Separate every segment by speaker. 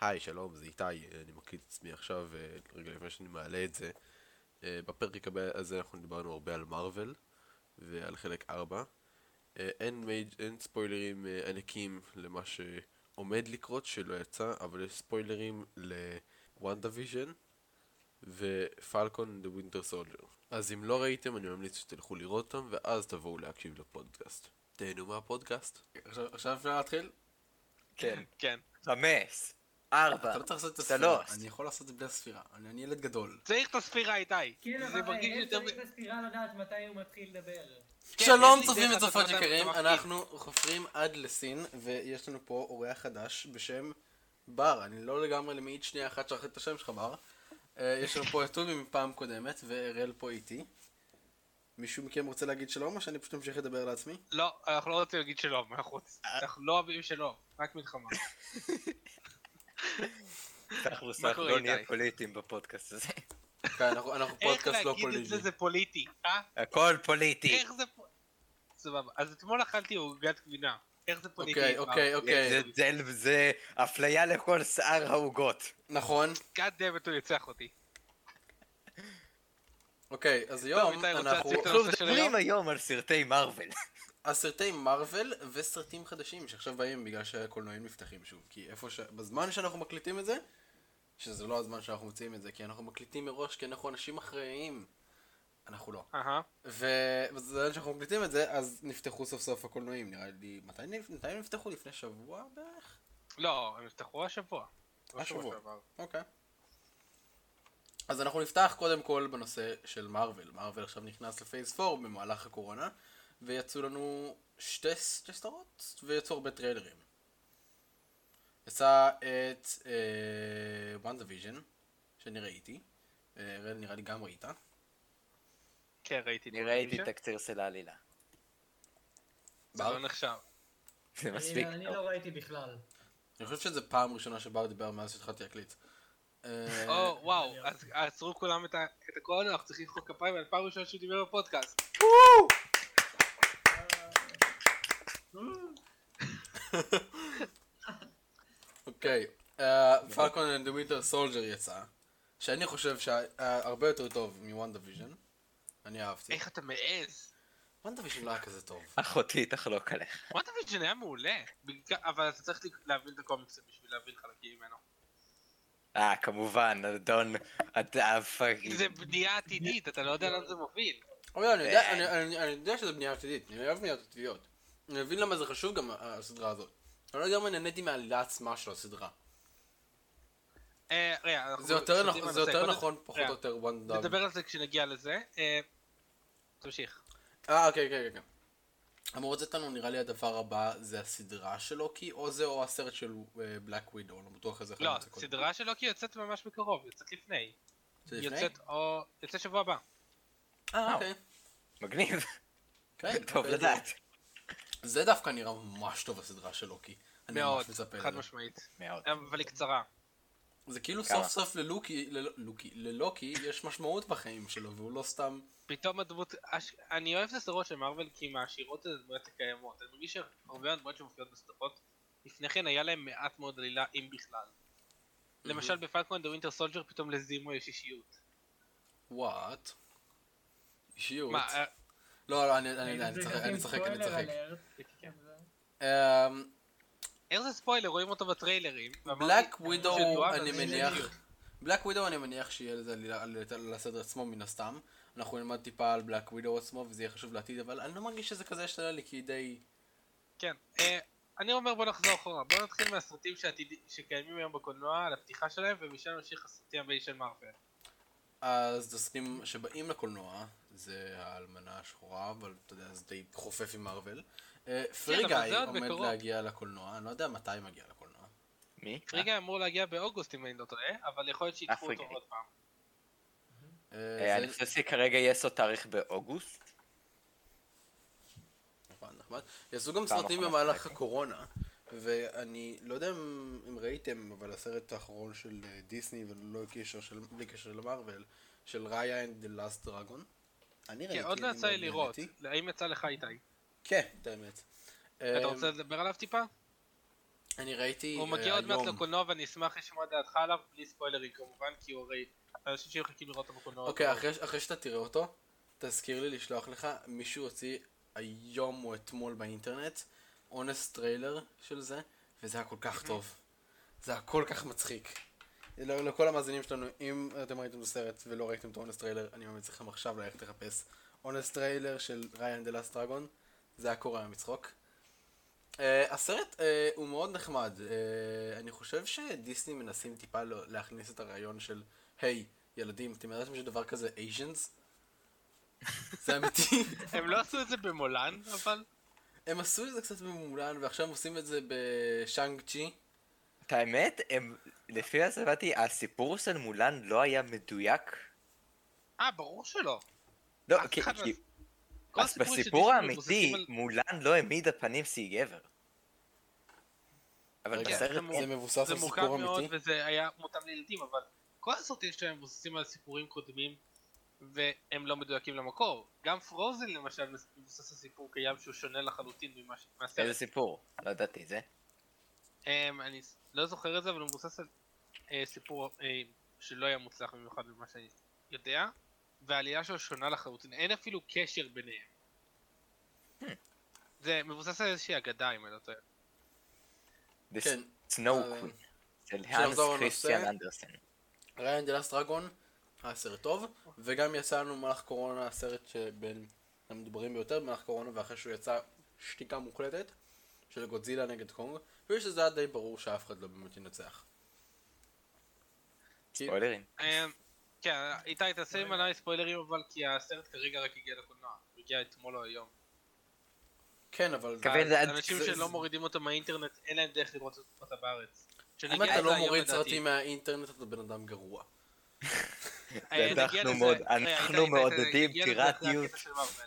Speaker 1: היי, שלום, זה איתי, אני מקליט את עצמי עכשיו, אה, רגע לפני שאני מעלה את זה. אה, בפרק הבא הזה אנחנו דיברנו הרבה על מארוול, ועל חלק 4. אה, אין, מייג, אין ספוילרים אה, ענקים למה שעומד לקרות, שלא יצא, אבל יש ספוילרים לוונדה ויז'ן ופלקון דה ווינטר סולג'ר. אז אם לא ראיתם, אני ממליץ שתלכו לראות אותם, ואז תבואו להקשיב לפודקאסט. תהנו מהפודקאסט.
Speaker 2: עכשיו עכשיו אפשר להתחיל?
Speaker 3: כן.
Speaker 4: כן.
Speaker 3: חמש, ארבע,
Speaker 2: אתה לא צריך לעשות את הספירה.
Speaker 3: שלוש.
Speaker 2: אני יכול לעשות את זה בלי הספירה. אני אני ילד גדול.
Speaker 4: צריך את הספירה איתי.
Speaker 5: כן,
Speaker 4: זה
Speaker 5: אבל
Speaker 4: מרגיש
Speaker 5: אין
Speaker 4: יותר...
Speaker 5: צריך לספירה לדעת מתי הוא מתחיל לדבר.
Speaker 4: כן,
Speaker 2: שלום
Speaker 4: יש לי
Speaker 2: צופים
Speaker 4: דרך
Speaker 2: וצופות
Speaker 4: לעשות את
Speaker 2: יקרים,
Speaker 4: המפחיד.
Speaker 2: אנחנו חופרים עד לסין, ויש לנו פה אורח חדש בשם בר. אני לא לגמרי למעיט שנייה אחת שכחתי את השם שלך בר. אה, יש לנו פה את טובי מפעם קודמת, ואראל פה איתי. מישהו מכם רוצה להגיד שלום, או שאני פשוט אמשיך לדבר לעצמי?
Speaker 4: לא, אנחנו לא רוצים להגיד שלום, אנחנו רוצים- אנחנו לא אוהבים שלום, רק מלחמה.
Speaker 3: אנחנו סך
Speaker 4: קורה,
Speaker 3: לא
Speaker 4: איתי?
Speaker 3: נהיה פוליטיים בפודקאסט הזה.
Speaker 2: כן, אנחנו אנחנו
Speaker 4: איך
Speaker 2: פודקאסט לא
Speaker 4: להגיד את
Speaker 2: פוליטי.
Speaker 4: זה זה פוליטי, אה?
Speaker 3: הכל פוליטי.
Speaker 4: איך זה... פו- סבבה, אז אתמול אכלתי עוגת גבינה. איך זה פוליטי? אה,
Speaker 2: אוקיי, אוקיי,
Speaker 3: זה-
Speaker 2: אוקיי.
Speaker 3: זה- זה אפליה לכל שאר העוגות.
Speaker 2: נכון.
Speaker 4: God damn it, הוא ניצח אותי.
Speaker 2: אוקיי, אז היום
Speaker 4: איתי רוצה
Speaker 2: אנחנו...
Speaker 4: להציג את
Speaker 3: אנחנו
Speaker 4: הנושא של
Speaker 3: מדברים
Speaker 4: היום?
Speaker 3: היום על סרטי מארוול.
Speaker 2: הסרטי מארוול וסרטים חדשים שעכשיו באים בגלל שהקולנועים נפתחים שוב. כי איפה ש... בזמן שאנחנו מקליטים את זה, שזה לא הזמן שאנחנו מוציאים את זה, כי אנחנו מקליטים מראש, כי אנחנו אנשים אחראיים. אנחנו לא.
Speaker 4: אהה.
Speaker 2: ובזמן שאנחנו מקליטים את זה, אז נפתחו סוף סוף הקולנועים, נראה לי... מתי, נפ... מתי הם נפתחו? לפני שבוע בערך?
Speaker 4: לא, הם נפתחו השבוע. לא
Speaker 2: השבוע.
Speaker 4: שבוע שעבר.
Speaker 2: אוקיי. אז אנחנו נפתח קודם כל בנושא של מארוול. מארוול עכשיו נכנס לפייס 4 במהלך הקורונה, ויצאו לנו שתי, שתי סדרות, ויצאו הרבה טריילרים. יצא את אה, וואן דיוויז'ן, שאני ראיתי, אה, הראל נראה לי גם ראית.
Speaker 4: כן, ראיתי.
Speaker 3: אני ראיתי תקציר של העלילה.
Speaker 4: זה
Speaker 2: בר?
Speaker 4: לא נחשב.
Speaker 3: זה
Speaker 5: אני-
Speaker 3: מספיק
Speaker 5: אני
Speaker 3: טוב.
Speaker 5: לא ראיתי בכלל.
Speaker 2: אני חושב שזו פעם ראשונה שבר דיבר מאז שהתחלתי להקליט. אה,
Speaker 4: או, וואו, אז עצרו כולם את ה- את הכל, אנחנו צריכים לחוק כפיים על פעם ראשונה שהוא דיבר בפודקאסט.
Speaker 2: אוקיי, פלקון אנד ווינטר סולג'ר יצא, שאני חושב שהרבה יותר טוב מוואן דיוויז'ן, אני אהבתי.
Speaker 4: איך אתה מעז?
Speaker 2: וואן דיוויז'ן לא היה כזה טוב.
Speaker 3: אחותי תחלוק עליך.
Speaker 4: וואטה ויג'ן היה מעולה, בעיקר- אבל אתה צריך להבין את הקומיקס בשביל להבין חלקים ממנו.
Speaker 3: אה, כמובן, אדון... אתה פאקינג...
Speaker 4: זה בנייה עתידית, אתה לא יודע לאן זה מוביל.
Speaker 2: אבל לא, אני יודע- אני- אני אני יודע שזה בנייה עתידית, אני אוהב בניית עתידיות. אני מבין למה זה חשוב גם ה- הסדרה הזאת. אבל לא לגמרי נהניתי מהעלילה עצמה של הסדרה.
Speaker 4: אה, רגע, אנחנו
Speaker 2: זה יותר
Speaker 4: שותים
Speaker 2: נכון-
Speaker 4: על
Speaker 2: זה
Speaker 4: הנושא.
Speaker 2: יותר
Speaker 4: קודם-
Speaker 2: נכון, פחות או
Speaker 4: רגע,
Speaker 2: יותר וואן דיוויז'ן.
Speaker 4: נדבר על זה כשנגיע לזה. אה, תמשיך.
Speaker 2: אה, אוקיי, כן, כן, כן. אמור לצאת לנו, נראה לי הדבר הבא זה הסדרה שלו, כי או זה או הסרט של בלק ווידו, לא בטוח איזה אחד
Speaker 4: לא,
Speaker 2: יוצא קודם.
Speaker 4: סדרה שלו כי יוצאת ממש בקרוב, יוצאת לפני.
Speaker 2: זה לפני?
Speaker 4: יוצאת או... יוצאת שבוע הבא.
Speaker 2: אה, אוקיי.
Speaker 3: מגניב.
Speaker 2: כן,
Speaker 3: טוב
Speaker 2: אוקיי,
Speaker 3: לדעת.
Speaker 2: זה דווקא נראה ממש טוב הסדרה של לוקי. אני
Speaker 4: מאוד,
Speaker 2: ממש מצפה
Speaker 4: חד
Speaker 2: לזה.
Speaker 4: משמעית.
Speaker 3: מאוד.
Speaker 4: אבל היא קצרה.
Speaker 2: זה כאילו
Speaker 3: כמה?
Speaker 2: סוף סוף ללוקי, לל- לוקי, ללוקי יש משמעות בחיים שלו, והוא לא סתם...
Speaker 4: פתאום הדמות... אש- אני אוהב את הסדרות של מארוול כי הן מעשירות את הדמויות הקיימות. אני מרגיש שהרבה הדמויות שמופיעות בסדרות, לפני כן היה להם מעט מאוד עלילה, אם בכלל.
Speaker 2: Mhm.
Speaker 4: למשל בפלקון דה ווינטר סולג'ר פתאום לזימו יש אישיות.
Speaker 2: וואט? אישיות.
Speaker 4: מה, אה,
Speaker 2: לא, לא, אני אני- אני
Speaker 5: זה
Speaker 2: צוחק,
Speaker 5: כזה
Speaker 2: אני צוחק, אני
Speaker 5: spoiler
Speaker 2: צוחק.
Speaker 5: alert.
Speaker 2: אמ,
Speaker 4: איך זה ספוילר? רואים אותו בטריילרים. ואמרתי-
Speaker 2: בלק ווידו
Speaker 4: של יואב,
Speaker 2: אני
Speaker 4: אז יש אישיות.
Speaker 2: מניח, בלק ווידו אני מניח שיהיה לזה עלילה על על הסדר עצמו מן הסתם. אנחנו נלמד טיפה על בלק ווידו עצמו וזה יהיה חשוב לעתיד, אבל אני לא מרגיש שזה כזה ישתנה לי כי די...
Speaker 4: כן. אה, אני אומר בוא נחזור אחורה. בוא נתחיל מהסרטים שעתיד- שקיימים היום בקולנוע, על הפתיחה שלהם, ומשם נמשיך הסרטים הבאים של מארוול.
Speaker 2: אה. אז הסרטים שבאים לקולנוע זה האלמנה השחורה, אבל אתה יודע, זה די חופף עם מארוול. אה, פרי
Speaker 4: כן, אבל
Speaker 2: גיא
Speaker 4: זה עוד
Speaker 2: עומד
Speaker 4: בקרוב.
Speaker 2: להגיע לקולנוע, אני לא יודע מתי מגיע לקולנוע.
Speaker 3: מי?
Speaker 4: רגע אמור להגיע באוגוסט אם אני לא טועה, אבל יכול להיות שידחו אותו
Speaker 3: אפריגי.
Speaker 4: עוד פעם.
Speaker 2: אה,
Speaker 3: אה,
Speaker 2: זה-
Speaker 3: אני חושב שכרגע יש לו תאריך באוגוסט.
Speaker 2: נחמד, נחמד. נכון, יעשו גם
Speaker 3: פעם
Speaker 2: סרטים
Speaker 3: אחרונה
Speaker 2: במהלך
Speaker 3: שראיתי.
Speaker 2: הקורונה, ואני לא יודע אם אם ראיתם, אבל הסרט האחרון של אה, דיסני, ולא קשר של, בלי קשר למרוויל, של ראיה and the last dragon. אני ראיתי.
Speaker 4: כן, עוד לא
Speaker 2: אני
Speaker 4: יצא לי
Speaker 2: מאוד
Speaker 4: לראות.
Speaker 2: נהניתי.
Speaker 4: האם יצא לך איתי?
Speaker 2: כן, את האמת.
Speaker 4: אתה רוצה לדבר עליו טיפה?
Speaker 2: אני ראיתי
Speaker 4: הוא
Speaker 2: אה,
Speaker 4: מגיע עוד מעט
Speaker 2: היום-
Speaker 4: לקולנוע ואני אשמח לשמוע את דעתך עליו, בלי ספוילרים כמובן, כי הוא הרי... אנשים שמחכים לראות אותו בקולנוע.
Speaker 2: אוקיי, אחרי, אחרי שאתה תראה אותו, תזכיר לי לשלוח לך, מישהו הוציא היום או אתמול באינטרנט, אונס טריילר של זה, וזה היה כל כך טוב. זה היה כל כך מצחיק. ל- לכל המאזינים שלנו, אם אתם ראיתם את הסרט ולא ראיתם את האונס טריילר, אני ממליץ לכם עכשיו ללכת לחפש אונס טריילר של ריין דה לאסט דרגון, זה היה קורע מצחוק. Uh, הסרט uh, הוא מאוד נחמד. Uh, אני חושב שדיסני מנסים טיפה לא, להכניס את הרעיון של, היי, ילדים, אתם ידעתם שדבר כזה אייז'נס? זה אמיתי.
Speaker 4: הם לא עשו את זה במולן, אבל...
Speaker 2: הם עשו את זה קצת במומלן, ועכשיו הם עושים את זה בשאנג צ'י.
Speaker 3: את האמת, הם, לפי מה שהבנתי, הסיפור של מולן לא היה מדויק.
Speaker 4: אה, ברור שלא.
Speaker 3: לא,
Speaker 4: אף
Speaker 3: כי,
Speaker 4: אחד לא-
Speaker 3: כי
Speaker 4: כל
Speaker 3: אז
Speaker 4: הסיפורים של
Speaker 3: בסיפור
Speaker 4: דיסני
Speaker 3: האמיתי,
Speaker 4: מבוססים על-
Speaker 3: מולן לא העמידה פנים שהיא גבר. אבל
Speaker 4: רגע,
Speaker 3: בסרט
Speaker 4: זה
Speaker 3: אין.
Speaker 2: זה מבוסס
Speaker 4: זה
Speaker 2: על
Speaker 4: מורכב
Speaker 2: סיפור
Speaker 4: מאוד
Speaker 2: אמיתי.
Speaker 4: וזה היה מותאם לילדים, אבל כל הסרטים שלהם מבוססים על סיפורים קודמים והם לא מדויקים למקור. גם פרוזן למשל מבוסס על סיפור קיים שהוא שונה לחלוטין ממה ש-
Speaker 3: איזה
Speaker 4: מהסרט.
Speaker 3: סיפור? לא ידעתי את זה.
Speaker 4: אמ, אני ס- לא זוכר את זה, אבל הוא מבוסס על אה, סיפור אה, שלא היה מוצלח במיוחד ממה שאני יודע, והעלילה שלו שונה לחלוטין, אין אפילו קשר ביניהם. זה מבוסס על איזושהי אגדה, אם אני לא טועה.
Speaker 3: The
Speaker 2: כן.
Speaker 3: Snow
Speaker 2: אה,
Speaker 3: Queen. של האנס
Speaker 2: כשנחזור
Speaker 3: כריסטיאן
Speaker 2: לנושא-
Speaker 3: אנדרסן.
Speaker 2: ריין דה לאסט דרגון, היה סרט טוב, וגם יצא לנו במהלך קורונה הסרט שבין המדוברים ביותר במהלך קורונה, ואחרי שהוא יצא שתיקה מוחלטת, של גודזילה נגד קונג, ויש שזה היה די ברור שאף אחד לא באמת ינצח. כי-
Speaker 3: ספוילרים.
Speaker 4: אמ, כן, איתי תעשה עם עליי ספוילרים אבל כי הסרט כרגע רק הגיע לקולנוע, הוא הגיע אתמול או היום.
Speaker 2: כן, אבל...
Speaker 3: כבד
Speaker 4: אז
Speaker 3: עד-
Speaker 4: אנשים
Speaker 2: זה-
Speaker 4: שלא
Speaker 2: זה-
Speaker 4: מורידים אותו מהאינטרנט אין להם דרך לראות אותה בארץ. כשנגיע
Speaker 2: אם אתה
Speaker 4: לזה
Speaker 2: לא
Speaker 4: היום,
Speaker 2: מוריד
Speaker 4: לדעתי-
Speaker 2: סרטים מהאינטרנט, אתה בן אדם גרוע.
Speaker 4: אה, נגיע
Speaker 3: אנחנו
Speaker 4: לזה.
Speaker 3: מאוד-
Speaker 4: אה, איתי,
Speaker 3: אנחנו
Speaker 4: איתי, איתי,
Speaker 3: מעודדים
Speaker 4: נגיע לזה אחרי הקטע
Speaker 3: פיראטיות.
Speaker 4: של מארוול.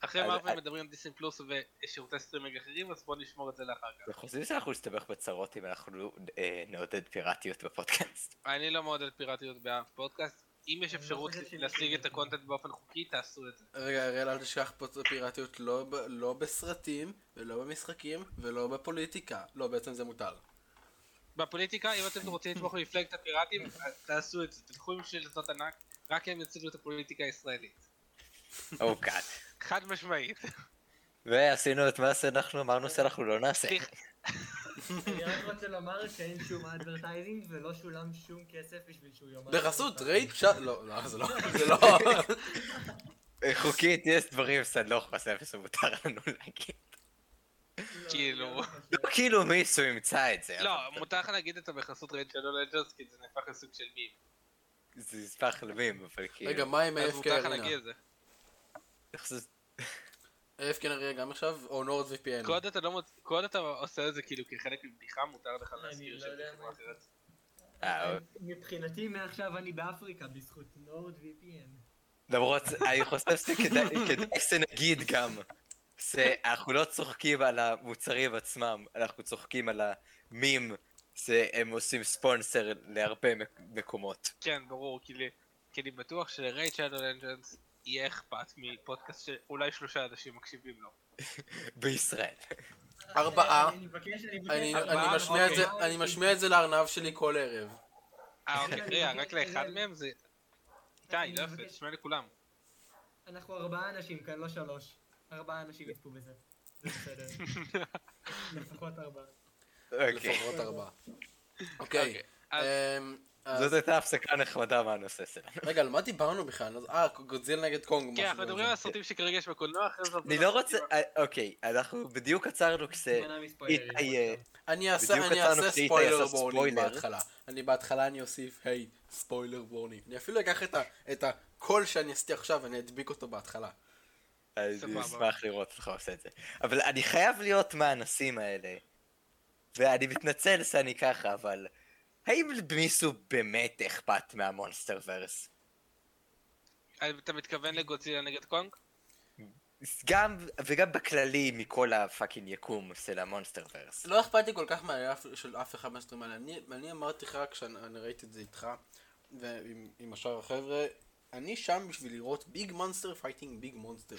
Speaker 4: אחרי
Speaker 3: אז-
Speaker 4: מארוול
Speaker 3: אז-
Speaker 4: מדברים על דיסני פלוס ושירותי סטרימינג אחרים אז בואו נשמור את זה לאחר כך.
Speaker 3: אתם חושבים שאנחנו נסתבך בצרות אם אנחנו אה, נעודד פיראטיות בפודקאסט?
Speaker 4: אני לא מעודד פיראטיות באף פודקאסט. אם יש
Speaker 5: אני לא
Speaker 4: אפשרות
Speaker 5: חושבת שאני
Speaker 4: להשיג
Speaker 5: מכיר
Speaker 4: את הקונטנט באופן חוקי תעשו את זה.
Speaker 2: רגע, אראל, אל תשכח פה את הפיראטיות לא, ב- לא בסרטים, ולא במשחקים, ולא בפוליטיקה. לא, בעצם זה מותר.
Speaker 4: בפוליטיקה, אם אתם רוצים לתמוך במפלגת הפיראטים, אז תעשו את זה. תלכו עם שלטות ענק, רק הם יציגו את הפוליטיקה הישראלית.
Speaker 3: או גאד.
Speaker 4: חד משמעית.
Speaker 3: Oh ועשינו את מה שאנחנו אמרנו שאנחנו לא נעשה.
Speaker 4: סליחה.
Speaker 5: אני רק רוצה לומר שאין שום אדברטייזינג ולא שולם שום כסף בשביל שהוא יאמר...
Speaker 2: בחסות רייט ש... לא, לא, זה לא... זה לא...
Speaker 3: אה, חוקית יש דברים שאני לא חושב שמותר לנו להגיד.
Speaker 5: לא,
Speaker 4: כאילו.
Speaker 5: לא חושב.
Speaker 3: לא כאילו מישהו ימצא את זה.
Speaker 4: לא,
Speaker 3: אבל
Speaker 4: מותר לך להגיד את הבחסות רייד שלו לג'וס, כי זה נהפך לסוג של מים.
Speaker 3: זה נספח למים, אבל כאילו...
Speaker 2: רגע, מה עם
Speaker 4: אז
Speaker 2: AFK
Speaker 4: מותר לך
Speaker 2: ארינה?
Speaker 4: להגיד את זה.
Speaker 3: אני חושב-
Speaker 2: AFK ארינה גם עכשיו? או נורד
Speaker 3: כן.
Speaker 2: VPN?
Speaker 4: כל עוד אתה לא מוצ- כל עוד אתה עושה את זה כאילו כחלק מבדיחה, מותר לך
Speaker 5: אני
Speaker 4: להזכיר
Speaker 5: לא
Speaker 4: שזה
Speaker 5: יודע
Speaker 4: חברה
Speaker 5: מה
Speaker 4: אחרת.
Speaker 3: אה, אוקיי.
Speaker 5: לא, מבחינתי מעכשיו אני באפריקה בזכות נורד VPN.
Speaker 3: למרות, אני חושב שכדאי כדאי שנגיד גם, שאנחנו לא צוחקים על המוצרים עצמם, אנחנו צוחקים על המים שהם עושים ספונסר להרבה מק- מקומות.
Speaker 4: כן, ברור, כי לי- כי אני בטוח שלרייד שלו לג'וס יהיה אכפת מפודקאסט שאולי שלושה אנשים מקשיבים לו.
Speaker 3: בישראל.
Speaker 2: ארבעה.
Speaker 5: אני מבקש, אני מבקש.
Speaker 2: אני
Speaker 4: ארבעה,
Speaker 2: אני משמיע את זה-
Speaker 5: אוקיי.
Speaker 2: אני משמיע את זה לארנב שלי כל ערב.
Speaker 4: אה, אוקיי, רגע, רק לאחד
Speaker 5: אני-
Speaker 4: מהם זה...
Speaker 5: אני
Speaker 4: איתי, לא יפה,
Speaker 5: מבקש-
Speaker 4: תשמע לכולם.
Speaker 5: אנחנו ארבעה אנשים כאן, לא שלוש. ארבעה אנשים יצפו בזה. זה בסדר. לפחות ארבעה.
Speaker 3: אוקיי.
Speaker 2: לפחות ארבעה. אוקיי.
Speaker 4: אז-
Speaker 2: אמ, אז-
Speaker 3: זאת הייתה הפסקה נחמדה מהנושא שלנו.
Speaker 2: רגע, על מה דיברנו בכלל? אז- אה, גודזיל נגד קונג.
Speaker 4: כן,
Speaker 2: משהו
Speaker 4: אנחנו
Speaker 2: כזה.
Speaker 4: מדברים על הסרטים שכרגע יש בקולנוע, אחרי זה...
Speaker 3: אני לא רוצה... אה, אוקיי, אנחנו בדיוק עצרנו כש...
Speaker 5: תימנע מספוילרים,
Speaker 3: אה, איתי, אה,
Speaker 2: אני אעשה
Speaker 3: בדיוק
Speaker 2: אני
Speaker 3: יצאנו
Speaker 2: אעשה
Speaker 3: כשאיתי
Speaker 2: ספוילר
Speaker 3: עשה
Speaker 2: וורנינג
Speaker 3: ספוילר.
Speaker 2: בהתחלה. אני בהתחלה אני אוסיף, היי, ספוילר וורנינג. אני אפילו אקח את ה- את הקול שאני עשיתי עכשיו, אני אדביק אותו בהתחלה.
Speaker 3: אני
Speaker 4: סבבה.
Speaker 3: אשמח לראות אותך עושה את זה. אבל אני חייב להיות מהאנשים האלה. ואני מתנצל שאני ככה, אבל... האם למישהו באמת אכפת מהמונסטר ורס?
Speaker 4: אתה מתכוון לגודזילה נגד קונג?
Speaker 3: גם, וגם בכללי מכל הפאקינג יקום של המונסטר ורס.
Speaker 2: לא אכפת לי כל כך מהאף של אף אחד מהסטרים האלה. אני, אני אמרתי לך כשאני ראיתי את זה איתך ועם עם השאר החבר'ה, אני שם בשביל לראות ביג מונסטר פייטינג ביג מונסטר.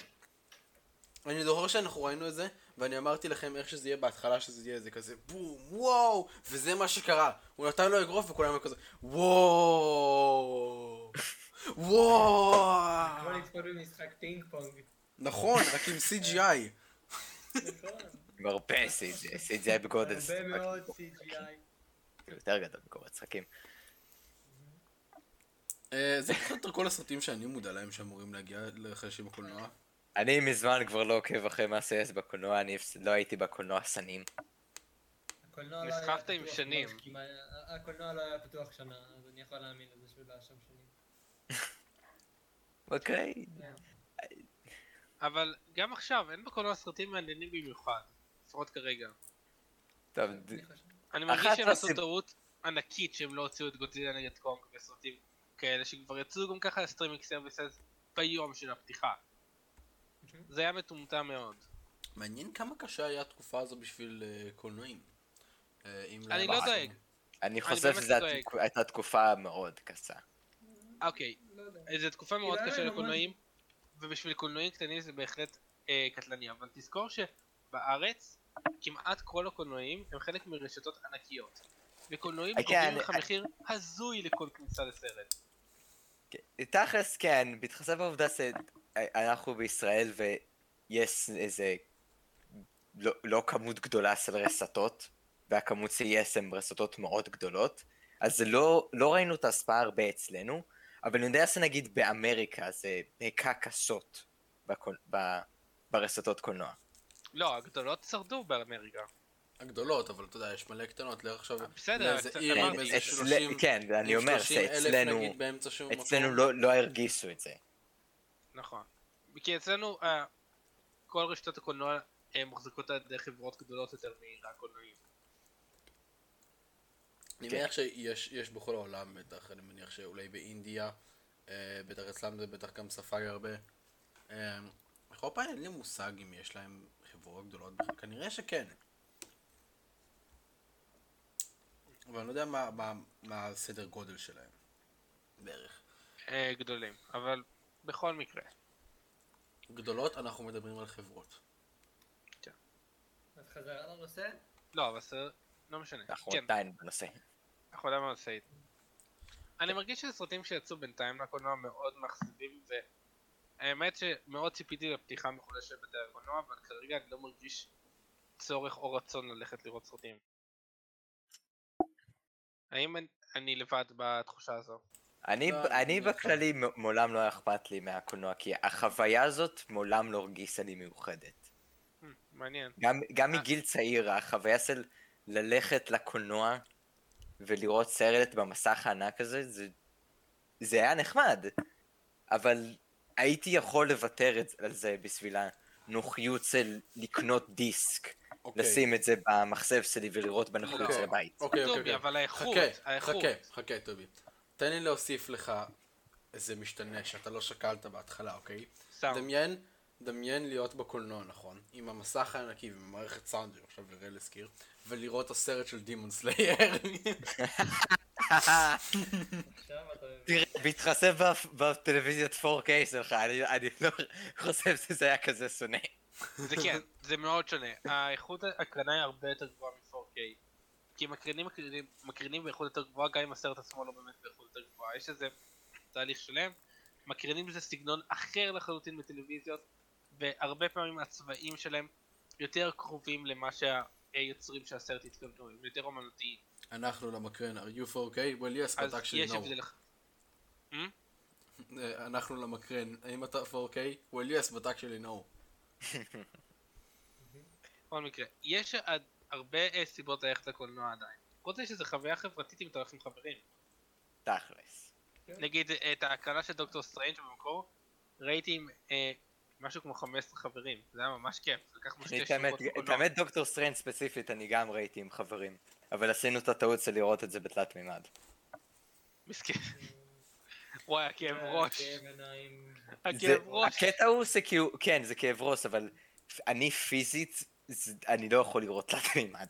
Speaker 2: אני זוכר שאנחנו ראינו את זה, ואני אמרתי לכם איך שזה יהיה בהתחלה, שזה יהיה איזה כזה בום, וואו, וזה מה שקרה. הוא נתן לו אגרוף וכולם היו כזה, וואו,
Speaker 5: כמו
Speaker 2: וואו.
Speaker 5: לצפות אה, במשחק פינג פונג.
Speaker 2: נכון, רק עם CGI.
Speaker 5: נכון.
Speaker 3: עם הרבה CGI, CGI בגודל
Speaker 5: הרבה
Speaker 3: משחק,
Speaker 5: מאוד CGI.
Speaker 3: יותר גדול בגודל משחקים.
Speaker 2: אה, זה פחות או יותר כל הסרטים שאני מודע להם שאמורים להגיע לחדשים בקולנוע.
Speaker 3: אני מזמן כבר לא עוקב אחרי מה שיש בקולנוע, אני הפס- לא הייתי בקולנוע שנים.
Speaker 5: הקולנוע לא היה
Speaker 4: נסחפת עם
Speaker 5: פתוח
Speaker 4: שנים.
Speaker 5: ממש, כמעט- הקולנוע לא היה פתוח שנה, אז אני יכול להאמין לזה שהוא לא היה שם שנים.
Speaker 3: אוקיי.
Speaker 5: כן.
Speaker 4: אבל גם עכשיו, אין בקולנוע סרטים מעניינים במיוחד. לפחות כרגע.
Speaker 3: טוב,
Speaker 5: אני
Speaker 3: ד-
Speaker 5: חושב.
Speaker 4: אני מרגיש
Speaker 3: אחת
Speaker 4: שהם עשו
Speaker 3: הסיב-
Speaker 4: טעות ענקית שהם לא הוציאו את גודזילה נגד קונג וסרטים כאלה שכבר יצאו גם ככה סטרימינג סרוויסס ביום של הפתיחה. זה היה מטומטם מאוד.
Speaker 2: מעניין כמה קשה היה התקופה הזו בשביל אה, קולנועים. אה, אם
Speaker 4: אני
Speaker 2: להם-
Speaker 4: לא דואג.
Speaker 3: אני חושב
Speaker 4: באמת
Speaker 3: שזו
Speaker 4: דואג.
Speaker 3: התק- הייתה תקופה מאוד קשה.
Speaker 4: אוקיי,
Speaker 5: לא יודע.
Speaker 4: זו תקופה מאוד
Speaker 5: היה
Speaker 4: קשה
Speaker 5: להם
Speaker 4: לקולנועים, ובשביל קולנועים קטנים זה בהחלט אה, קטלני, אבל תזכור שבארץ כמעט כל הקולנועים הם חלק מרשתות ענקיות. וקולנועים
Speaker 3: כן,
Speaker 4: קובעים
Speaker 3: אני-
Speaker 4: לך מחיר הזוי לכל כניסה לסרט.
Speaker 3: כן, תכלס כן, בהתחשב בעובדה שאנחנו בישראל ויש איזה לא, לא כמות גדולה של רסתות, והכמות שיש הן רסתות מאוד גדולות, אז זה לא, לא ראינו את ההשפעה הרבה אצלנו, אבל אני יודע שנגיד באמריקה זה הכה קשות בקול, ב, ברסתות קולנוע.
Speaker 4: לא, הגדולות שרדו באמריקה.
Speaker 2: הגדולות, אבל אתה יודע, יש מלא קטנות, לך עכשיו...
Speaker 4: בסדר,
Speaker 2: לאיזה
Speaker 4: קצת-
Speaker 2: עיר עם
Speaker 4: אמרתי,
Speaker 3: כן,
Speaker 2: איזה
Speaker 4: אצל-
Speaker 3: אצל-
Speaker 2: 30
Speaker 3: כן, ואני
Speaker 2: עם
Speaker 3: אומר
Speaker 2: 30,000
Speaker 3: שאצלנו
Speaker 2: נגיד באמצע שום מקום.
Speaker 3: אצלנו לא, לא הרגישו את זה.
Speaker 4: נכון. כי אצלנו, אה, כל רשתות הקולנוע אה, מוחזקות על ידי חברות גדולות יותר מרק קולנועים.
Speaker 2: אני
Speaker 3: כן.
Speaker 2: מניח שיש יש בכל העולם בטח, אני מניח שאולי באינדיה, אה, בטח אצלם זה בטח גם ספג הרבה. אה, בכל פעם אין לי מושג אם יש להם חברות גדולות, בכלל, כנראה שכן. אבל אני לא יודע מה- מה- מה הסדר גודל שלהם, בערך.
Speaker 4: אה, גדולים, אבל בכל מקרה.
Speaker 2: גדולות, אנחנו מדברים על חברות.
Speaker 5: אז חזרה לנושא.
Speaker 4: לא, אבל סרט, לא משנה.
Speaker 3: אנחנו
Speaker 4: כן,
Speaker 3: עדיין בנושא.
Speaker 4: אנחנו עדיין בנושאית. אני מרגיש שהסרטים שיצאו בינתיים לקולנוע מאוד מאכזבים, והאמת שמאוד ציפיתי לפתיחה מחודשת בתי הקולנוע, אבל כרגע אני לא מרגיש צורך או רצון ללכת לראות סרטים. האם אני- אני לבד בתחושה הזו?
Speaker 3: אני,
Speaker 2: לא, אני
Speaker 3: אני
Speaker 2: איתך.
Speaker 3: בכללי מ- מעולם לא היה אכפת לי מהקולנוע, כי החוויה הזאת מעולם לא הרגישה לי מיוחדת.
Speaker 4: Hmm, מעניין.
Speaker 3: גם, גם
Speaker 4: אה.
Speaker 3: מגיל צעיר, החוויה של ללכת לקולנוע ולראות סרט במסך הענק הזה, זה, זה היה נחמד. אבל הייתי יכול לוותר את- על זה בשביל הנוחיות של לקנות דיסק,
Speaker 2: אוקיי.
Speaker 3: לשים את זה במחשב שלי ולראות בנוחות
Speaker 2: אוקיי.
Speaker 3: של הבית.
Speaker 2: אוקיי, אוקיי,
Speaker 4: טובי,
Speaker 2: אוקיי.
Speaker 4: אבל אה, האיכות,
Speaker 2: חכה,
Speaker 4: האיכות.
Speaker 2: חכה, חכה, טובי. תן לי להוסיף לך איזה משתנה שאתה לא שקלת בהתחלה, אוקיי?
Speaker 4: סאונד.
Speaker 2: דמיין, דמיין להיות בקולנוע, נכון? עם המסך הענקי ועם מערכת סאונד, עכשיו לראל הזכיר, ולראות את הסרט של דימון סלייר.
Speaker 5: עכשיו אתה מבין.
Speaker 3: תראה, בהתחשב בפ- בטלוויזיית 4K שלך, אני אני לא חושב שזה היה כזה שונה.
Speaker 4: זה כן, זה מאוד שונה. האיכות ההקרנה היא הרבה יותר גבוהה מ-4K. כי מקרינים מקרינים, מקרינים באיכות יותר גבוהה, גם אם הסרט עצמו לא באמת באיכות יותר גבוהה. יש איזה תהליך שלם. מקרינים זה סגנון אחר לחלוטין בטלוויזיות, והרבה פעמים הצבעים שלהם יותר קרובים למה שהיוצרים של הסרט התכוונו, הם יותר אומנותיים.
Speaker 2: אנחנו לא מקרן, are you 4K? well yes,
Speaker 4: אז
Speaker 2: but actually
Speaker 4: יש
Speaker 2: no.
Speaker 4: הבדל אחד.
Speaker 2: אה, אנחנו לא מקרן, האם אתה 4K? well yes, but actually no.
Speaker 4: בכל מקרה, יש עד- הרבה אה, סיבות ללכת לקולנוע עדיין. חוץ מזה שזו חוויה חברתית אם אתה הולך עם חברים.
Speaker 3: תכלס.
Speaker 4: נגיד את ההקרנה של דוקטור סטרנג' במקור, ראיתי עם אה, משהו כמו 15 חברים, זה היה ממש כיף, לקחנו
Speaker 3: אני
Speaker 4: שתי
Speaker 3: את האמת-
Speaker 4: שורות
Speaker 3: את
Speaker 4: בקולנוע.
Speaker 3: האמת, דוקטור סטרנד ספציפית, אני גם ראיתי עם חברים. אבל עשינו את הטעות של לראות את זה בתלת מימד.
Speaker 4: מסכן. וואי, הכאב
Speaker 5: אה,
Speaker 4: ראש,
Speaker 5: כאב עיניים.
Speaker 4: הכאב
Speaker 3: זה-
Speaker 4: ראש.
Speaker 3: הקטע הוא שכאילו, כן, זה כאב ראש, אבל אני פיזית, זה- אני לא יכול לראות תלת מימד.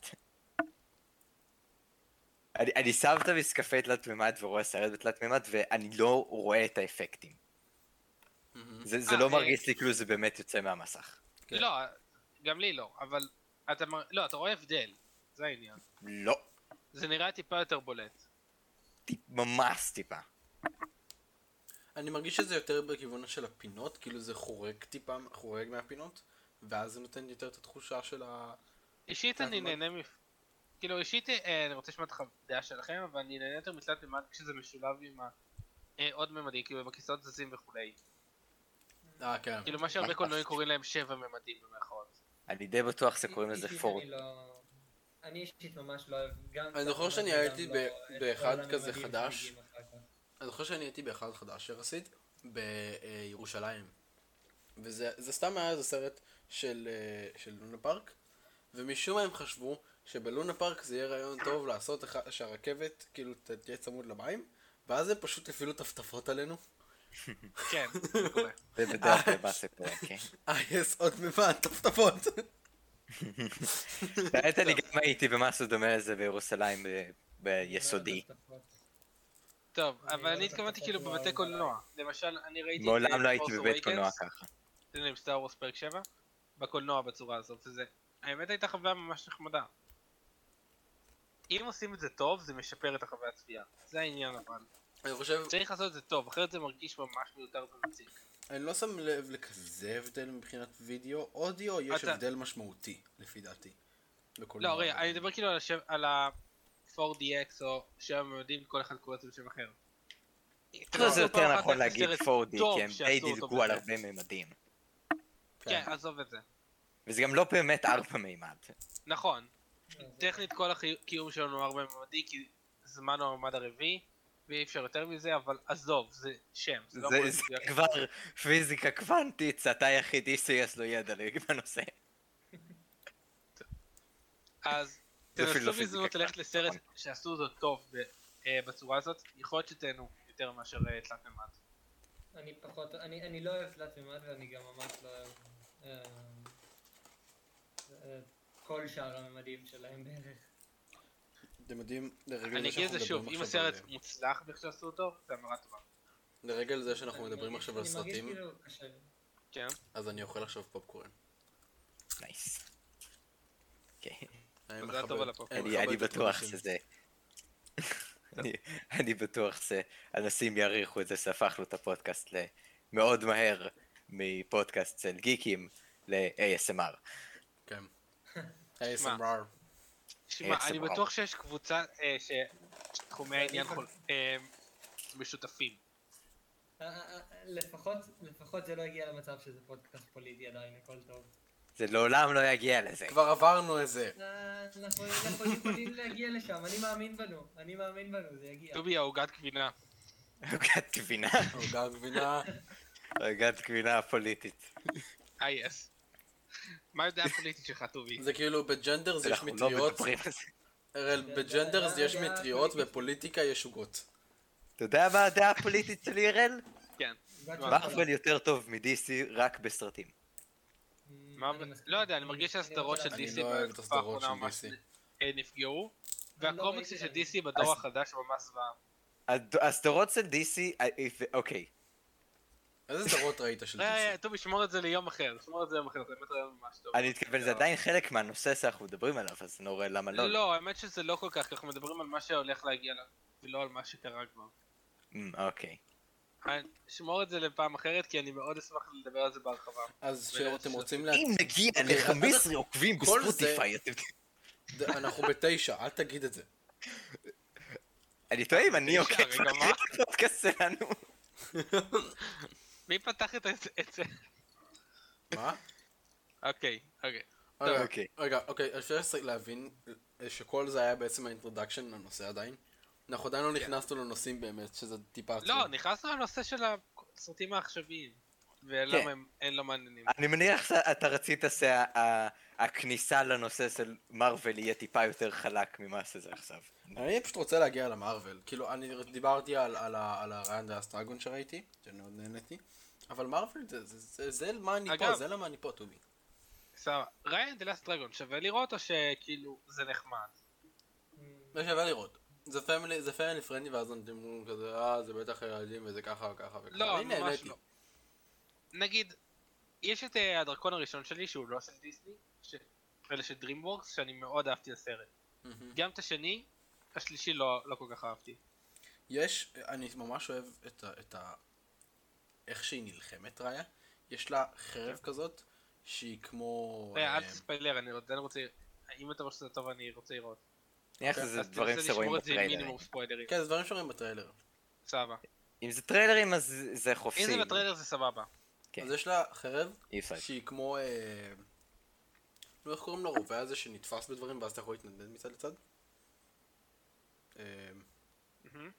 Speaker 3: אני, אני שם את המשקפי תלת מימד ורואה סרט בתלת מימד, ואני לא רואה את האפקטים. זה, זה
Speaker 4: אה,
Speaker 3: לא
Speaker 4: אה.
Speaker 3: מרגיש לי כאילו זה באמת יוצא מהמסך. כן.
Speaker 4: לא, גם לי לא, אבל אתה מר- לא, אתה רואה הבדל, זה העניין.
Speaker 3: לא.
Speaker 4: זה נראה טיפה יותר בולט.
Speaker 3: טיפ- ממש טיפה.
Speaker 2: אני מרגיש שזה יותר בכיוון של הפינות, כאילו זה חורג טיפה, חורג מהפינות, ואז זה נותן יותר את התחושה של ה...
Speaker 4: אישית
Speaker 2: כן,
Speaker 4: אני
Speaker 3: לא-
Speaker 2: אבל-
Speaker 4: נהנה מ... כאילו אישית אה, אני רוצה לשמוע את הדעה שלכם, אבל אני נהנה יותר מתלת מימד כשזה משולב עם ה- אה, עוד ממדים, כאילו עם הכיסאות זזים וכולי.
Speaker 2: אה, כן.
Speaker 4: כאילו מה שהרבה
Speaker 3: ממש.
Speaker 4: קולנועים קוראים להם שבע ממדים במרכאות.
Speaker 3: אני די בטוח שקוראים לזה
Speaker 5: אישית
Speaker 3: פורט.
Speaker 5: אני לא- אני אישית ממש לא אוהב, גם...
Speaker 2: אני זוכר שאני
Speaker 5: וגם
Speaker 2: הייתי
Speaker 5: לא-
Speaker 2: ב-
Speaker 5: את כל
Speaker 2: באחד
Speaker 5: הממדים
Speaker 2: כזה חדש.
Speaker 5: שמגיעים אחר כך.
Speaker 2: אני זוכר שאני הייתי באחד חדש יחסית, בירושלים. וזה זה סתם היה איזה סרט של, אה, של לונה פארק, ומשום מה הם חשבו שבלונה פארק זה יהיה רעיון טוב לעשות אחד- שהרכבת כאילו ת- תהיה צמוד למים, ואז הם פשוט הפעילו טפטפות עלינו.
Speaker 4: כן, זה קורה.
Speaker 3: זה בדרך כלל מה שקורה, כן.
Speaker 2: אה, יש עוד מבעד, טפטפות.
Speaker 3: באמת אני גם הייתי במשהו דומה לזה בירושלים ב- ביסודי.
Speaker 4: טוב,
Speaker 5: אני
Speaker 4: אבל
Speaker 5: לא
Speaker 4: אני
Speaker 5: יודעת
Speaker 4: התכוונתי
Speaker 5: איך
Speaker 4: כאילו
Speaker 5: לקרוא
Speaker 4: בבתי
Speaker 5: לזה.
Speaker 4: קולנוע. למשל, אני ראיתי... את,
Speaker 3: מעולם
Speaker 4: אה,
Speaker 3: לא הייתי
Speaker 4: Force
Speaker 3: בבית
Speaker 4: Awakens,
Speaker 3: קולנוע ככה.
Speaker 4: זה עם סטאר וורס פרק 7, בקולנוע בצורה הזאת, וזה... האמת הייתה חוויה ממש נחמדה. אם עושים את זה טוב, זה משפר את החוויה הצפייה. זה העניין אבל.
Speaker 2: אני חושב,
Speaker 4: צריך לעשות את זה טוב, אחרת זה מרגיש ממש מיותר ומציק.
Speaker 2: אני לא שם לב לכזה הבדל מבחינת וידאו, אודיו יש
Speaker 4: אתה-
Speaker 2: הבדל משמעותי, לפי דעתי. בקולנוע.
Speaker 4: לא, רגע, אני מדבר כאילו על השם, על ה-4DX או שבע ממדים, כל אחד קורא את זה בשם אחר.
Speaker 3: אני חושב שזה
Speaker 4: פעם
Speaker 3: יותר
Speaker 4: אחת
Speaker 3: נכון
Speaker 4: היה
Speaker 3: להגיד
Speaker 4: סרט
Speaker 3: 4D,
Speaker 4: טוב
Speaker 3: כי הם
Speaker 4: שעשו
Speaker 3: די
Speaker 4: אותו
Speaker 3: דילגו על
Speaker 4: בזה.
Speaker 3: הרבה מימדים.
Speaker 4: כן, עזוב את זה.
Speaker 3: וזה גם לא באמת ארבע מימד.
Speaker 4: נכון.
Speaker 5: לא, זה-
Speaker 4: טכנית כל הקיום שלנו הוא ארבע ממדי, כי זמן הוא הממד הרביעי, ואי אפשר יותר מזה, אבל עזוב, זה שם, זה לא
Speaker 3: זה-
Speaker 4: אמור להיות
Speaker 3: זה
Speaker 4: מדויק.
Speaker 3: כבר פיזיקה קוונטית, זה אתה היחידי שיש לו ידע לא בנושא.
Speaker 4: אז
Speaker 3: זה אפילו לא
Speaker 4: תנסו
Speaker 3: פיזיקה
Speaker 4: בהזדמנות ללכת
Speaker 3: קוונטית,
Speaker 4: לסרט
Speaker 3: נכון.
Speaker 4: שעשו אותו טוב ב- אה, בצורה הזאת, יכול להיות שתהנו יותר מאשר אה, תלת מימד.
Speaker 5: אני פחות, אני אני לא אוהב תלת מימד ואני גם ממש לא אוהב אה, אה, כל שאר הממדים שלהם בערך.
Speaker 2: אתם יודעים, לרגע
Speaker 4: אני
Speaker 2: זה
Speaker 4: אגיד
Speaker 2: שאנחנו
Speaker 4: את זה שוב,
Speaker 2: מדברים
Speaker 4: אם
Speaker 2: עכשיו על-
Speaker 4: הסרט
Speaker 3: אה,
Speaker 4: מוצלח ואיך שעשו אותו, זה אמירה טובה.
Speaker 2: לרגע זה שאנחנו
Speaker 5: אני
Speaker 2: מדברים
Speaker 5: מרגיש-
Speaker 2: עכשיו על
Speaker 5: אני
Speaker 2: סרטים,
Speaker 5: מרגיש כאילו קשה לי.
Speaker 4: כן.
Speaker 2: אז אני אוכל עכשיו פופקורן.
Speaker 3: נייס. אוקיי.
Speaker 2: אני
Speaker 4: מזל
Speaker 2: מכבד-
Speaker 4: טוב על הפופקורן.
Speaker 3: אני אני
Speaker 2: מכבד את
Speaker 3: בטוח
Speaker 2: האנשים.
Speaker 3: שזה... אני- אני בטוח שאנשים יעריכו את זה שהפכנו את הפודקאסט למאוד מהר מפודקאסט של גיקים ל-ASMR.
Speaker 2: כן. ASMR.
Speaker 4: תשמע,
Speaker 3: אה,
Speaker 4: אני
Speaker 3: סבבה.
Speaker 4: בטוח שיש קבוצה אה, שתחומי העניין
Speaker 5: אני-
Speaker 4: חול- אה, משותפים.
Speaker 5: אה, אה, אה, לפחות, לפחות זה לא הגיע למצב שזה פודקאסט פוליטי עדיין, הכל טוב.
Speaker 3: זה לעולם לא יגיע לזה.
Speaker 2: כבר עברנו את זה.
Speaker 5: אה, אנחנו אנחנו יכולים להגיע לשם, אני מאמין בנו, אני מאמין בנו, זה יגיע.
Speaker 4: טובי העוגת גבינה.
Speaker 3: עוגת גבינה,
Speaker 2: עוגה גבינה.
Speaker 3: עוגת גבינה פוליטית.
Speaker 4: אה, יס. מה הדעה הפוליטית שלך, טובי?
Speaker 2: זה כאילו בג'נדרס יש
Speaker 3: אנחנו לא
Speaker 2: מטריות.
Speaker 3: מדברים על זה.
Speaker 2: הראל, בג'נדרס
Speaker 5: זה- לא
Speaker 2: יש
Speaker 5: זה-
Speaker 2: מטריות,
Speaker 5: זה-
Speaker 2: בפוליטיקה יש עוגות.
Speaker 3: אתה יודע מה הדעה הפוליטית שלי, אראל?
Speaker 4: כן.
Speaker 5: עוגת
Speaker 4: מה?
Speaker 5: שוקולד.
Speaker 3: מרוויל יותר טוב מ-DC רק בסרטים.
Speaker 5: אמ,
Speaker 4: מה-
Speaker 5: אני מסכים.
Speaker 4: לא יודע, אני מרגיש
Speaker 5: רוצה
Speaker 4: שהסדרות של
Speaker 5: להגיד-
Speaker 2: אני
Speaker 4: DC
Speaker 2: לא אוהב את
Speaker 4: בתקופה
Speaker 2: הסדרות
Speaker 4: האחרונה
Speaker 2: של
Speaker 4: ממש
Speaker 2: DC.
Speaker 4: אה, נפגעו,
Speaker 5: אני לא
Speaker 4: והקומיקס של
Speaker 5: ראיתי,
Speaker 4: DC בדור
Speaker 3: אז-
Speaker 4: החדש ממש זוועה.
Speaker 3: הד- הסדרות של DC, אה, אוקיי,
Speaker 2: איזה סדרות ראית של
Speaker 4: אה,
Speaker 2: דיסי?
Speaker 4: טובי, שמור את זה ליום אחר, שמור את זה ליום אחר, זה באמת רעיון ממש טוב.
Speaker 3: אני מתכוון, זה עדיין חלק מהנושא שאנחנו מדברים עליו, אז אני לא רואה למה לא.
Speaker 4: לא, האמת שזה לא כל כך, כי אנחנו מדברים על מה שהולך להגיע לנו, ולא על מה שקרה כבר.
Speaker 3: אמ, אוקיי.
Speaker 4: אה, שמור את זה לפעם אחרת, כי אני מאוד אשמח לדבר על זה בהרחבה.
Speaker 2: אז
Speaker 4: אה. ולא
Speaker 2: שאתם
Speaker 4: שזה-
Speaker 2: רוצים לה...
Speaker 3: אם נגיע
Speaker 2: אוקיי,
Speaker 3: ל-15 עוקבים
Speaker 2: כל זה-
Speaker 3: בספוטיפיי, אתם-
Speaker 2: אנחנו בתשע, אל תגיד את זה.
Speaker 3: אני טועה אם אני
Speaker 4: תשע,
Speaker 3: עוקב
Speaker 4: אה, רגע, מה?
Speaker 3: בפודקאסט שלנו.
Speaker 4: מי פתח את זה- את זה?
Speaker 2: מה?
Speaker 4: אוקיי, אוקיי.
Speaker 2: רגע,
Speaker 3: אוקיי.
Speaker 2: רגע, אוקיי, אז אפשר להבין אה, שכל זה היה בעצם האינטרדקשן לנושא עדיין. אנחנו עדיין לא נכנסנו לנושאים באמת, שזה טיפה עצוב.
Speaker 4: כן. לא, נכנסנו לנושא של הסרטים העכשוויים,
Speaker 3: כן.
Speaker 4: ולמה הם אין לא מעניינים.
Speaker 3: אני מניח שאתה רצית שהכניסה לנושא של מארוול יהיה טיפה יותר חלק ממה שזה עכשיו.
Speaker 2: אני פשוט רוצה להגיע למרוויל. כאילו, אני דיברתי על, על, ה- על הריין דאס דרגון שראיתי, שאני מאוד נהניתי, אבל מרוויל זה, זה, זה, זה למה אני פה,
Speaker 4: אגב-
Speaker 2: זה למה אני פה, טובי.
Speaker 4: סבבה, ריין דה לאסט דרגון שווה לראות או שכאילו זה נחמד?
Speaker 5: אמ,
Speaker 2: זה שווה לראות. זה פמילי, זה פמילי פרנדי, ואז אתם אומרים כזה, אה, זה בטח ילדים וזה ככה וככה וככה.
Speaker 4: לא,
Speaker 2: אני
Speaker 4: ממש
Speaker 2: נהניתי.
Speaker 4: לא. נגיד, יש את אה, הדרקון הראשון שלי, שהוא לא של דיסני, ש- אלה של DreamWorks, שאני מאוד אהבתי לסרט.
Speaker 2: מהמם.
Speaker 4: גם את השני, השלישי לא לא כל כך אהבתי.
Speaker 2: יש, אני ממש אוהב את ה... את ה... איך שהיא נלחמת, ראיה. יש לה חרב כזאת, שהיא כמו...
Speaker 4: כן. אה, אל
Speaker 2: אה,
Speaker 4: תספיילר, אני רוצה- אני רוצה... אם אתה אומר שזה טוב, אני רוצה לראות.
Speaker 3: נניח שזה
Speaker 4: אוקיי, אז תנסה
Speaker 3: דברים
Speaker 4: לשמור
Speaker 3: שרואים
Speaker 4: את זה עם
Speaker 3: בטריילרים.
Speaker 4: מינימום ספוילרים.
Speaker 2: כן, זה דברים שרואים בטריילר.
Speaker 4: סבבה.
Speaker 3: אם זה טריילרים אז זה
Speaker 4: אם
Speaker 3: חופשי.
Speaker 4: זה בטריילר זה סבבה.
Speaker 3: כן.
Speaker 2: אז יש לה חרב,
Speaker 3: אי אפשר.
Speaker 2: שהיא כמו... אה, נו, איך קוראים לרובה הזה שנתפס בדברים ואז אתה יכול להתנדנד מצד לצד? אה,
Speaker 4: מהמם.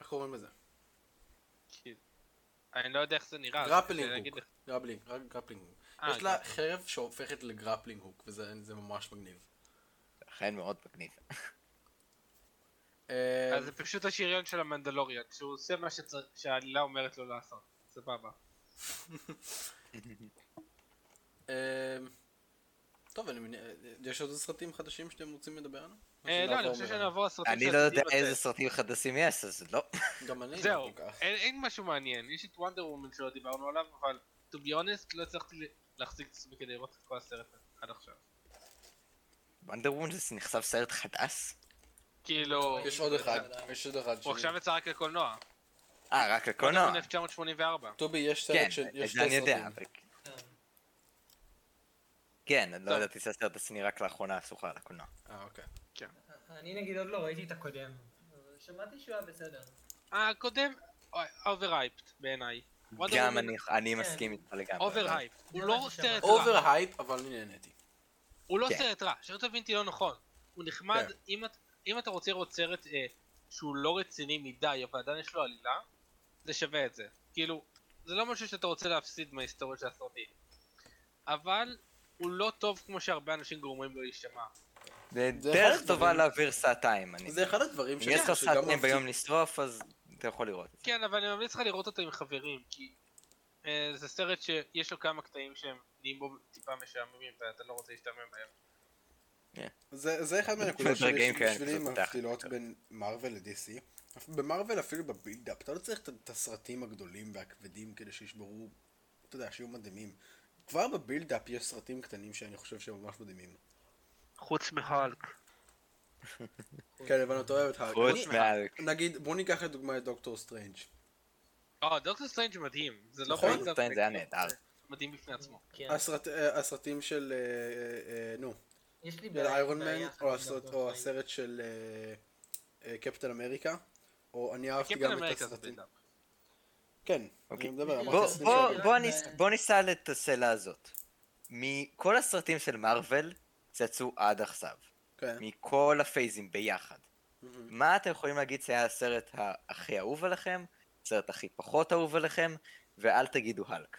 Speaker 2: איך קוראים
Speaker 4: אה,
Speaker 2: לזה?
Speaker 4: כי- אני לא יודע איך זה נראה. אז אני
Speaker 2: גרפלינג
Speaker 4: אגיד
Speaker 2: הוק.
Speaker 4: לך-
Speaker 2: גרפלינג, רק גרפלינג הוק.
Speaker 4: אה,
Speaker 2: יש לה חרב שהופכת לגרפלינג הוק, וזה זה ממש מגניב.
Speaker 3: אכן מאוד מגניב.
Speaker 4: לא,
Speaker 2: אה,
Speaker 4: אז זה פשוט השריון של המנדלוריאן, שהוא עושה מה שצר- שהעלילה אומרת לו לעשות. סבבה.
Speaker 2: אה, טוב, אני מניח... יש עוד סרטים חדשים שאתם רוצים לדבר עליהם? או
Speaker 4: אה, לא,
Speaker 2: שנעבור
Speaker 4: אני חושב
Speaker 2: מעליהם?
Speaker 4: שנעבור לסרטים
Speaker 3: אני לא יודע
Speaker 4: שעשיתי
Speaker 3: איזה
Speaker 4: בזה.
Speaker 3: סרטים חדשים יש אז לא.
Speaker 2: גם אני לא
Speaker 4: זהו,
Speaker 2: כל כך.
Speaker 4: אין- אין משהו מעניין. יש את וונדר וומן שלא דיברנו עליו, אבל to be honest, לא הצלחתי ל- להחזיק את עצמי כדי לראות את כל הסרט עד עכשיו.
Speaker 3: וונדר וומן זה נחשב סרט חדש?
Speaker 4: כאילו,
Speaker 2: יש עוד אחד, יש עוד אחד.
Speaker 4: הוא
Speaker 2: שני.
Speaker 4: עכשיו יצא רק לקולנוע.
Speaker 3: אה רק
Speaker 4: הוא
Speaker 3: לקולנוע.
Speaker 4: מ-1984.
Speaker 2: טובי, יש
Speaker 3: כן,
Speaker 2: סרט ש...
Speaker 3: את
Speaker 2: יש
Speaker 3: זה אני
Speaker 2: שתי
Speaker 3: יודע.
Speaker 2: סרטים.
Speaker 3: אבל-
Speaker 5: אה,
Speaker 3: כן, אני לא
Speaker 4: טוב.
Speaker 3: ידעתי שהסרט השני רק לאחרונה אסור על הקולנוע.
Speaker 2: אה, אוקיי.
Speaker 5: אני נגיד עוד לא ראיתי את הקודם. אבל שמעתי שהוא היה בסדר.
Speaker 4: אה, הקודם, אוברהייפט בעיניי. Wonder
Speaker 3: גם
Speaker 4: Woman-
Speaker 3: אני- אני
Speaker 5: כן.
Speaker 3: מסכים איתך לגמרי. אבל-
Speaker 4: אוברהייפ. הוא
Speaker 5: זה
Speaker 4: לא
Speaker 5: מה
Speaker 4: סרט
Speaker 5: ששמעתי.
Speaker 4: רע.
Speaker 2: אוברהייפ, אבל אני נהניתי.
Speaker 4: הוא לא
Speaker 3: כן.
Speaker 4: סרט רע. שלא תבין אותי לא נכון. הוא נחמד,
Speaker 2: כן.
Speaker 4: אם את- אם אתה רוצה לראות סרט אה, שהוא לא רציני מדי, אבל עדיין יש לו עלילה, זה שווה את זה. כאילו, זה לא משהו שאתה רוצה להפסיד מההיסטוריה של הסרטים. אבל הוא לא טוב כמו שהרבה אנשים גורמים לו להישמע.
Speaker 3: זה
Speaker 2: זה
Speaker 3: דרך
Speaker 2: אחד
Speaker 3: טובה
Speaker 2: הדברים-
Speaker 3: להעביר שעתיים. אני-
Speaker 2: זה אחד הדברים
Speaker 3: אם יש לך
Speaker 2: שגם נכון.
Speaker 3: שעתיים
Speaker 2: מפסיק-
Speaker 3: ביום לשרוף, אז אתה יכול לראות.
Speaker 4: כן, אבל אני ממליץ לך לראות אותו עם חברים, כי אה, זה סרט שיש לו כמה קטעים שהם נהיים בו טיפה משעממים, ואתה לא רוצה להשתעמם בהם.
Speaker 2: זה זה אחד מהנקודות
Speaker 3: זה רגעים
Speaker 2: שיש-
Speaker 3: כאלה,
Speaker 2: בשבילי
Speaker 3: קצת פותח.
Speaker 2: מבחילות בין מארוול ל-DC. במארוול אפילו בבילדאפ, אתה לא צריך את- את הסרטים הגדולים והכבדים כדי שישברו, אתה יודע, שיהיו מדהימים. כבר בבילדאפ יש סרטים קטנים שאני חושב שהם ממש מדהימים.
Speaker 4: חוץ מהלק.
Speaker 2: כן, אבל אתה אוהב את ה...
Speaker 3: חוץ
Speaker 4: נכון.
Speaker 3: מעל...
Speaker 2: נגיד, בוא ניקח לדוגמה את דוקטור סטרנג'.
Speaker 4: אה, דוקטור סטרנג' מדהים. זה לא
Speaker 2: נכון,
Speaker 4: באמת-
Speaker 3: דוקטור סטרנג' זה היה נהדר.
Speaker 4: זה מדהים בפני עצמו.
Speaker 5: כן.
Speaker 2: הסרט- אה, הסרטים של... אה, אה, אה, נו,
Speaker 5: יש לי
Speaker 2: של
Speaker 5: בעיה-
Speaker 2: איירון
Speaker 5: בעיה
Speaker 2: מן,
Speaker 5: אחת עם
Speaker 2: או הסרט-
Speaker 5: דוקטור
Speaker 2: או
Speaker 5: סטרנג'.
Speaker 2: הסרט של אה, אה, קפטן אמריקה, או אני אהבתי
Speaker 4: קפטן
Speaker 2: גם את
Speaker 4: אמריקה זה
Speaker 2: הסרטים.
Speaker 4: בילדאפ.
Speaker 2: כן, אני
Speaker 3: אוקיי.
Speaker 2: מדבר,
Speaker 5: בוא-
Speaker 2: אמרתי
Speaker 3: בוא-
Speaker 2: הסרטים
Speaker 3: בוא-
Speaker 2: של-
Speaker 5: שלו.
Speaker 3: בוא ניס- בוא ניסע את השאלה הזאת. מכל הסרטים של מארוול שיצאו עד עכשיו,
Speaker 2: כן.
Speaker 3: מכל הפייזים ביחד,
Speaker 2: מהמם.
Speaker 3: מה אתם יכולים להגיד שהיה הסרט ה- הכי אהוב עליכם, הסרט הכי פחות אהוב עליכם, ואל תגידו האלק.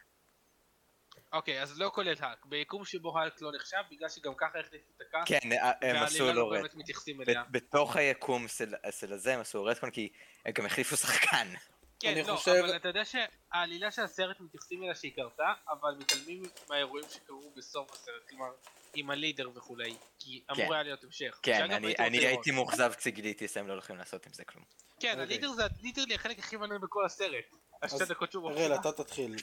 Speaker 4: אוקיי, אז לא כולל האלק. ביקום שבו האלק לא נחשב, בגלל שגם ככה החליפו את הקאסט,
Speaker 3: כן, הם עשו
Speaker 4: והעלילה
Speaker 3: לו
Speaker 4: לא
Speaker 3: רט.
Speaker 4: באמת מתייחסים
Speaker 3: ב-
Speaker 4: אליה.
Speaker 3: בתוך היקום של של הזה הם עשו רטקון כי הם גם החליפו שחקן.
Speaker 4: כן,
Speaker 2: אני
Speaker 4: לא,
Speaker 2: חושב-
Speaker 4: אבל אתה יודע שהעלילה של הסרט מתייחסים אליה שהיא קרתה, אבל מתעלמים מהאירועים שקרו בסוף הסרט, כלומר, עם הלידר וכולי, כי אמור
Speaker 3: כן.
Speaker 4: היה להיות המשך.
Speaker 3: כן,
Speaker 4: שאגב,
Speaker 3: אני
Speaker 4: רוצה
Speaker 3: אני
Speaker 4: לראות.
Speaker 3: הייתי מאוכזב כשגיליתי שהם לא הולכים לעשות עם זה כלום.
Speaker 4: כן,
Speaker 2: אוקיי.
Speaker 4: הלידר זה ליטרלי החלק הכי מעניין בכל הסרט. השתי
Speaker 2: אז
Speaker 4: דקות שהוא
Speaker 2: אראל,
Speaker 4: מופיע.
Speaker 2: אתה תתחיל.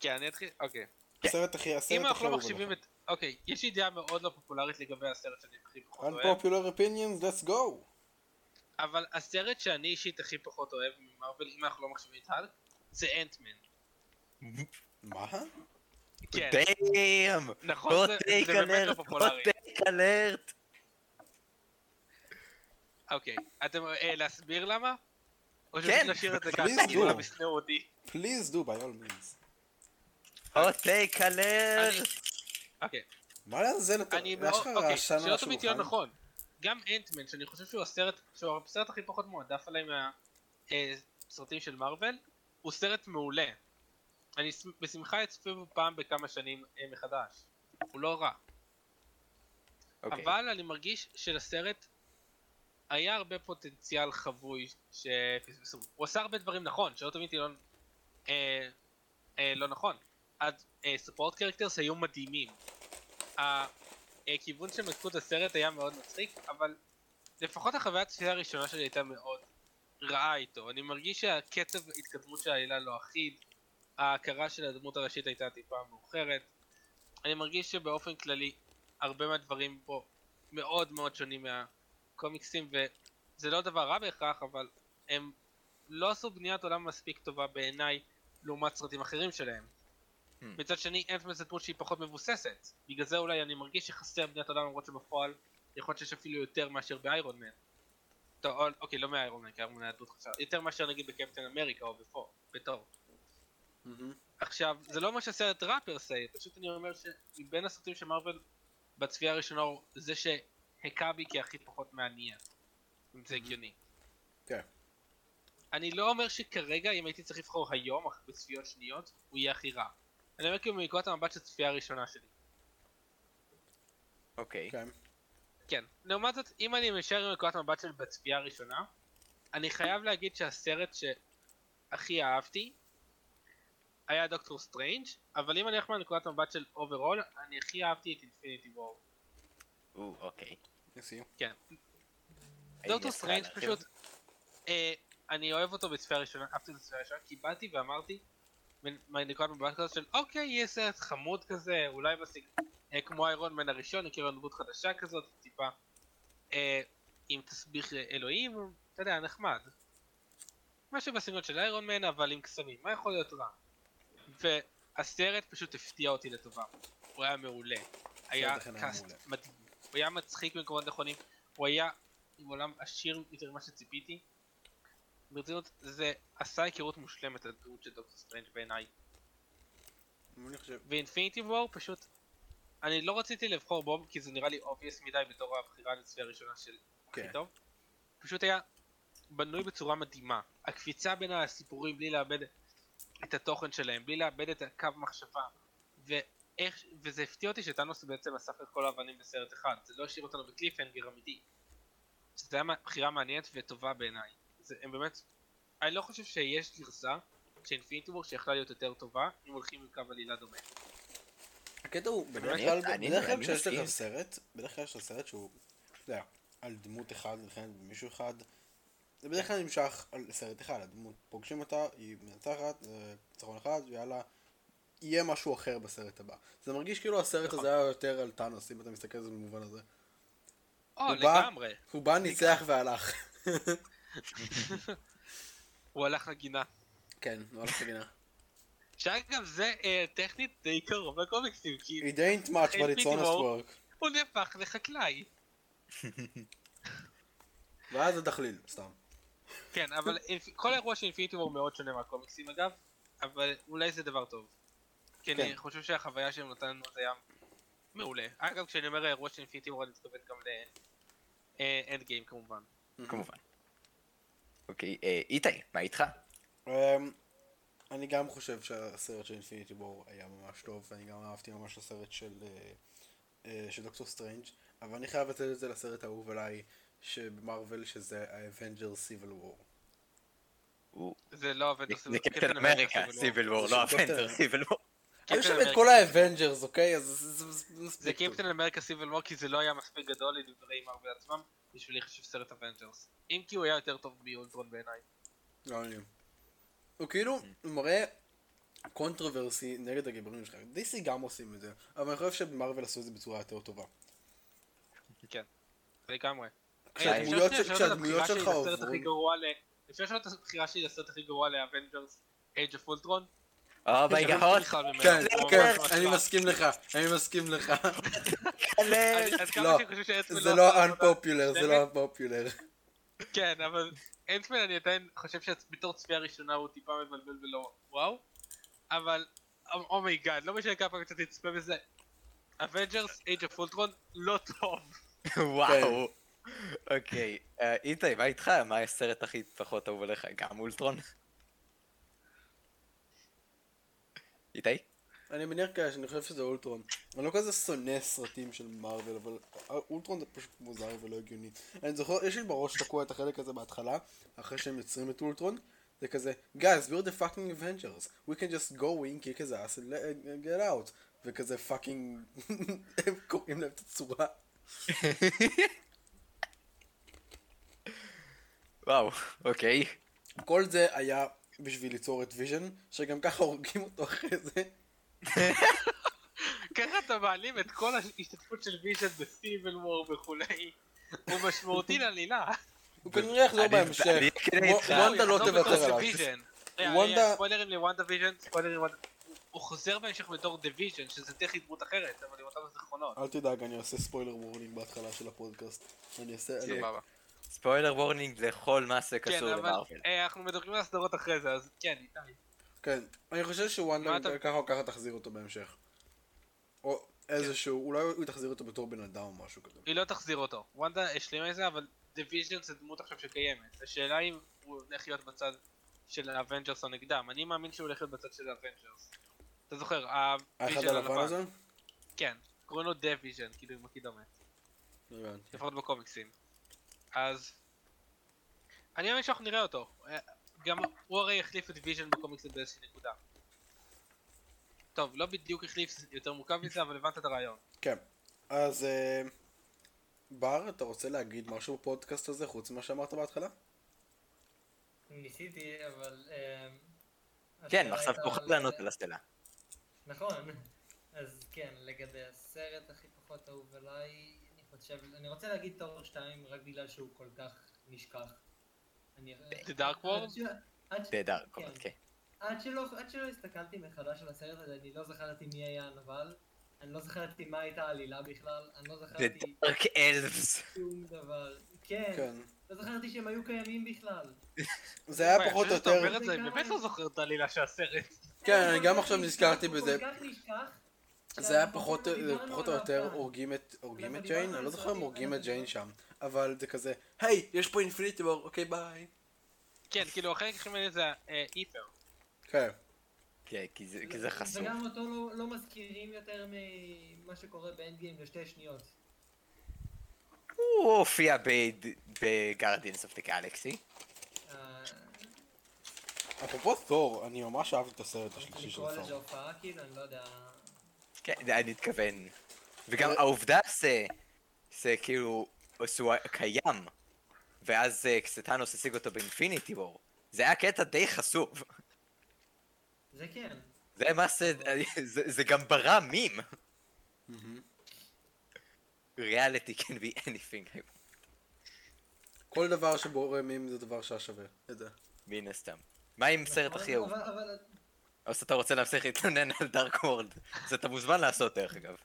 Speaker 4: כן, אני אתחיל, אוקיי.
Speaker 3: כן.
Speaker 2: הסרט הכי,
Speaker 4: אם
Speaker 2: הסרט הכי
Speaker 4: אנחנו לא
Speaker 2: אהוב
Speaker 4: מחשיבים את... אוקיי, יש לי דעה מאוד לא פופולרית לגבי הסרט שאני הכי פחות
Speaker 2: עליכם.
Speaker 4: אוהב,
Speaker 2: Unpopular opinions, let's go!
Speaker 4: אבל הסרט שאני אישית הכי פחות אוהב ממרוויל, אם אנחנו לא מחשיבים את האלק, זה אנטמן.
Speaker 2: מה?
Speaker 4: כן,
Speaker 3: דאם!
Speaker 4: נכון,
Speaker 3: בוא
Speaker 4: זה
Speaker 3: טייק
Speaker 4: זה באמת לא
Speaker 3: אלרט! בוא
Speaker 4: פופולרי.
Speaker 3: טייק אלרט!
Speaker 4: אוקיי, אתם... אה, להסביר למה? או
Speaker 3: כן.
Speaker 4: שפשוט נשאיר את זה
Speaker 2: Please
Speaker 4: ככה, כי כולם
Speaker 2: do.
Speaker 4: ישנאו אותי.
Speaker 2: Please do by all means.
Speaker 3: בוא טייק אלרט!
Speaker 4: אוקיי,
Speaker 2: מה לעזאזל אתה?
Speaker 4: אני
Speaker 2: יש
Speaker 4: מאוד...
Speaker 2: לך
Speaker 4: אוקיי,
Speaker 2: רעשן על
Speaker 4: שלא תמיד תהיה
Speaker 2: השולחן?
Speaker 4: נכון. גם אנטמן, שאני חושב שהוא הסרט, שהוא הסרט הכי פחות מועדף עליי מהסרטים של מארוול, הוא סרט מעולה. אני ס- בשמחה אצפה בו פעם בכמה שנים אה, מחדש. הוא לא רע.
Speaker 3: אוקיי.
Speaker 4: אבל אני מרגיש שלסרט היה הרבה פוטנציאל חבוי שפספסו. הוא עשה הרבה דברים נכון, שלא תמיד לא, אה, אה, לא נכון. אז ספורט קרקטרס היו מדהימים. ה- הכיוון שהם לקחו את הסרט היה מאוד מצחיק, אבל לפחות החוויה הצפייה הראשונה שלי הייתה מאוד רעה איתו. אני מרגיש שהקצב התקדמות של העלילה לא אחיד, ההכרה של הדמות הראשית הייתה טיפה מאוחרת. אני מרגיש שבאופן כללי, הרבה מהדברים פה מאוד מאוד שונים מהקומיקסים, וזה לא דבר רע בהכרח, אבל הם לא עשו בניית עולם מספיק טובה בעיניי, לעומת סרטים אחרים שלהם.
Speaker 3: Hmm.
Speaker 4: מצד שני, אנטמן זו דמות שהיא פחות מבוססת. בגלל זה אולי אני מרגיש שחסר בניית עולם, למרות שבפועל יכול להיות שיש אפילו יותר מאשר באיירון מן. טוב, אול- אוקיי, לא מאיירון מן, כי איירון מן היה דמות חסר. יותר מאשר נגיד בקפטן אמריקה או בפור, בתור.
Speaker 2: מהמם.
Speaker 4: עכשיו, זה לא מה שהסרט רע פר סי, פשוט אני אומר שמבין הסרטים של מארוול בצפייה הראשונה הוא זה שהכה בי כהכי פחות מעניין. אם זה הגיוני. אוקיי.
Speaker 2: כן.
Speaker 4: אני לא אומר שכרגע, אם הייתי צריך לבחור היום, אך בצפיות שניות, הוא יהיה הכי רע. אני אומר כאילו מנקודת המבט של הצפייה הראשונה שלי.
Speaker 3: אוקיי.
Speaker 2: כן.
Speaker 4: כן. לעומת זאת, אם אני משאר עם נקודת המבט של בצפייה הראשונה, אני חייב להגיד שהסרט שהכי אהבתי היה דוקטור סטרנג', אבל אם אני הולך מנקודת המבט של אוברול, אני הכי אהבתי את אינפיניטי וור.
Speaker 3: או, אוקיי.
Speaker 2: ניסים.
Speaker 4: כן.
Speaker 3: האם
Speaker 4: דוקטור
Speaker 3: יש לך
Speaker 4: סטרנג'
Speaker 3: להרחיב?
Speaker 4: פשוט, אה, אני אוהב אותו בצפייה ראשונה, אהבתי אותו בצפייה ראשונה, כי באתי ואמרתי, מנ- מנקודת מבט כזאת של אוקיי, יהיה סרט חמוד כזה, אולי בסג... אה, כמו איירון מן הראשון, הכירה דמות חדשה כזאת, טיפה, אה, עם תסביך אה, אלוהים, אתה יודע, נחמד. משהו בסגנון של איירון מן, אבל עם קסמים, מה יכול להיות רע? והסרט פשוט הפתיע אותי לטובה, הוא היה מעולה. היה
Speaker 2: אכן היה מעולה.
Speaker 4: קאסט מדהים, הוא היה מצחיק במקומות נכונים, הוא היה עם עולם עשיר יותר ממה שציפיתי. ברצינות, זה עשה היכרות מושלמת לדמות של דוקטור סטרנג' בעיניי.
Speaker 2: אני חושב,
Speaker 4: ואינפיניטי וור פשוט... אני לא רציתי לבחור בו כי זה נראה לי obvious מדי בתור הבחירה לצפייה הראשונה של
Speaker 2: כן.
Speaker 4: הכי טוב. פשוט היה בנוי בצורה מדהימה. הקפיצה בין הסיפורים בלי לאבד את התוכן שלהם, בלי לאבד את הקו מחשבה. ואיך, וזה הפתיע אותי שטאנוס בעצם אסף את כל האבנים בסרט אחד. זה לא השאיר אותנו בקליפהנגר אמיתי. שזו הייתה בחירה מעניינת וטובה בעיניי. זה, הם באמת... אני לא חושב שיש גרסה של אינפיניטי וור שיכולה להיות יותר טובה אם הולכים עם קו עלילה דומה.
Speaker 2: הקטע הוא, בדרך
Speaker 3: מעניין,
Speaker 2: כלל,
Speaker 3: מעניין,
Speaker 2: בדרך כלל
Speaker 3: אני
Speaker 2: כשיש
Speaker 3: מסכים.
Speaker 2: לך סרט, בדרך כלל יש לך סרט שהוא, אתה יודע, על דמות אחד ולכן מישהו אחד, זה בדרך כלל נמשך על סרט אחד, הדמות, פוגשים אותה, היא מנצחת, זה ניצחון אחד, ויאללה, יהיה משהו אחר בסרט הבא. זה מרגיש כאילו הסרט
Speaker 3: נכון.
Speaker 2: הזה היה יותר על טאנוס, אם אתה מסתכל על זה במובן הזה.
Speaker 4: או,
Speaker 2: הוא בא-
Speaker 4: לגמרי.
Speaker 2: הוא בא, ניצח והלך.
Speaker 4: הוא הלך לגינה.
Speaker 2: כן, לא הלך לגינה.
Speaker 4: שאגב, זה אה, טכנית די קרוב לקומיקסים, כי
Speaker 2: It ain't much, but it's honest work.
Speaker 4: הוא נהפך לחקלאי.
Speaker 2: ואז הדחליל, סתם.
Speaker 4: כן, אבל אינפ- כל האירוע של אינפיניטי וור מאוד שונה מהקומיקסים אגב, אבל אולי זה דבר טוב. כי אני
Speaker 2: כן.
Speaker 4: חושב שהחוויה שהם נתנו לנו זה היה מעולה. אגב, כשאני אומר האירוע של אינפיניטי וור אני מתכוון גם לאנד גיים כמובן.
Speaker 3: כמובן. אוקיי, אה, איתי, מה איתך?
Speaker 2: אמ, אני גם חושב שהסרט של אינפיניטי בור היה ממש טוב, ואני גם אהבתי ממש את הסרט של, אה, אה, של דוקטור סטרנג', אבל אני חייב לתת את זה לסרט האהוב עליי שבמרוויל, שזה ה-Avengers Civil War.
Speaker 3: הוא-
Speaker 4: זה לא עובד.
Speaker 3: זה קפטן אמריקה, סיביל וור,
Speaker 2: זה
Speaker 3: לא
Speaker 2: של
Speaker 3: אבנדר,
Speaker 2: קפטן-
Speaker 3: סיביל וור.
Speaker 2: היו שם את כל ה-Avengers, אוקיי? אז זה- זה זה מספיק
Speaker 4: זה
Speaker 2: טוב.
Speaker 4: קפטן אמריקה סיבל וור כי זה לא היה מספיק גדול לדברי מארוול עצמם בשביל להיחשב סרט אבנג'רס. אם כי הוא היה יותר טוב מאולטרון בעיניי.
Speaker 2: לא אני. הוא כאילו מראה קונטרוברסי נגד הגיבורים שלך. DC גם עושים את זה, אבל אני חושב שבמרוויל עשו את זה בצורה יותר טובה.
Speaker 4: כן. לגמרי.
Speaker 2: כשהדמויות של- כשהדמויות שלך
Speaker 4: הסרט הכי
Speaker 2: עוברות...
Speaker 4: גרוע ל... אפשר לשאול את הבחירה שלי לסרט הכי גרוע לאבנג'רס Age of Ultron?
Speaker 3: אומייגאוד,
Speaker 2: כן, כן, אני מסכים לך, אני מסכים לך.
Speaker 4: אז כמה
Speaker 2: לא,
Speaker 4: שאני חושב שאנטמן
Speaker 2: זה לא
Speaker 4: עשה עבודה-
Speaker 2: unpopular, זה לא
Speaker 4: באמת?
Speaker 2: unpopular.
Speaker 4: כן, אבל אנטמן אני עדיין חושב שבתור צפייה ראשונה הוא טיפה מבלבל ולא וואו. אבל אומייגאד, לא משנה כמה פעמים אתה תצפה בזה. אבנג'רס Age of Ultron לא טוב.
Speaker 3: וואו. אוקיי, אה, איתי, מה איתך? מה הסרט הכי פחות אהוב עליך? גם אולטרון? איתי?
Speaker 2: אני מניח כאלה שאני חושב שזה אולטרון. אני לא כזה שונא סרטים של מארוול, אבל אולטרון זה פשוט מוזר ולא הגיוני. אני זוכר, יש לי בראש תקוע את החלק הזה בהתחלה, אחרי שהם יוצרים את אולטרון, זה כזה, guys, we're the fucking Avengers, we can just go in, kick his ass and let- and get out. וכזה פאקינג, הם קוראים להם את הצורה.
Speaker 3: וואו, אוקיי.
Speaker 2: כל זה היה בשביל ליצור את ויז'ן, שגם ככה הורגים אותו אחרי זה.
Speaker 4: ככה אתה מעלים את כל ההשתתפות של ויז'ן בסטיבל וור וכולי. הוא משמעותי לעלילה.
Speaker 2: הוא כנראה יחזור
Speaker 3: אני-
Speaker 2: בהמשך.
Speaker 3: אני כן
Speaker 2: וו-
Speaker 3: איתך.
Speaker 2: וונדה לא
Speaker 4: עזוב
Speaker 2: תוותר
Speaker 4: בתור
Speaker 2: עליו.
Speaker 4: דיוויז'ן. רגע,
Speaker 2: וונדה-
Speaker 4: רגע, ספוילרים לוונדה ויז'ן, ספוילרים לוונדה... הוא חוזר בהמשך בתור דיוויז'ן, שזה טכנית דמות אחרת, אבל עם אותם זיכרונות.
Speaker 2: אל תדאג, אני אעשה ספוילר וורנינג בהתחלה של הפודקאסט. אני אעשה... אני-
Speaker 4: סבבה.
Speaker 3: ספוילר וורנינג לכל מה
Speaker 4: כן,
Speaker 3: שקשור
Speaker 4: אבל
Speaker 3: למרוויל.
Speaker 4: אה, אנחנו מדברים על הסדרות אחרי זה, אז כן, איתי.
Speaker 2: כן, אני חושב
Speaker 4: מה
Speaker 2: שוונדה
Speaker 4: אתה-
Speaker 2: ככה או ככה תחזיר אותו בהמשך. או איזשהו, אולי הוא תחזיר אותו בתור בן אדם או משהו כזה.
Speaker 4: היא לא תחזיר אותו. וונדה השלימה את זה, אבל דיוויז'ן זה דמות עכשיו שקיימת. השאלה אם הוא הולך להיות בצד של האבנג'רס או נגדם. אני מאמין שהוא הולך להיות בצד של האבנג'רס. אתה זוכר,
Speaker 2: האחד
Speaker 4: הוויז'ן
Speaker 2: הלבן
Speaker 4: הלבן.
Speaker 2: הזה?
Speaker 4: כן, קוראים לו דיוויז'ן, כאילו עם הקידומת.
Speaker 2: הבנתי.
Speaker 4: לפחות בקומיקסים. אז... אני מאמין שאנחנו נראה אותו. אה, גם הוא הרי החליף את ויז'ן בקומיקסים באיזושהי נקודה. טוב, לא בדיוק החליף, זה יותר מורכב מזה, אבל הבנת את הרעיון.
Speaker 2: כן. אז אה, בר, אתה רוצה להגיד משהו בפודקאסט הזה חוץ ממה שאמרת בהתחלה?
Speaker 5: ניסיתי, אבל... אמ,
Speaker 3: כן,
Speaker 5: השאלה
Speaker 3: עכשיו
Speaker 4: אה,
Speaker 5: הייתה
Speaker 3: תוכל
Speaker 5: על-
Speaker 3: לענות על הסטלה.
Speaker 5: נכון. אז כן, לגבי הסרט הכי פחות אהוב עליי, אני חושב... אני רוצה להגיד תואר 2 רק בגלל שהוא כל כך נשכח. אני... אה,
Speaker 4: The Dark World?
Speaker 5: עד שלא- עד ש-
Speaker 3: נהדר,
Speaker 5: כן.
Speaker 3: כן.
Speaker 5: עד שלא, עד שלא הסתכלתי מחדש על הסרט הזה, אני לא זכרתי מי היה הנבל, אני לא זכרתי מה הייתה העלילה בכלל, אני לא
Speaker 3: זה
Speaker 5: זכרתי
Speaker 3: דארק אלפס.
Speaker 5: שום דבר. כן,
Speaker 2: כן.
Speaker 5: לא זכרתי שהם היו קיימים בכלל.
Speaker 2: זה היה
Speaker 4: וואי,
Speaker 2: פחות או
Speaker 4: אחרי שאתה
Speaker 2: יותר...
Speaker 4: אוקיי, אומר את זה, אני באמת לא זוכר את העלילה של הסרט.
Speaker 2: כן, אני גם
Speaker 5: הוא
Speaker 2: עכשיו
Speaker 5: כל כך
Speaker 2: נזכרתי
Speaker 5: נשכח,
Speaker 2: בזה.
Speaker 5: הוא כל כך נשכח.
Speaker 2: זה היה
Speaker 5: שאנחנו
Speaker 2: פחות,
Speaker 5: לא
Speaker 2: זה
Speaker 5: דיברנו
Speaker 2: פחות או
Speaker 5: עליו
Speaker 2: יותר
Speaker 5: כאן.
Speaker 2: הורגים את, הורגים
Speaker 5: אנחנו
Speaker 2: את
Speaker 5: דיברנו
Speaker 2: ג'יין?
Speaker 5: על
Speaker 2: אני לא זוכר אם
Speaker 5: סרטים,
Speaker 2: הורגים את
Speaker 5: אנחנו
Speaker 2: ג'יין שם,
Speaker 5: דיברנו.
Speaker 2: אבל זה כזה, היי, יש פה אינפיניטי וור, אוקיי ביי.
Speaker 4: כן, כאילו, החלק הכי מעניין זה אה, איפר.
Speaker 2: כן,
Speaker 3: כן, כי זה- כי זה חשוף.
Speaker 5: וגם אותו לא, לא מזכירים יותר ממה שקורה באנד גיים לשתי שניות.
Speaker 3: הוא הופיע בגרדיאנס אוף דה גלקסי.
Speaker 5: אה,
Speaker 2: אפרופו תור, אני ממש אהבתי את הסרט
Speaker 5: צריך
Speaker 2: השלישי של
Speaker 5: לקרוא לזה
Speaker 2: תור.
Speaker 5: הופעה כאילו, אני לא יודע.
Speaker 3: כן, זה- אני מתכוון. וגם
Speaker 2: אבל-
Speaker 3: העובדה זה, זה כאילו, שהוא היה קיים, ואז אה, כשטאנוס השיג אותו באינפיניטי וור, זה היה קטע די חשוף.
Speaker 5: זה כן.
Speaker 3: זה מה ש... זה- זה גם ברא מים.
Speaker 2: מהמם.
Speaker 3: ריאליטי can be anything,
Speaker 2: כל דבר שבורם אם זה דבר שהיה שווה. את זה.
Speaker 3: מן הסתם. מה עם סרט הכי אהוב?
Speaker 5: נכון, אבל- אבל
Speaker 3: או שאתה רוצה להמשיך להתלונן על דארק וורד? אז אתה מוזמן לעשות דרך אגב.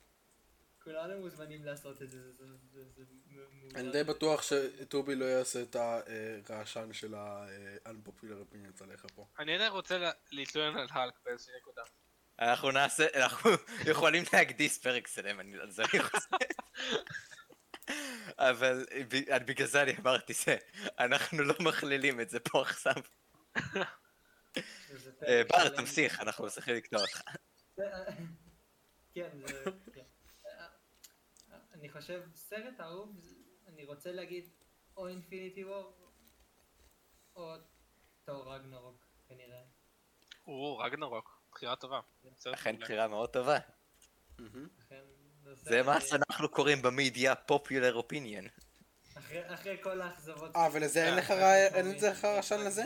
Speaker 5: כולנו מוזמנים לעשות את זה, זה- זה- זה מעולה.
Speaker 2: אני די בטוח שטובי לא יעשה את הרעשן של ה-unpopular opinions עליך פה.
Speaker 4: אני עדיין רוצה לה- להתלונן על האלק באיזושהי נקודה.
Speaker 3: אנחנו נעשה, אנחנו יכולים להקדיס פרק שלם, אני לא זה אני חושב. אבל ב- אני- בגלל זה אני אמרתי זה, אנחנו לא מכלילים את זה פה עכשיו.
Speaker 5: זה- זה
Speaker 3: אה,
Speaker 5: פרק
Speaker 3: בר,
Speaker 5: שלם.
Speaker 3: תמשיך, אנחנו צריכים לקטוע אותך.
Speaker 5: כן, זה... כן. אה, אה, אני חושב, סרט אהוב, זה- אני רוצה להגיד או אינפיניטי וור, או תור רגנרוק, כנראה.
Speaker 4: או, רגנרוק. בחירה טובה. סרט
Speaker 3: אכן
Speaker 4: מעולה.
Speaker 3: בחירה מאוד טובה.
Speaker 2: מהמם.
Speaker 5: לכן,
Speaker 3: זה
Speaker 5: סרט
Speaker 3: מה
Speaker 5: ש-
Speaker 3: שאנחנו קוראים במדיה popular opinion.
Speaker 5: אחרי- אחרי כל האכזבות...
Speaker 2: אה, ולזה אין לך רע- אין לזה לך רעשן לזה?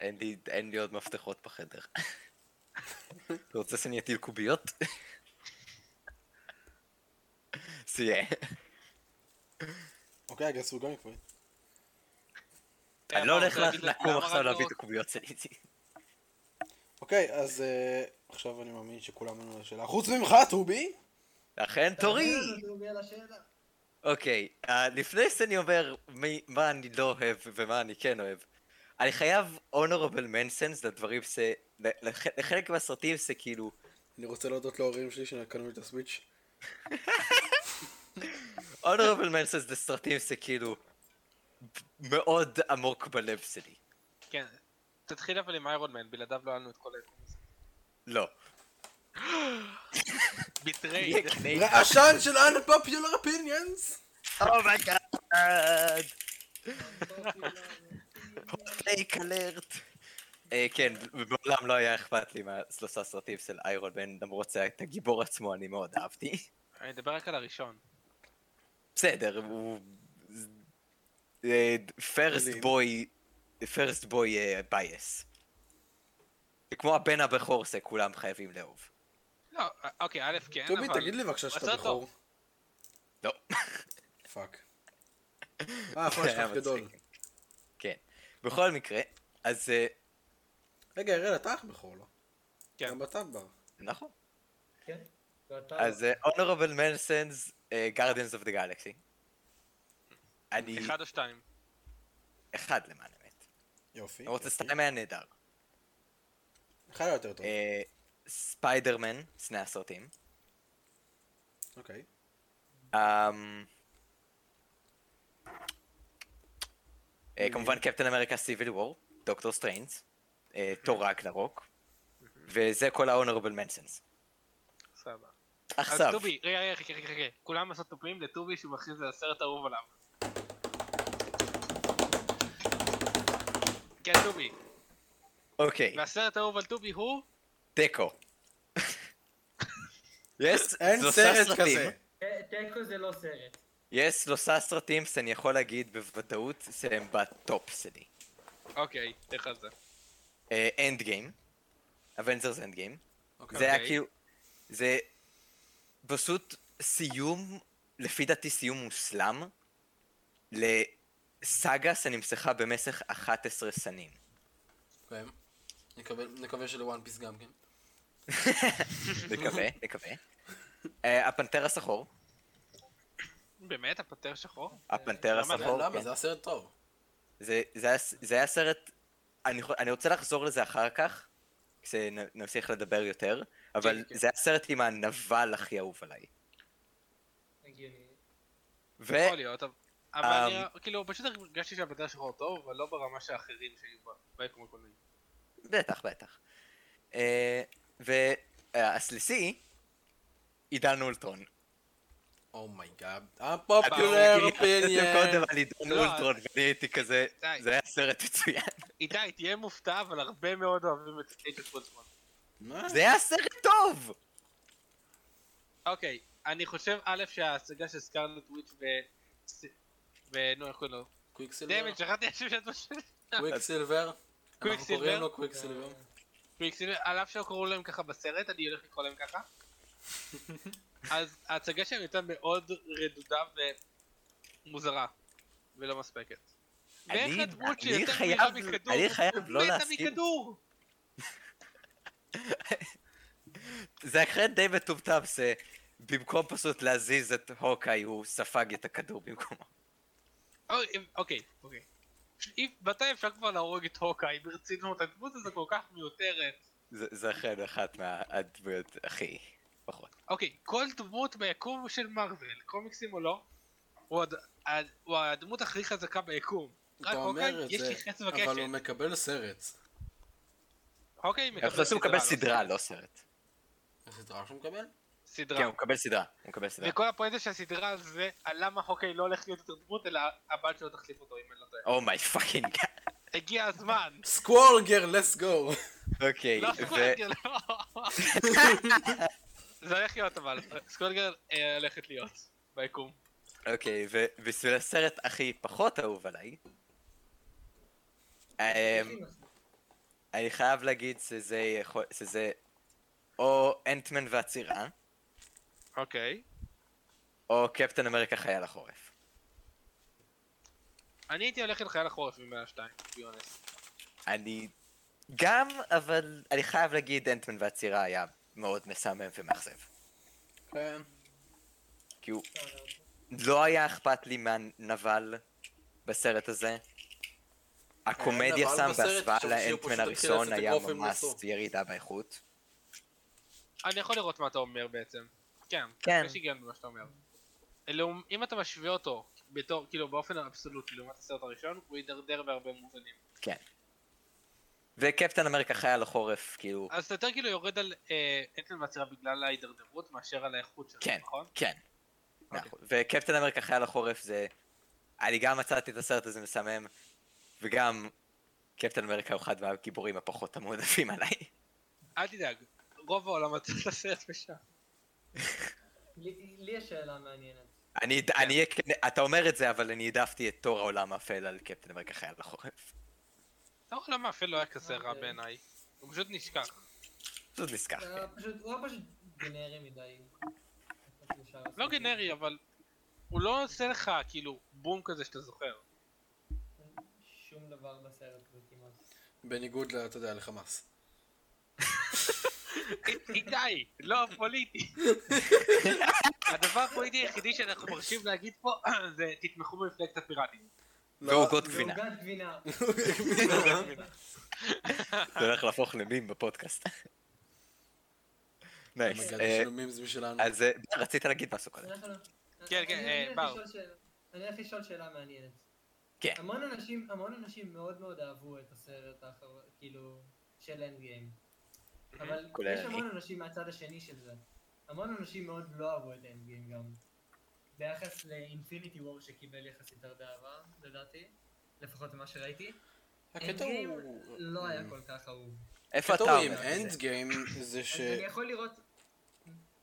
Speaker 3: אין לי, אין לי עוד מפתחות בחדר. אתה רוצה שאני אטיל קוביות? סייע.
Speaker 2: אוקיי, הגס הוא גם יקבל.
Speaker 4: אה,
Speaker 3: אני לא
Speaker 4: מה,
Speaker 3: הולך
Speaker 4: רוצה להגיד
Speaker 3: לקום
Speaker 4: למה
Speaker 3: עכשיו להביא
Speaker 4: רגנרוק?
Speaker 3: את הקוביות שלי.
Speaker 2: אוקיי, אז אה, עכשיו אני מאמין שכולם ענו לשאלה. חוץ ממך, טובי!
Speaker 3: אכן תורי! אוקיי, אה, לפני שאני אומר מי- מה אני לא אוהב ומה אני כן אוהב, אני חייב honorable mentions לדברים ש... ל- לח- לחלק מהסרטים שכאילו...
Speaker 2: אני רוצה להודות להורים שלי שקנו לי את הסוויץ'.
Speaker 3: honorable mentions זה סרטים שכאילו... מאוד עמוק בלב שלי.
Speaker 4: כן. תתחיל אבל עם איירון מן, בלעדיו לא היה לנו את כל ה...
Speaker 3: לא.
Speaker 4: ביטרייד.
Speaker 2: אה. רעשן של unpopular opinions!
Speaker 3: Oh אומייגאד! פייק אלרט. אה, כן, מעולם לא היה אכפת לי מהשלושה סרטים של איירון מן, למרות שאת הגיבור עצמו אני מאוד אהבתי.
Speaker 4: אני אדבר רק על הראשון.
Speaker 3: בסדר, הוא... אה, פרסט
Speaker 2: מדהים.
Speaker 3: בוי... פרסט בוי בייס. אה, כמו הבן הבכור שכולם חייבים לאהוב.
Speaker 4: לא, א- אוקיי, א' כן, אבל...
Speaker 2: טובי, תגיד לי בבקשה
Speaker 4: הוא
Speaker 2: שאתה
Speaker 4: עשה אותו.
Speaker 2: בחור.
Speaker 3: לא.
Speaker 2: פאק. אה, פאק
Speaker 3: זה היה
Speaker 2: שלך גדול.
Speaker 3: מצחיק. כן. בכל מקרה, אז... אה,
Speaker 2: רגע, אראל, אתה אח בכור, לא?
Speaker 4: כן.
Speaker 2: גם אתה בר.
Speaker 3: נכון.
Speaker 5: כן? ואתה-
Speaker 3: אז אה, honorable mentions, אה, guardians of the galaxy. אני...
Speaker 4: אחד או שתיים.
Speaker 3: אחד למען האמת.
Speaker 2: יופי.
Speaker 3: למרות שסתם היה נהדר.
Speaker 2: אחד היה יותר טוב.
Speaker 3: אה, ספיידרמן, שני הסרטים.
Speaker 2: אוקיי.
Speaker 3: אמ, אה, כמובן קפטן אמריקה סיביל וור, דוקטור סטריינס, אה, תור רגנרוק, וזה כל ה-honorable mentions.
Speaker 4: סבבה. אז
Speaker 3: עכשיו,
Speaker 4: טובי, רגע, רגע, חכה, חכה, חכה. כולם עשו תופים לטובי שהוא מכריז על הסרט האהוב עליו. כן, טובי.
Speaker 3: אוקיי,
Speaker 4: והסרט האהוב על טובי הוא...
Speaker 3: תיקו. יש
Speaker 2: אין
Speaker 3: שלושה
Speaker 2: סרט
Speaker 3: סרטים-
Speaker 2: כזה.
Speaker 5: ת- תיקו זה לא סרט.
Speaker 3: יש שלושה סרטים שאני יכול להגיד בוודאות שהם בטופ שלי.
Speaker 4: אוקיי, איך על זה?
Speaker 3: אנד גיים, אבנזרס אנד גיים.
Speaker 2: אוקיי.
Speaker 3: זה היה
Speaker 4: אוקיי.
Speaker 3: כאילו, זה פשוט סיום, לפי דעתי סיום מוסלם, לסאגה שנמשכה במשך 11 שנים.
Speaker 2: אוקיי. נקווה- נקווה שלוואן פיס גם כן.
Speaker 3: נקווה, נקווה. אה, הפנתר השחור,
Speaker 4: באמת? הפנתר שחור?
Speaker 3: הפנתר
Speaker 4: למה?
Speaker 3: השחור,
Speaker 2: אה, למה?
Speaker 3: כן.
Speaker 2: זה היה סרט טוב.
Speaker 3: זה- זה היה- זה היה סרט, אני חו- אני רוצה לחזור לזה אחר כך, כשנמשיך לדבר יותר, אבל
Speaker 2: כן.
Speaker 3: זה היה סרט עם הנבל הכי אהוב עליי.
Speaker 5: הגיוני.
Speaker 3: ו...
Speaker 2: אה, נכון,
Speaker 4: יכול להיות, אבל- אבל
Speaker 3: אמ,
Speaker 4: אני- כאילו, פשוט הרגשתי שהפנתר השחור הוא טוב, אבל לא ברמה שהאחרים שהיו ב- ביקום הקולנועי.
Speaker 3: בטח, בטח. אה, והשלישי, עידן אולטרון.
Speaker 2: Oh אומייגאד. הפופולר
Speaker 3: אתם גיליתם קודם
Speaker 2: אופיניאן.
Speaker 3: על עידן
Speaker 4: לא,
Speaker 3: אולטרון, ואני הייתי כזה,
Speaker 4: די.
Speaker 3: זה היה סרט מצוין.
Speaker 4: איתי, תהיה מופתע, אבל הרבה מאוד אוהבים את איתן פולצמן.
Speaker 2: מה?
Speaker 3: זה היה סרט טוב!
Speaker 4: אוקיי, אני חושב א' שההצגה של סקארלט וויץ' ו... ונו, איך קוראים לו?
Speaker 2: קוויקסילבר?
Speaker 3: לא.
Speaker 4: דמיין, שכחתי השם של הדבר שלי.
Speaker 2: קוויקסילבר? אנחנו
Speaker 4: קוויקסילבר?
Speaker 2: קוראים לו קוויקסילבר.
Speaker 4: פיקסים, על אף שלא קראו להם ככה בסרט, אני הולך לקרוא להם ככה. אז ההצגה שלהם הייתה מאוד רדודה ומוזרה, ולא מספקת. ואיך
Speaker 3: אני-
Speaker 4: הדמות
Speaker 3: אני
Speaker 4: שיותר
Speaker 3: חייב-
Speaker 4: מהירה מכדור,
Speaker 3: אני חייב לא
Speaker 4: מתה
Speaker 3: להסכים.
Speaker 4: מכדור!
Speaker 3: זה אכן די מטומטם, שבמקום פשוט להזיז את הוקאי, הוא ספג את הכדור במקומו.
Speaker 4: אוי, אם- אוקיי, אוקיי. אם- מתי אפשר כבר להרוג את הוקאי ברצינות? הדמות הזו כל כך מיותרת.
Speaker 3: זה זה אכן אחת מהדמויות הכי פחות.
Speaker 4: אוקיי, כל דמות ביקום של מארוול, קומיקסים או לא, הוא הד- הד- הוא הדמות הכי חזקה ביקום. רק
Speaker 2: אתה
Speaker 4: הוקאי,
Speaker 2: אומר את
Speaker 4: יש
Speaker 2: זה,
Speaker 4: לי חץ וקשת.
Speaker 2: אבל הוא מקבל סרט.
Speaker 4: הוקאי
Speaker 3: אני חושב שהוא מקבל סדרה, לא סרט.
Speaker 2: הסדרה שהוא מקבל?
Speaker 4: סדרה.
Speaker 3: כן, הוא מקבל סדרה. הוא מקבל סדרה.
Speaker 4: וכל הפואנטה של הסדרה זה על למה הוקי לא הולך להיות יותר דמות אלא הבת שלו תחליף אותו אם אני לא טועה.
Speaker 3: אומי פאקינג
Speaker 4: הגיע הזמן!
Speaker 2: סקוורל גר, לס גו!
Speaker 3: אוקיי,
Speaker 4: לא
Speaker 3: ו-
Speaker 4: סקוולגר, לא! זה הולך להיות אבל, סקוולגר אה, הולכת להיות ביקום.
Speaker 3: אוקיי, ובשביל הסרט הכי פחות אהוב עליי, אמ, אני חייב להגיד שזה יכול, שזה או אנטמן והצירה,
Speaker 4: אוקיי.
Speaker 3: או קפטן אמריקה חייל החורף.
Speaker 4: אני הייתי הולך עם חייל החורף ממאה השתיים, ביונס.
Speaker 3: אני גם, אבל אני חייב להגיד אנטמן והצירה היה מאוד משעמם ומאכזב.
Speaker 2: כן.
Speaker 3: כי הוא לא היה אכפת לי מהנבל בסרט הזה. הקומדיה
Speaker 2: אה, נבל
Speaker 3: שם
Speaker 2: בסרט,
Speaker 3: בהשוואה
Speaker 2: חשבתי שהוא פשוט
Speaker 3: לאנטמן
Speaker 2: התחיל
Speaker 3: הראשון
Speaker 2: לעשות
Speaker 3: היה
Speaker 2: אגרופים
Speaker 3: ממש
Speaker 2: לסוף.
Speaker 3: ירידה באיכות.
Speaker 4: אני יכול לראות מה אתה אומר בעצם. כן,
Speaker 3: כן.
Speaker 4: יש היגיון במה שאתה אומר. לעומ- אם אתה משווה אותו בתור, כאילו באופן האבסולוטי לעומת הסרט הראשון, הוא יידרדר בהרבה מובנים.
Speaker 3: כן. וקפטן אמריקה חייל החורף, כאילו,
Speaker 4: אז אתה יותר כאילו יורד על אה, אנטמן והצירה בגלל ההידרדרות מאשר על האיכות שלו,
Speaker 3: כן,
Speaker 4: נכון?
Speaker 3: כן. מאה
Speaker 4: אוקיי.
Speaker 3: אחוז. וקפטן אמריקה חייל החורף זה... אני גם מצאתי את הסרט הזה משמם, וגם קפטן אמריקה הוא אחד מהגיבורים הפחות המועדפים עליי.
Speaker 4: אל תדאג, רוב העולם מצא את הסרט בשם.
Speaker 5: לי לי יש שאלה מעניינת.
Speaker 3: אני, אני אהיה כן, אתה אומר את זה, אבל אני העדפתי את תור העולם האפל על קפטן אמריקה חייל החורף.
Speaker 4: לא, העולם האפל לא היה כזה רע
Speaker 5: אוקיי.
Speaker 4: בעיניי. הוא הוא פשוט נשכח.
Speaker 3: פשוט נזכח.
Speaker 2: לא,
Speaker 5: הוא היה לא, פשוט- הוא היה פשוט גנרי מדי. אה,
Speaker 4: לא גנרי, אבל הוא לא עושה לך כאילו בום כזה שאתה זוכר.
Speaker 5: שום דבר בסרט הזה כמעט.
Speaker 2: בניגוד, ל- אתה יודע, לחמאס.
Speaker 4: איתי, "אה, לא הפוליטי. הדבר הפוליטי היחידי שאנחנו מרשים להגיד פה זה תתמכו במפלגת הפיראטים.
Speaker 2: לא,
Speaker 3: ועוגות גבינה.
Speaker 5: ועוגת גבינה.
Speaker 2: לא.
Speaker 3: זה הולך להפוך למים בפודקאסט. נייס.
Speaker 2: מגד
Speaker 3: אה,
Speaker 2: השילומים זה משלנו.
Speaker 3: אז אה, רצית להגיד משהו
Speaker 2: אה,
Speaker 3: קודם.
Speaker 5: אנחנו-
Speaker 4: כן,
Speaker 5: אני-
Speaker 4: כן,
Speaker 5: אני
Speaker 4: אה,
Speaker 5: הולך
Speaker 4: בר.
Speaker 5: לשאול שאלה- אני הולך לשאול שאלה מעניינת.
Speaker 3: כן.
Speaker 5: המון אנשים, המון אנשים מאוד מאוד אהבו את הסרט האחרון, כאילו, של אנד גיים. אבל
Speaker 3: כולל
Speaker 5: יש
Speaker 3: אני.
Speaker 5: המון אנשים מהצד השני של זה. המון אנשים מאוד לא אהבו את אנד גיים גם. ביחס לאינפיניטי וור שקיבל יחסית הרבה אהבה, לדעתי. לפחות ממה שראיתי.
Speaker 2: הקטע
Speaker 5: Endgame
Speaker 2: הוא... Mm.
Speaker 5: לא היה כל כך אהוב.
Speaker 3: איפה אתה
Speaker 2: הקטע הוא עם
Speaker 3: אומר? את
Speaker 2: אנד
Speaker 3: זה?
Speaker 2: גיים זה ש...
Speaker 5: אז אני יכול לראות...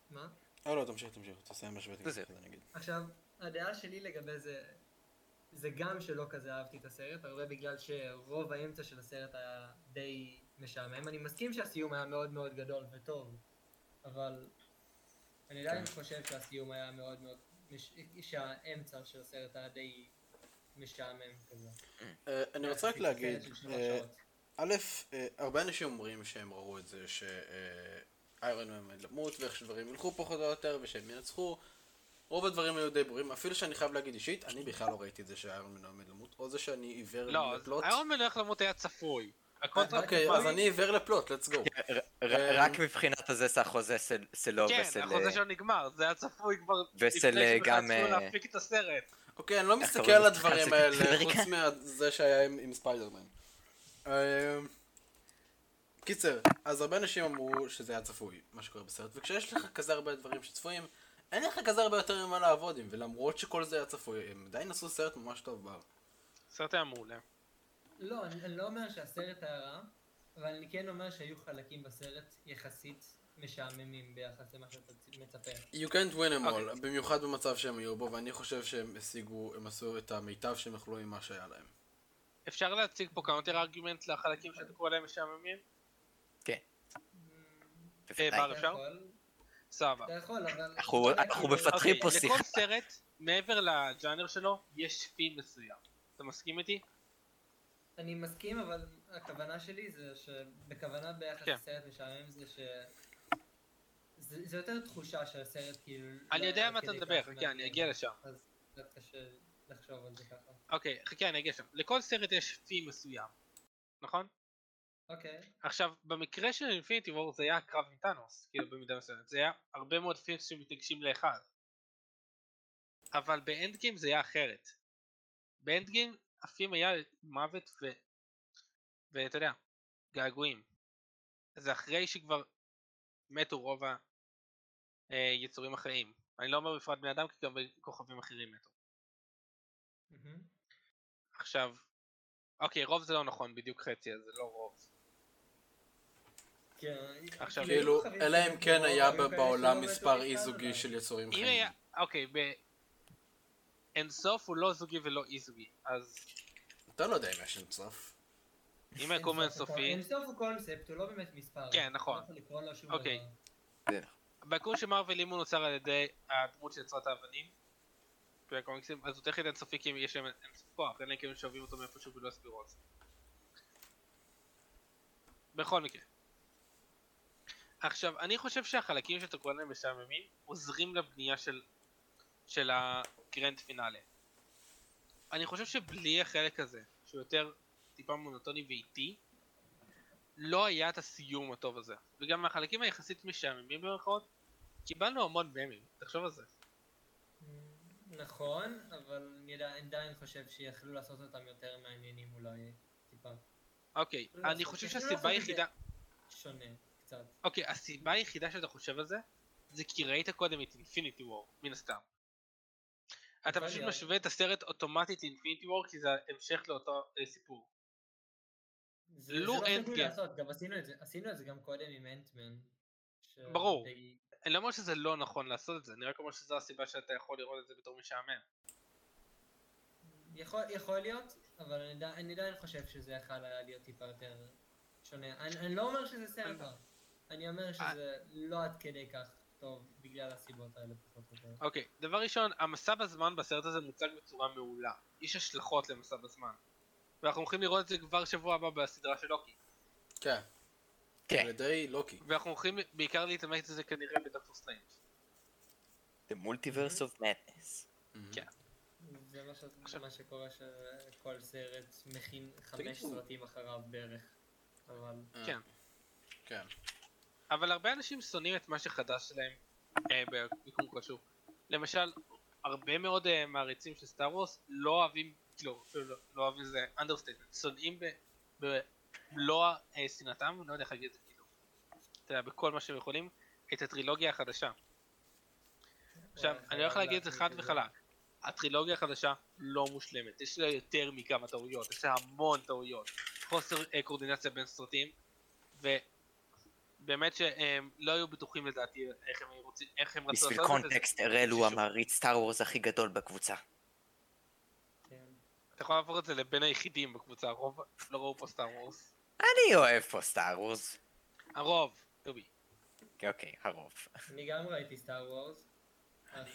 Speaker 5: מה?
Speaker 2: אה לא, תמשיך, תמשיך, תסיים מה שבאתי.
Speaker 3: בסדר.
Speaker 2: אני אגיד.
Speaker 5: עכשיו, הדעה שלי לגבי זה, זה גם שלא כזה אהבתי את הסרט, הרבה בגלל שרוב האמצע של הסרט היה די משעמם. אני מסכים שהסיום היה מאוד מאוד גדול וטוב, אבל אני
Speaker 2: כן.
Speaker 5: עדיין חושב שהסיום היה מאוד מאוד, מש... שהאמצע של הסרט היה די משעמם כזה.
Speaker 2: אה, אני רוצה רק
Speaker 5: סרט
Speaker 2: להגיד,
Speaker 5: של שלוש
Speaker 2: אה,
Speaker 5: שעות.
Speaker 2: א', אה, הרבה אנשים אומרים שהם ראו את זה, שאיירון מן עומד למות, ואיך שדברים ילכו פחות או יותר, ושהם ינצחו. רוב הדברים היו די ברורים, אפילו שאני חייב להגיד אישית, אני בכלל לא ראיתי את זה שאיירון מן עומד למות, או זה שאני עיוור
Speaker 4: לא,
Speaker 2: לפלוט.
Speaker 4: איירון מן הולך למות היה צפוי. הכל
Speaker 2: אה, אוקיי,
Speaker 4: צפוי.
Speaker 2: אז אני עיוור לפלוט, let's go.
Speaker 3: ר- ר- רק מבחינת הזה שהחוזה של- שלו ושל...
Speaker 4: אמ, כן, החוזה
Speaker 3: אה,
Speaker 4: שלו נגמר, זה היה צפוי כבר
Speaker 3: ושל, אה, גם,
Speaker 4: רצו
Speaker 3: אה,
Speaker 4: להפיק את הסרט.
Speaker 2: אוקיי, אני לא
Speaker 3: איך
Speaker 2: מסתכל
Speaker 3: קוראים
Speaker 2: על
Speaker 3: לשחקן
Speaker 2: הדברים
Speaker 3: של
Speaker 2: האלה,
Speaker 3: קפטן
Speaker 2: חוץ מזה שהיה עם, עם ספיידרמן. אה, קיצר, אז הרבה אנשים אמרו שזה היה צפוי, מה שקורה בסרט, וכשיש לך כזה הרבה דברים שצפויים, אין לך כזה הרבה יותר ממה לעבוד עם, ולמרות שכל זה היה צפוי, הם עדיין עשו סרט ממש טוב בר.
Speaker 4: הסרט היה מעולה.
Speaker 5: לא, אני, אני לא אומר שהסרט היה רע, אבל אני כן אומר שהיו חלקים בסרט יחסית משעממים ביחס למה שאתה מצפה.
Speaker 4: אה,
Speaker 2: You can't win them all,
Speaker 4: אוקיי.
Speaker 2: במיוחד במצב שהם היו בו, ואני חושב שהם השיגו, הם עשו את המיטב שהם יכלו עם מה שהיה להם.
Speaker 4: אפשר להציג פה קאונטר ארגומנט לחלקים שאתה קורא להם משעממים?
Speaker 3: בוודאי.
Speaker 4: בר,
Speaker 5: אתה
Speaker 4: אפשר?
Speaker 5: יכול,
Speaker 4: סבבה.
Speaker 5: אתה יכול, אבל...
Speaker 3: אנחנו-
Speaker 5: אתה
Speaker 3: אנחנו
Speaker 5: כאילו-
Speaker 3: מפתחים
Speaker 4: אוקיי,
Speaker 3: פה שיחה.
Speaker 4: לכל סרט, מעבר לג'אנר שלו, יש פי מסוים. אתה מסכים איתי?
Speaker 5: אני מסכים, אבל הכוונה שלי זה שבכוונה ביחס
Speaker 4: כן.
Speaker 5: לסרט משעמם זה ש... זה, זה יותר תחושה שהסרט כאילו...
Speaker 4: אני
Speaker 5: לא
Speaker 4: יודע
Speaker 5: היה
Speaker 4: מה אתה
Speaker 5: כדי
Speaker 4: מדבר,
Speaker 5: כך
Speaker 4: כן,
Speaker 5: מעניין.
Speaker 4: אני אגיע לשם.
Speaker 5: אז קצת קשה לחשוב על זה ככה.
Speaker 4: אוקיי, חכה, אני אגיע לשם. לכל סרט יש פי מסוים, נכון?
Speaker 5: אוקיי.
Speaker 4: עכשיו, במקרה של אינפיניטי וור זה היה הקרב עם טאנוס, כאילו במידה מסוימת, זה היה הרבה מאוד פים שמתנגשים לאחד. אבל באנד גיים זה היה אחרת. באנד גיים הפים היה מוות ו... ואתה יודע, געגועים. זה אחרי שכבר מתו רוב היצורים החיים. אני לא אומר בפרט בני אדם, כי גם כוכבים אחרים מתו.
Speaker 5: מהמם.
Speaker 4: עכשיו, אוקיי, רוב זה לא נכון, בדיוק חצי, אז זה לא רוב.
Speaker 5: כן, לא
Speaker 4: עכשיו,
Speaker 5: היו
Speaker 2: כאילו,
Speaker 5: כוכבים
Speaker 2: אלא אם
Speaker 5: שהיו
Speaker 2: כן
Speaker 5: כמו-
Speaker 2: היה
Speaker 5: היו כאלה
Speaker 2: בעולם
Speaker 5: שלא מתו
Speaker 2: מספר
Speaker 5: בכלל
Speaker 2: אי זוגי
Speaker 5: עדיין.
Speaker 2: של יצורים
Speaker 4: אם
Speaker 2: חיים.
Speaker 4: היה, אוקיי, ב... אינסוף הוא לא זוגי ולא אי זוגי, אז
Speaker 2: אתה לא יודע אם יש למצרף.
Speaker 4: אם היקום
Speaker 5: אינסוף הוא-
Speaker 4: אינסופי,
Speaker 5: אינסוף הוא קונספט, הוא לא באמת מספר.
Speaker 4: כן, נכון.
Speaker 5: לא יכול לקרוא לו שום
Speaker 4: אוקיי.
Speaker 5: דבר.
Speaker 4: ביקום של מארוול אם הוא נוצר על ידי הדמות שיצרה את האבנים, והקומיקסים, אז הוא טכנית אינסופי כי יש להם אינסוף כוח, אין להם כאילו שאוהבים אותו מאיפשהו ולא הסבירו על זה. בכל מקרה. עכשיו, אני חושב שהחלקים שאתה קורא להם משעממים עוזרים לבנייה של, של הגרנד פינאלה. אני חושב שבלי החלק הזה, שהוא יותר טיפה מונוטוני ואיטי, לא היה את הסיום הטוב הזה. וגם מהחלקים היחסית משעממים במירכאות, קיבלנו המון ממים, תחשוב על זה.
Speaker 5: נכון, אבל אני עדיין- עדיין חושב שיכלו לעשות אותם יותר מעניינים אולי טיפה
Speaker 4: אוקיי,
Speaker 5: לא,
Speaker 4: אני
Speaker 5: לא,
Speaker 4: חושב
Speaker 5: אפילו לא
Speaker 4: שהסיבה
Speaker 5: עשו את
Speaker 4: היחידה...
Speaker 5: שונה קצת.
Speaker 4: אוקיי, הסיבה היחידה שאתה חושב על זה, זה כי ראית קודם את אינפיניטי וור, מן הסתם. אתה
Speaker 5: יכול
Speaker 4: פשוט
Speaker 5: להיות.
Speaker 4: משווה את הסרט אוטומטית לאינפיניטי וור, כי זה המשך לאותו אה, סיפור.
Speaker 5: זה
Speaker 4: לו
Speaker 5: זה לא
Speaker 4: אין כן.
Speaker 5: שגוי
Speaker 4: גיים.
Speaker 5: לעשות, גם עשינו את זה, עשינו את זה גם קודם עם אנטמן. ש-
Speaker 4: ברור.
Speaker 5: די-
Speaker 4: אני לא אומר שזה לא נכון לעשות את זה, אני רק אומר שזו הסיבה שאתה יכול לראות את זה בתור משעמם.
Speaker 5: יכול יכול להיות, אבל אני עדיין- אני עדיין חושב שזה יכל היה להיות טיפה יותר שונה. אני, אני לא אומר שזה סרט רע. אני
Speaker 4: אה.
Speaker 5: אומר שזה לא עד כדי כך טוב, בגלל הסיבות האלה פחות או יותר.
Speaker 4: אוקיי, דבר ראשון, המסע בזמן בסרט הזה מוצג בצורה מעולה. יש השלכות למסע בזמן. ואנחנו הולכים לראות את זה כבר שבוע הבא בסדרה של לוקי.
Speaker 2: כן.
Speaker 3: כן.
Speaker 2: על ידי לוקי.
Speaker 4: ואנחנו הולכים בעיקר להתעמק את זה כנראה בדוקטור סטרנג'.
Speaker 3: The multiverse of madness.
Speaker 5: זה מה, ש...
Speaker 4: עכשיו-
Speaker 5: מה שקורה שכל סרט מכין
Speaker 2: תגיד,
Speaker 5: חמש סרטים אחריו בערך. אבל...
Speaker 4: כן.
Speaker 2: כן.
Speaker 4: אבל הרבה אנשים שונאים את מה שחדש שלהם אה, ביקום כלשהו. למשל, הרבה מאוד אה, מעריצים של סטאר וורס לא אוהבים, כאילו, אפילו לא, לא אוהבים זה אנדרסטייטמנט, שונאים במלוא אה, שנאתם, לא יודע איך להגיד את זה, כאילו, אתה יודע, בכל מה שהם יכולים, את הטרילוגיה החדשה. עכשיו,
Speaker 5: וואי,
Speaker 4: אני הולך
Speaker 5: חבל
Speaker 4: להגיד אה, את זה
Speaker 5: להחליט
Speaker 4: חד וחלק. הטרילוגיה החדשה לא מושלמת, יש לה יותר מכמה טעויות, יש לה המון טעויות. חוסר אה, קורדינציה בין סרטים, ובאמת שהם לא היו בטוחים לדעתי איך הם, היו רוצים, איך הם רצו
Speaker 3: בשביל
Speaker 4: לעשות את זה.
Speaker 3: קונטקסט, אראל הוא המעריץ סטאר וורס הכי גדול בקבוצה.
Speaker 5: כן.
Speaker 4: אתה יכול להפוך את זה לבין היחידים בקבוצה, הרוב לא ראו פה סטאר וורס.
Speaker 3: אני אוהב פה סטאר וורס.
Speaker 4: הרוב, טובי.
Speaker 3: אוקיי, הרוב.
Speaker 5: אני גם ראיתי סטאר וורס.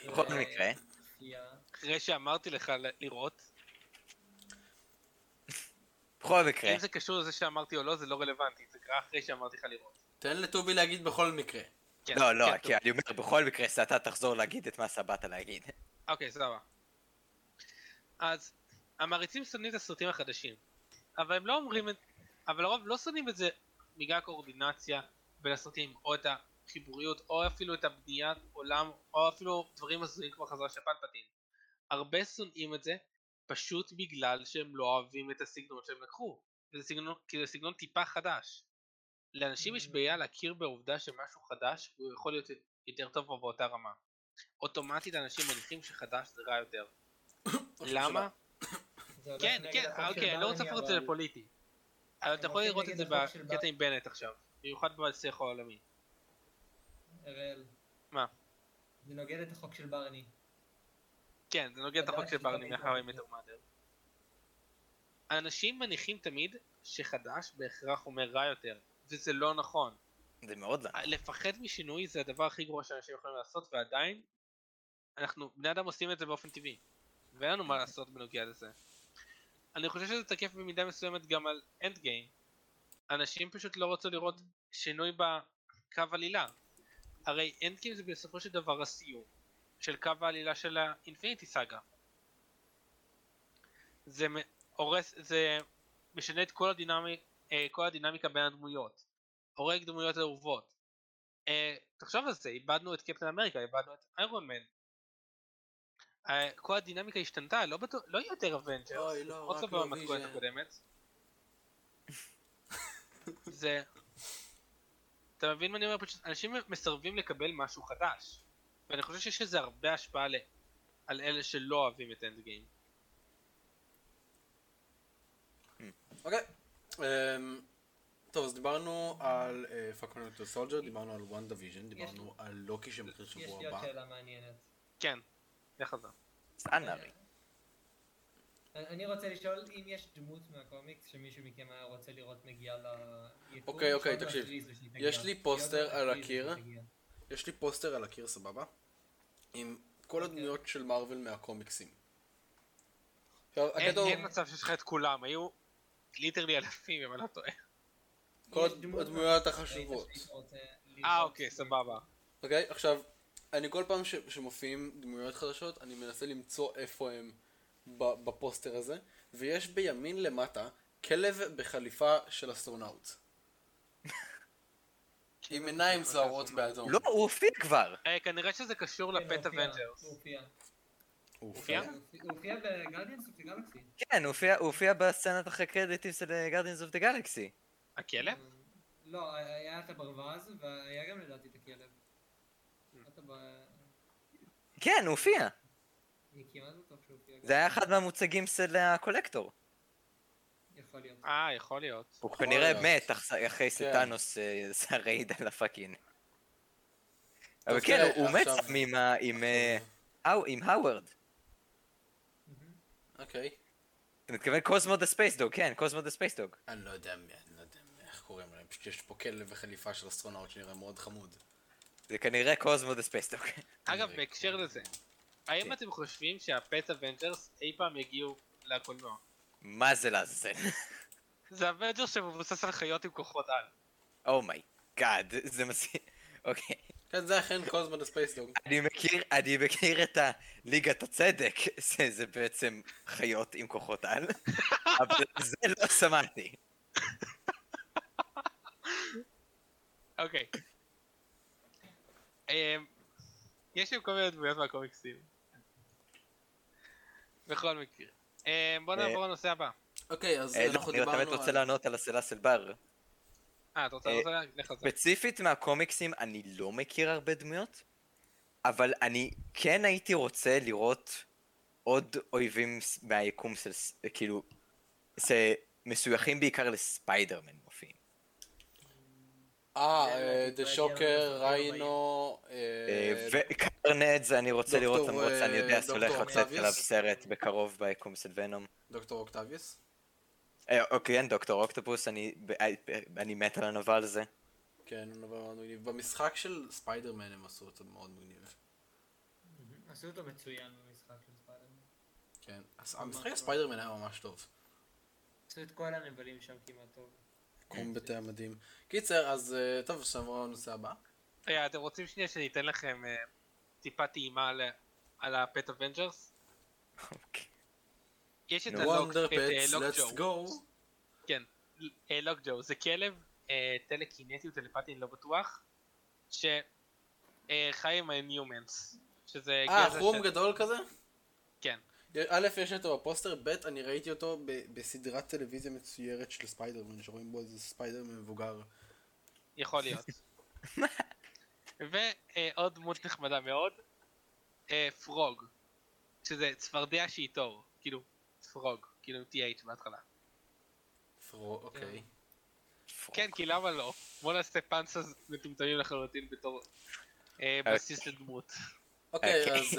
Speaker 3: בכל מקרה,
Speaker 4: אחרי שאמרתי לך ל- לראות,
Speaker 3: בכל מקרה,
Speaker 4: אם זה קשור לזה שאמרתי או לא, זה לא רלוונטי, זה קרה אחרי שאמרתי לך לראות.
Speaker 2: תן לטובי להגיד בכל מקרה.
Speaker 4: כן,
Speaker 3: לא, לא,
Speaker 4: כן,
Speaker 3: כי אני אומר, בכל מקרה, שאתה תחזור להגיד את מה שבאת להגיד.
Speaker 4: אוקיי, סבבה. אז המעריצים שונאים את הסרטים החדשים, אבל הם לא אומרים את... אבל הרוב לא שונאים את זה בגלל הקואורדינציה בין הסרטים, או את החיבוריות, או אפילו את הבניית עולם, או אפילו דברים הזויים כמו חזרה של פלפטין. הרבה שונאים את זה פשוט בגלל שהם לא אוהבים את הסגנון שהם לקחו. וזה סגנון, כי זה סגנון טיפה חדש. לאנשים יש בעיה להכיר בעובדה שמשהו חדש הוא יכול להיות יותר טוב או באותה רמה. אוטומטית אנשים מניחים שחדש זה רע יותר.
Speaker 2: לא-
Speaker 4: למה? כן, כן, אוקיי, אני לא רוצה להפוך את זה לפוליטי. אבל אתה
Speaker 5: אבל
Speaker 4: יכול
Speaker 5: זה
Speaker 4: לראות את
Speaker 5: אה, נגד
Speaker 4: זה
Speaker 5: החוק של
Speaker 4: בקטע
Speaker 5: בר-
Speaker 4: עם בנט עכשיו. במיוחד בשיח העולמי.
Speaker 5: אראל.
Speaker 4: מה?
Speaker 5: זה נוגד את החוק של ברני.
Speaker 4: כן, זה נוגע את החוק
Speaker 5: חדש
Speaker 4: של
Speaker 5: זה גם
Speaker 4: ברני
Speaker 5: בעיקר
Speaker 4: מאחר עם
Speaker 5: חדש.
Speaker 4: מטר מאדר. אנשים מניחים תמיד שחדש בהכרח אומר רע יותר, וזה לא נכון.
Speaker 3: זה מאוד
Speaker 4: אה,
Speaker 3: לא.
Speaker 4: לפחד משינוי זה הדבר הכי גרוע שאנשים יכולים לעשות, ועדיין אנחנו, בני אדם עושים את זה באופן טבעי. ואין לנו מה לעשות בנוגע לזה. אני חושב שזה תקף במידה מסוימת גם על אנד גיים. אנשים פשוט לא רצו לראות שינוי בקו עלילה. הרי אנד גיים זה בסופו של דבר הסיום של קו העלילה של האינפיניטי סאגה. זה מ- הורס, זה משנה את כל, הדינמי, אה, כל הדינמיקה בין הדמויות. הורג דמויות אהובות. אה, תחשוב על זה, איבדנו את קפטן אמריקה, איבדנו את איירון מן. אה, כל הדינמיקה השתנתה, לא, בטוח, לא יהיה יותר אבנג'רס.
Speaker 2: אוי, לא,
Speaker 4: לפחות
Speaker 2: רק
Speaker 4: לא
Speaker 2: לא
Speaker 4: במתכונת
Speaker 2: ויז'ן.
Speaker 4: הקודמת. זה... אתה מבין מה אני אומר? פשוט אנשים מסרבים לקבל משהו חדש. ואני חושב שיש לזה הרבה השפעה ל... על אלה שלא אוהבים את אנד גיים.
Speaker 2: אוקיי. אמ, טוב, אז דיברנו על אה, פאקמן וטו סולג'ר, דיברנו על וואן דיוויז'ן, דיברנו על לוקי שמחיר
Speaker 5: יש
Speaker 2: שבוע
Speaker 5: לי עוד
Speaker 2: הבא.
Speaker 5: שאלה מעניינת.
Speaker 4: כן, לך זה. אה,
Speaker 3: סאנרי.
Speaker 5: אני- אני רוצה לשאול אם יש דמות מהקומיקס שמישהו מכם היה רוצה לראות מגיעה ליקום.
Speaker 2: אוקיי, אוקיי,
Speaker 5: שעוד לא
Speaker 2: תקשיב.
Speaker 5: הכריזו שהיא
Speaker 2: יש
Speaker 5: תגיע.
Speaker 2: לי
Speaker 5: היא עוד
Speaker 2: פוסטר
Speaker 5: לא
Speaker 2: על
Speaker 5: הכריזו שהיא
Speaker 2: הקיר.
Speaker 5: תגיע.
Speaker 2: יש לי פוסטר על הקיר, סבבה? עם
Speaker 5: אוקיי.
Speaker 2: כל הדמויות של מארוול מהקומיקסים. עכשיו,
Speaker 4: אין,
Speaker 2: הקטע הוא-
Speaker 4: אין מצב שיש לך את כולם, היו ליטרלי אלפים אם אני לא טועה.
Speaker 2: כל
Speaker 5: יש דמות
Speaker 2: הדמויות
Speaker 5: שהיית-
Speaker 2: החשובות.
Speaker 5: שהיית רוצה לראות.
Speaker 4: אה אוקיי, סבבה.
Speaker 2: אוקיי, עכשיו, אני כל פעם ש- שמופיעים דמויות חדשות, אני מנסה למצוא איפה הם ב- בפוסטר הזה, ויש בימין למטה כלב בחליפה של אסטרונאוט. עם עיניים זוהרות באדום.
Speaker 3: לא, הוא הופיע כבר.
Speaker 4: כן, אוקיי, אה, כנראה שזה קשור
Speaker 5: כן,
Speaker 4: לפט
Speaker 5: הופיע,
Speaker 4: אבנג'רס. כן?
Speaker 5: הופיע.
Speaker 2: הוא
Speaker 4: הופיע?
Speaker 2: הופיע?
Speaker 5: הוא הופיע בגרדיאנס אוף גלקסי.
Speaker 3: כן, הוא הופיע- הוא הופיע בסצנת אחרי קרדיטים של אה, גרדינס אוף דה גלקסי.
Speaker 4: הכלב?
Speaker 5: לא, היה את הברווז, והיה גם לדעתי את הכלב.
Speaker 2: Hmm.
Speaker 5: אתה ב-
Speaker 3: כן, הוא הופיע.
Speaker 5: אני כמעט בטוח שהוא הופיע.
Speaker 3: זה היה אחד מהמוצגים של אה, הקולקטור.
Speaker 5: יכול להיות.
Speaker 4: אה, יכול להיות.
Speaker 3: הוא
Speaker 2: יכול
Speaker 3: כנראה
Speaker 2: להיות.
Speaker 3: מת אח-
Speaker 2: כן.
Speaker 3: אחרי שטאנוס עשה רייד על הפאקינג. אבל
Speaker 2: טוב,
Speaker 3: כן,
Speaker 2: תראה,
Speaker 3: הוא- הוא מת
Speaker 2: עכשיו-
Speaker 3: שם עם ה- עם, אה, האו- עם האוורד.
Speaker 2: אוקיי.
Speaker 3: אתה מתכוון קוזמו דה ספייס דוג, כן, קוזמו דה ספייס דוג.
Speaker 2: אני לא יודע מי, אני לא יודע מי, איך קוראים להם, פשוט יש פה כלב וחליפה של אסטרונאוט שנראה מאוד חמוד.
Speaker 3: זה כנראה קוזמו דה ספייסטוק.
Speaker 4: אגב, בהקשר לזה,
Speaker 2: כן.
Speaker 4: האם אתם חושבים שהפט אבנג'רס אי פעם יגיעו לקולנוע?
Speaker 3: מה זה לעזאזל?
Speaker 4: זה אבנג'רס שמבוסס על חיות עם כוחות על.
Speaker 3: אומייגאד, Oh זה מזכיר... אוקיי.
Speaker 2: כן, זה אכן קוזמו דה ספייסדוג.
Speaker 3: אני מכיר, אני מכיר את הליגת הצדק, זה, זה בעצם חיות עם כוחות על, אבל זה לא שמעתי.
Speaker 4: אוקיי. אמ, יש לי כל מיני דמויות מהקומיקסים. בכל מקרה. אמ, בוא
Speaker 3: אה,
Speaker 4: נעבור לנושא הבא.
Speaker 2: אוקיי, אז
Speaker 3: אה, לא,
Speaker 2: אנחנו
Speaker 3: אני באמת
Speaker 2: דיברנו
Speaker 3: רוצה
Speaker 2: על...
Speaker 3: לענות על הסלע של בר.
Speaker 4: אה, אתה רוצה
Speaker 3: אה,
Speaker 4: לנושא? לך על זה.
Speaker 3: ספציפית מהקומיקסים אני לא מכיר הרבה דמויות, אבל אני כן הייתי רוצה לראות עוד אויבים ס- מהיקום של, ס- כאילו, שמשויכים בעיקר לספיידרמן מופיעים.
Speaker 2: אה,
Speaker 5: זה
Speaker 2: אה,
Speaker 5: לא
Speaker 2: דה
Speaker 5: טיפה
Speaker 2: שוקר,
Speaker 5: הגיע
Speaker 2: ריינו... אה,
Speaker 3: וקרנדס אני רוצה לראות
Speaker 2: דוקטור,
Speaker 3: למרות שאני
Speaker 2: אה,
Speaker 3: יודע שהולך
Speaker 2: דוקטור
Speaker 3: לצאת
Speaker 2: אוקטביוס?
Speaker 3: עליו סרט בקרוב ביקום של ונום.
Speaker 2: דוקטור אוקטביוס?
Speaker 3: אה, אוקיי, כן, דוקטור אוקטופוס, אני ב- אני מת על הנובה על זה.
Speaker 2: כן, הוא נורא מאוד מגניב. במשחק של ספיידרמן הם עשו אותו מאוד מגניב.
Speaker 5: עשו אותו מצוין במשחק של ספיידרמן.
Speaker 2: כן. אז המשחק של ספיידרמן היה ממש טוב.
Speaker 5: עשו את כל הנבלים שם כמעט טוב.
Speaker 2: קומבטי המדהים. קיצר, אז אה, טוב, עכשיו נעבור לנושא הבא.
Speaker 4: רגע, אה, אתם רוצים שנייה שאני אתן לכם אה, טיפה טעימה על- על הפט אבנג'רס?
Speaker 3: אוקיי.
Speaker 4: יש את
Speaker 2: The
Speaker 4: הלוק
Speaker 2: Wonder
Speaker 4: את, אה,
Speaker 2: Pets,
Speaker 4: לוק
Speaker 2: let's
Speaker 4: ג'ו.
Speaker 2: go.
Speaker 4: כן, אה, לוק ג'ו. זה כלב אה, טלקינטי או טלפטי, אני לא בטוח, שחי עם ה-Newmans. שזה
Speaker 2: אה,
Speaker 4: גזע
Speaker 2: חום
Speaker 4: של-
Speaker 2: גדול כזה?
Speaker 4: כן.
Speaker 2: א', יש אותו בפוסטר, ב', אני ראיתי אותו ב- בסדרת טלוויזיה מצוירת של ספיידרמן, שרואים בו איזה ספיידרמן מבוגר.
Speaker 4: יכול להיות. ועוד דמות נחמדה מאוד, אה, פרוג, שזה צפרדע שהיא תור, כאילו, פרוג, כאילו TH בהתחלה.
Speaker 2: פרו, אוקיי.
Speaker 3: אוקיי.
Speaker 4: כן, כי למה לא? בוא נעשה פאנסס מטומטמים לחלוטין בתור אה,
Speaker 3: אוקיי.
Speaker 4: בסיס לדמות.
Speaker 2: אוקיי,
Speaker 3: אוקיי.
Speaker 2: אז,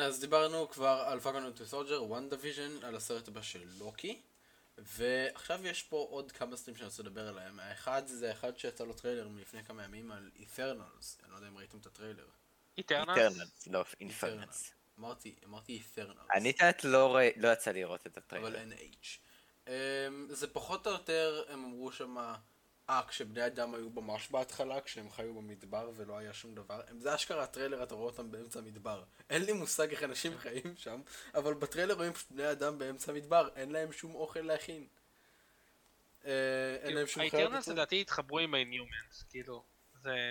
Speaker 2: אה, אז דיברנו כבר על פאקון אנטו סולג'ר, וואן דיוויז'ן, על הסרט הבא של לוקי. ועכשיו יש פה עוד כמה סרטים שאני רוצה לדבר עליהם. האחד זה האחד שיצא לו טריילר מלפני כמה ימים על אית'רנלס. אני לא יודע אם ראיתם את הטריילר.
Speaker 4: איטרנס?
Speaker 3: אינטרנלס, לא, אינפרנס.
Speaker 2: אמרתי, אמרתי אית'רנלס.
Speaker 3: אני את לא ראי- לא יצא לי לראות את
Speaker 2: אבל
Speaker 3: הטריילר.
Speaker 2: NH. Um, זה פחות או יותר, הם אמרו שמה, אה, כשבני אדם היו ממש בהתחלה, כשהם חיו במדבר ולא היה שום דבר, הם, זה אשכרה הטריילר, אתה רואה אותם באמצע המדבר. אין לי מושג איך אנשים חיים שם, אבל בטריילר רואים פשוט בני אדם באמצע המדבר, אין להם שום אוכל להכין. Uh, אין להם שום חיות.
Speaker 4: האיטרנס
Speaker 2: לצאת.
Speaker 4: לדעתי התחברו עם ה-Newmans, כאילו, זה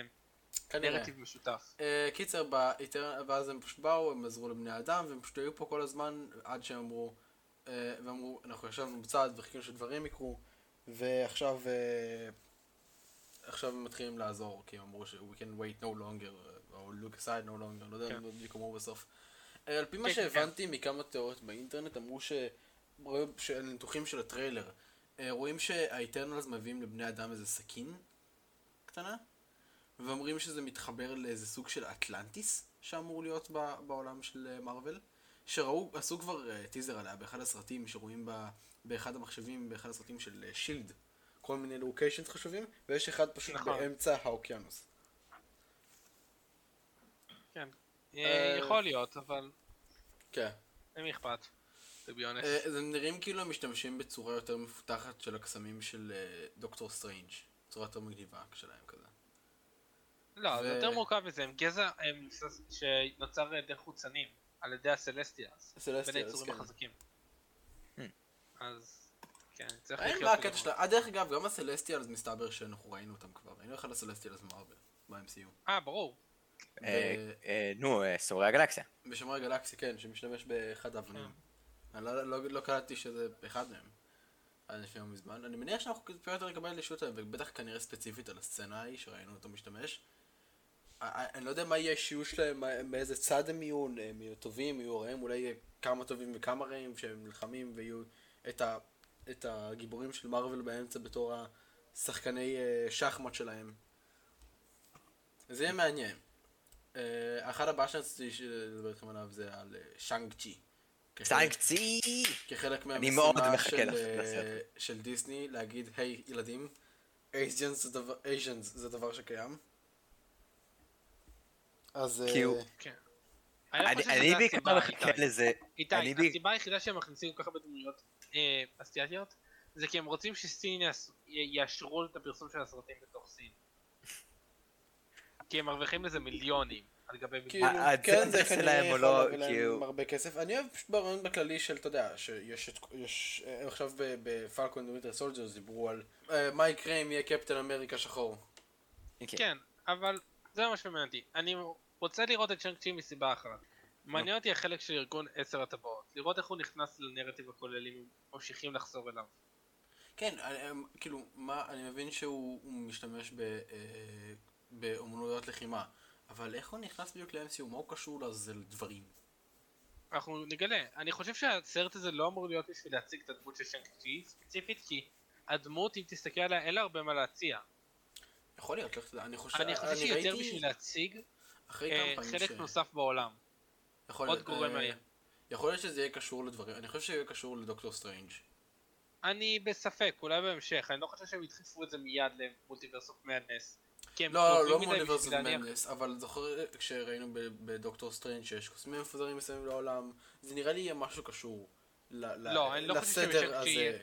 Speaker 2: כנראה.
Speaker 4: נרטיב משותף.
Speaker 2: אה, קיצר, באיטר... ואז הם פשוט באו, הם עזרו לבני אדם, והם פשוט היו פה כל הזמן עד שהם אמרו, אה, והם אמרו, אנחנו ישבנו בצד וחיכינו שדברים יקרו, ועכשיו אה, עכשיו הם מתחילים לעזור, כי הם אמרו ש- we can wait no longer, או look aside no longer, לא יודע
Speaker 4: כן.
Speaker 2: אם זה בדיוק אמרו בסוף. אה, על פי מה
Speaker 4: כן, כן,
Speaker 2: שהבנתי מכמה תיאוריות באינטרנט, אמרו ש... רואים של ניתוחים של הטריילר, אה, רואים שהאיטרנלס מביאים לבני אדם איזה סכין קטנה, ואומרים שזה מתחבר לאיזה סוג של אטלנטיס שאמור להיות ב, בעולם של אה, מארוול, שראו, עשו כבר אה, טיזר עליה באחד הסרטים שרואים ב, באחד המחשבים, באחד הסרטים של אה, שילד, כל מיני לוקיישנס חשובים, ויש אחד פשוט
Speaker 4: נכון.
Speaker 2: באמצע האוקיינוס.
Speaker 4: כן. אה,
Speaker 2: אה,
Speaker 4: יכול להיות, אבל
Speaker 2: כן.
Speaker 4: למי אכפת? to be honest.
Speaker 2: אה, אז הם נראים כאילו הם משתמשים בצורה יותר מפותחת של הקסמים של אה, דוקטור סטרנג', צורה יותר מגניבה שלהם כזה.
Speaker 4: לא, זה
Speaker 2: ו-
Speaker 4: יותר מורכב מזה, הם גזע הם ס- שנוצר על ידי חוצנים, על ידי הסלסטיאלס, בין
Speaker 2: סלסטיאלס,
Speaker 4: היצורים
Speaker 2: כן.
Speaker 4: החזקים.
Speaker 3: Hmm.
Speaker 4: אז, כן, צריך
Speaker 2: האם
Speaker 4: לחיות
Speaker 2: מה
Speaker 4: בגמר.
Speaker 2: הקטע שלה? אה, דרך אגב, גם הסלסטיאלס מסתבר שאנחנו ראינו אותם כבר. ראינו אחד הסלסטיאלס במרוויל, ב-MCU.
Speaker 4: אה, ברור.
Speaker 3: אה, אה, נו, אה, שומרי הגלקסיה.
Speaker 2: בשומרי הגלקסי, כן, שמשתמש באחד האבנים. אני לא- לא לא קלטתי שזה אחד מהם. עד לפני לא מזמן. אני מניח שאנחנו טיפה יותר נקבל אישות עליהם, ובטח כנראה ספציפית על הסצנה ההיא שראינו אותו משתמש. אה, אה, אני לא יודע מה יהיה השיוש שלהם, מה- מאיזה צד הם יהיו, אה, הם יהיו טובים, יהיו רעים, אולי יהיה כמה טובים וכמה רעים שהם נלחמים ויהיו את, ה, את הגיבורים של מארוול באמצע בתור השחקני אה, שחמט שלהם. זה יהיה מעניין. אה, האחד הבא שרציתי ש- לדבר איתכם עליו זה על אה, שאנג צ'י.
Speaker 3: סיינק צי!
Speaker 2: כחלק
Speaker 3: אני מאוד
Speaker 2: מהמשימה
Speaker 3: מחכה
Speaker 2: של,
Speaker 3: לס-
Speaker 2: אה,
Speaker 3: לסרט.
Speaker 2: של דיסני להגיד היי ילדים, אייזיאנס זה דבר- Asians זה דבר שקיים. אז... אה,
Speaker 3: כי הוא-
Speaker 4: כן. אני
Speaker 3: אני
Speaker 4: חושב
Speaker 3: אני
Speaker 4: שזה
Speaker 3: בעיקר
Speaker 4: הסיבה,
Speaker 3: מחכה
Speaker 4: איתי.
Speaker 3: לזה. כן, אני
Speaker 4: איתי,
Speaker 3: ב-
Speaker 4: הסיבה היחידה שהם מכניסים כל כך הרבה דמויות אה, אסייתיות, זה כי הם רוצים שסין יעש- י- יאשרו את הפרסום של הסרטים בתוך סין. כי הם מרוויחים לזה מיליונים על גבי
Speaker 2: כאילו,
Speaker 4: מיליונים.
Speaker 3: ה- ה-
Speaker 2: כן, זה
Speaker 3: זה שלהם
Speaker 2: כנראה
Speaker 3: או
Speaker 2: יכול
Speaker 3: לא,
Speaker 2: להביא להם
Speaker 3: כאילו-
Speaker 2: הרבה כסף. אני אוהב פשוט ברעיון בכללי של, אתה יודע, שיש את... יש- אה, עכשיו בפלקון ווינטר סולג'רס דיברו על אה, מה יקרה אם יהיה קפטן אמריקה שחור.
Speaker 4: כן, אבל זה מה שמעניין אותי. אני רוצה לראות את צ'אנג צ'י מסיבה אחת. מעניין אותי החלק של ארגון עשר הטבעות. לראות איך הוא נכנס לנרטיב הכולל אם ממשיכים לחזור אליו.
Speaker 2: כן, אני- אמ, כאילו, מה, אני מבין שהוא הוא משתמש ב, אה, באומנויות לחימה, אבל איך הוא נכנס בדיוק ל-MCU? מה הוא קשור לזה לדברים?
Speaker 4: אנחנו נגלה. אני חושב שהסרט הזה לא אמור להיות בשביל להציג את הדמות של צ'אנג צ'י ספציפית, כי הדמות, אם תסתכל עליה, אין לה הרבה מה להציע.
Speaker 2: יכול להיות, לך תדע, אני חושב,
Speaker 4: אני חושב שיותר
Speaker 2: ראיתי
Speaker 4: בשביל להציג
Speaker 2: אחרי
Speaker 4: אה,
Speaker 2: כמה פעמים
Speaker 4: חלק נוסף בעולם.
Speaker 2: יכול
Speaker 4: עוד
Speaker 2: להיות,
Speaker 4: גורם
Speaker 2: אה,
Speaker 4: מאיים.
Speaker 2: יכול להיות שזה יהיה קשור לדברים, אני חושב שזה יהיה קשור לדוקטור סטרנג'.
Speaker 4: אני בספק, אולי בהמשך, אני לא חושב שהם ידחפו את זה מיד למולטיברס אוף מדנס. כי הם
Speaker 2: לא,
Speaker 4: קרובים
Speaker 2: לא
Speaker 4: מדי כן, בשביל
Speaker 2: מוניברס
Speaker 4: להניח-
Speaker 2: מנדס, אבל זוכר כשראינו ב- בדוקטור סטרנג' שיש קוסמים מפוזרים מסביב לעולם, זה נראה לי יהיה משהו קשור ל- ל-
Speaker 4: לא, אני לא חושב שבשם
Speaker 2: לסדר הזה.
Speaker 4: שיהיה-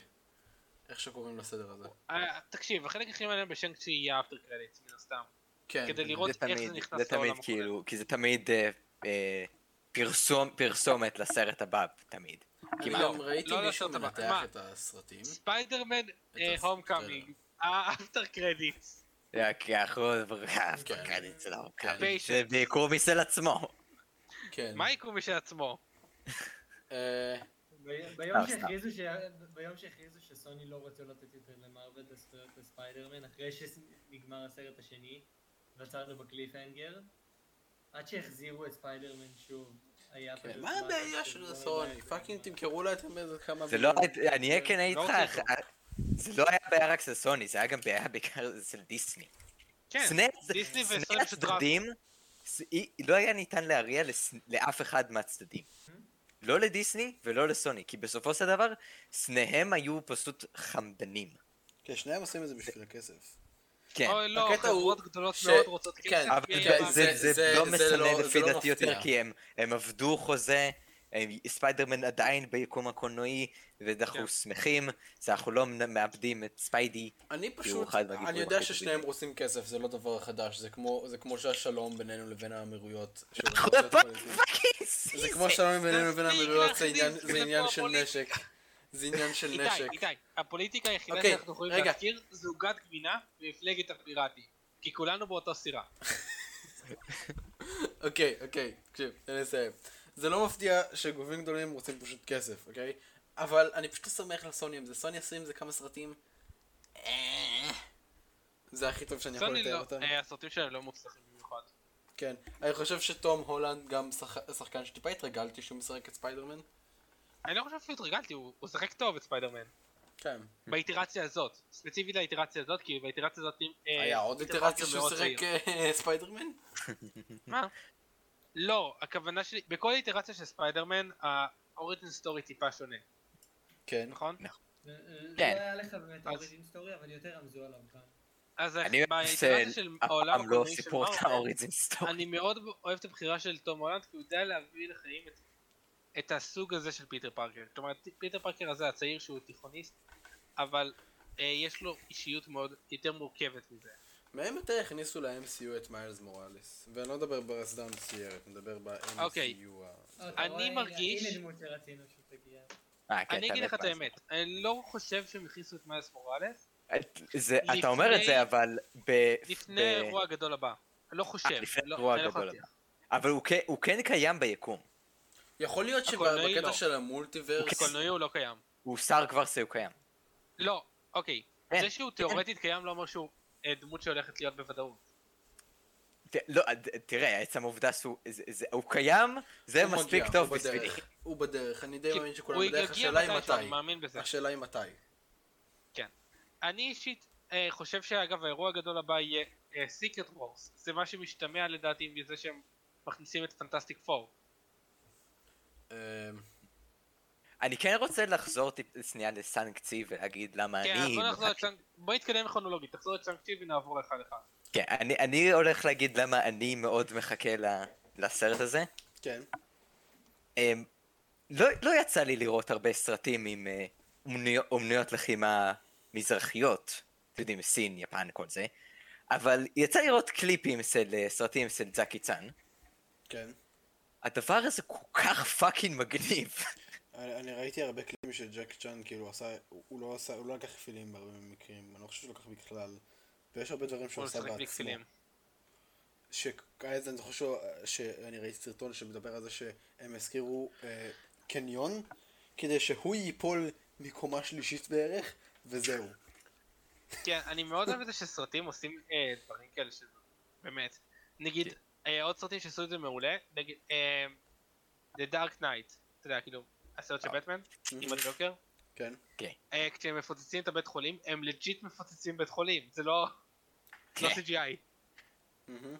Speaker 2: איך שקוראים לסדר הזה.
Speaker 4: אה, תקשיב, החלק הכי מעניין בשנק צ'י יהיה אפטר קרדיט, מן הסתם.
Speaker 3: Mm-hmm.
Speaker 2: כן.
Speaker 4: כדי לראות
Speaker 3: זה
Speaker 4: איך זה
Speaker 3: תמיד,
Speaker 4: נכנס
Speaker 3: זה
Speaker 4: לעולם הקודם.
Speaker 3: תמיד כאילו, כי זה תמיד אה, אה, פרסום, פרסומת לסרט הבא, תמיד.
Speaker 2: אני
Speaker 3: כמעט.
Speaker 2: גם ראיתי
Speaker 4: לא
Speaker 2: מישהו
Speaker 4: לעשות, אבל-
Speaker 2: מנתח
Speaker 4: מה?
Speaker 2: את הסרטים.
Speaker 4: ספיידרמן אה,
Speaker 2: הס-
Speaker 4: הום קאמינג,
Speaker 3: כן.
Speaker 4: האפטר קרדיט.
Speaker 3: אה, כי אנחנו ברחב,
Speaker 2: כן.
Speaker 3: קרדיט זה לא
Speaker 2: כן.
Speaker 3: קרדיט, זה בעיקור מסל עצמו.
Speaker 2: כן.
Speaker 4: מה יקרו משל עצמו?
Speaker 2: אה,
Speaker 5: ב-
Speaker 3: אה,
Speaker 5: ביום
Speaker 3: סתם.
Speaker 5: שהכריזו ש- ביום שהכריזו שסוני לא רוצה לתת יותר למרוויל את הזכויות לספיידרמן, אחרי שנגמר הסרט השני, ועצרנו בקליפהנגר, עד שהחזירו את ספיידרמן שוב, היה
Speaker 2: כן,
Speaker 5: פשוט
Speaker 2: מה
Speaker 5: משהו
Speaker 2: הבעיה
Speaker 5: שלא
Speaker 2: של
Speaker 5: יודע
Speaker 2: סוני?
Speaker 5: איך
Speaker 2: פאקינג
Speaker 5: נגמר.
Speaker 2: תמכרו לה את איזה כמה...
Speaker 3: זה לא,
Speaker 2: מיליון.
Speaker 3: אני אהיה כן
Speaker 4: לא
Speaker 3: איתך,
Speaker 4: רוצה אותו.
Speaker 3: אה, זה לא היה בעיה רק של סוני, זה היה גם בעיה בעיקר של דיסני.
Speaker 4: כן,
Speaker 3: שני-
Speaker 4: דיסני
Speaker 3: שני
Speaker 4: וסוני פשוט רצו.
Speaker 3: הצדדים, ס- אי- לא היה ניתן להריע לס- לאף אחד מהצדדים. לא לדיסני ולא לסוני, כי בסופו של דבר, שניהם היו פשוט חמדנים.
Speaker 2: כן, שניהם עושים את זה בשביל הכסף.
Speaker 3: כן.
Speaker 4: אוי לא,
Speaker 2: הקטע הוא
Speaker 4: חברות גדולות
Speaker 2: ש-
Speaker 4: מאוד רוצות
Speaker 2: כן,
Speaker 4: כסף.
Speaker 2: אבל
Speaker 3: אבל
Speaker 4: ויהיה
Speaker 2: כן,
Speaker 4: לה-
Speaker 3: זה, זה,
Speaker 2: זה-
Speaker 3: לא
Speaker 2: זה
Speaker 3: משנה
Speaker 2: לא- זה
Speaker 3: לפי
Speaker 2: לא
Speaker 3: דעתי יותר,
Speaker 2: מפתיע.
Speaker 3: כי הם, הם עבדו חוזה, הם, ספיידרמן עדיין ביקום הקולנועי, ואנחנו
Speaker 4: כן.
Speaker 3: שמחים, שאנחנו לא מנ- מאבדים את ספיידי.
Speaker 2: אני פשוט,
Speaker 3: אחד מהגיבורים
Speaker 2: אני יודע
Speaker 3: הכי
Speaker 2: ששניהם
Speaker 3: טובים.
Speaker 2: רוצים כסף, זה לא דבר חדש, זה כמו- זה כמו שהשלום בינינו לבין האמירויות. שהוא-
Speaker 3: אנחנו בפאקינג
Speaker 2: זה
Speaker 3: סיזם.
Speaker 2: כמו שלום בינינו לבין
Speaker 4: תפסיק
Speaker 2: האמירויות, זה
Speaker 4: להכניס
Speaker 2: עניין-
Speaker 4: את
Speaker 2: זה עניין
Speaker 4: זה
Speaker 2: של
Speaker 4: פה
Speaker 2: נשק. זה עניין של
Speaker 4: איתי,
Speaker 2: נשק.
Speaker 4: איתי, הפוליטיקה היחידה
Speaker 2: אוקיי,
Speaker 4: שאנחנו יכולים
Speaker 2: רגע.
Speaker 4: להזכיר זה עוגת גבינה ומפלגת הפיראטי. כי כולנו באותה סירה.
Speaker 2: אוקיי, אוקיי, תקשיב, אני אסיים. זה לא מפתיע שגופים גדולים רוצים פשוט כסף, אוקיי? אבל אני פשוט לא סומך לסוני עם זה. סוני עשו עם זה כמה סרטים. אה, זה הכי טוב שאני יכול
Speaker 4: סוני
Speaker 2: לתאר
Speaker 4: לא,
Speaker 2: אותם.
Speaker 4: אה, הסרטים שלהם לא מוצלחים במיוחד.
Speaker 2: כן. אני חושב שתום הולנד גם שח- שחקן שטיפה התרגלתי שהוא משחק את ספיידרמן.
Speaker 4: אני לא חושב אפילו התרגלתי, הוא הוא שיחק טוב את ספיידרמן.
Speaker 2: כן.
Speaker 4: באיטרציה הזאת. ספציפית לאיטרציה הזאת, כי באיטרציה הזאת... אה,
Speaker 2: היה עוד
Speaker 4: ספיידרמן
Speaker 2: איטרציה
Speaker 4: מאוד
Speaker 2: שהוא
Speaker 4: צעיר.
Speaker 2: שיחק אה, ספיידרמן?
Speaker 4: מה? לא, הכוונה שלי, בכל איטרציה של ספיידרמן, האוריג'ין סטורי טיפה שונה,
Speaker 2: כן.
Speaker 4: נכון?
Speaker 5: אה, אה, לא
Speaker 3: כן.
Speaker 5: היה לך באמת
Speaker 4: אז-
Speaker 5: אוריג'ין סטורי, אבל יותר רמזו אה, עליו כאן.
Speaker 4: אז
Speaker 3: אני
Speaker 4: באיטרציה
Speaker 3: מנסה,
Speaker 4: של
Speaker 3: אף
Speaker 4: העולם
Speaker 3: פעם לא
Speaker 4: הקולנועי של
Speaker 3: סיפור את
Speaker 4: מארוול,
Speaker 3: האוריג'ין סטורי.
Speaker 4: אני מאוד אוהב את הבחירה של תום הולנד, כי הוא יודע להביא לחיים את, את הסוג הזה של פיטר פארקר. כלומר, פיטר פארקר הזה הצעיר שהוא תיכוניסט, אבל אה, יש לו אישיות מאוד יותר מורכבת מזה.
Speaker 2: מהם מתי הכניסו ל-MCU את מיילס מוראליס? ואני לא מדבר ברסדה המסוירת, אני מדבר
Speaker 4: אוקיי.
Speaker 2: ב-MCU ה...
Speaker 5: אה, אתה
Speaker 4: אני
Speaker 5: רואה, הנה-
Speaker 4: מרגיש-
Speaker 5: הנה דמות שרצינו שתגיע.
Speaker 3: אה, כן,
Speaker 4: אני
Speaker 3: אתה
Speaker 4: אגיד לך את
Speaker 3: באמת
Speaker 4: האמת, אני לא חושב שהם הכניסו את מיילס מוראלס
Speaker 3: את- זה- אתה אומר את
Speaker 4: לפני-
Speaker 3: זה, אבל... ב-
Speaker 4: לפני
Speaker 3: ב-
Speaker 4: האירוע הגדול הבא. אני לא חושב.
Speaker 3: אה, לפני
Speaker 4: לא-
Speaker 3: האירוע
Speaker 4: אני לא יכול
Speaker 3: הגדול
Speaker 4: להבטיח.
Speaker 3: אבל הוא כן- הוא כן קיים ביקום.
Speaker 2: יכול להיות
Speaker 4: הקולנועי
Speaker 2: שבקטע
Speaker 4: לא.
Speaker 2: של המולטיברס...
Speaker 4: הקולנועי הוא לא קיים.
Speaker 3: הוא שר כבר שהוא קיים.
Speaker 4: לא, אוקיי.
Speaker 3: כן,
Speaker 4: זה שהוא תיאורטית קיים לא אומר שהוא אה, דמות שהולכת להיות בוודאות.
Speaker 3: ת- לא, ת- תראה, עצם העובדה שהוא זה- זה- הוא קיים, זה
Speaker 2: הוא מגיע,
Speaker 3: מספיק
Speaker 2: הוא
Speaker 3: טוב
Speaker 2: בדרך,
Speaker 3: בשבילי.
Speaker 2: הוא בדרך, אני די
Speaker 4: כי
Speaker 2: מאמין
Speaker 4: הוא
Speaker 2: שכולם בדרך,
Speaker 4: יגיע
Speaker 2: השאלה היא
Speaker 4: מתישהו, אני
Speaker 2: מתי.
Speaker 4: מאמין בזה.
Speaker 2: השאלה היא מתי.
Speaker 4: אני אישית אה, חושב שאגב האירוע הגדול הבא יהיה סיקרט וורס. זה מה שמשתמע לדעתי מזה
Speaker 2: אמ,
Speaker 4: שהם מכניסים את פנטסטיק פור.
Speaker 2: אה,
Speaker 3: אני כן רוצה לחזור טיפ- שנייה לסנקצי ולהגיד למה
Speaker 4: כן, אז
Speaker 3: אני...
Speaker 4: בוא נחזור
Speaker 3: מחכה-
Speaker 4: לצ'אנק... בוא נתקדם כרונולוגית, תחזור לצ'אנקצ'י ונעבור לאחד אחד.
Speaker 3: כן, אני, אני הולך להגיד למה אני מאוד מחכה ל, לסרט הזה.
Speaker 2: כן.
Speaker 3: אמ, לא, לא יצא לי לראות הרבה סרטים עם אה, אומנויות, אומנויות לחימה מזרחיות, אתם יודעים, סין, יפן, כל זה, אבל יצא לי לראות קליפים של אה, סרטים של זקי צאן.
Speaker 2: כן.
Speaker 3: הדבר הזה כל כך פאקינג מגניב.
Speaker 2: אני, אני ראיתי הרבה קליפים של ג'ק צ'אן, כאילו, הוא עשה, הוא, הוא לא עשה, הוא לא לקח פילים בהרבה מקרים, אני לא חושב שהוא לקח בכלל, ויש הרבה דברים שהוא
Speaker 4: בוא
Speaker 2: עשה
Speaker 4: נשחק בלי
Speaker 2: בעצמו.
Speaker 4: כפילים.
Speaker 2: שאז אני זוכר שהוא- שאני ראיתי סרטון שמדבר על זה שהם הזכירו אה, קניון, כדי שהוא ייפול מקומה שלישית בערך, וזהו.
Speaker 4: כן, אני מאוד אוהב את זה שסרטים עושים אה, דברים כאלה שזה, באמת. נגיד, אה, עוד סרטים שעשו את זה מעולה, נגיד, אה, The Dark Knight, אתה יודע, כאילו, הסרט של בטמן, עם הג'וקר,
Speaker 2: כן.
Speaker 4: אה, כשהם מפוצצים את הבית חולים, הם לג'יט מפוצצים בית חולים, זה לא זה לא
Speaker 3: כן.
Speaker 4: CGI.
Speaker 2: מהמם.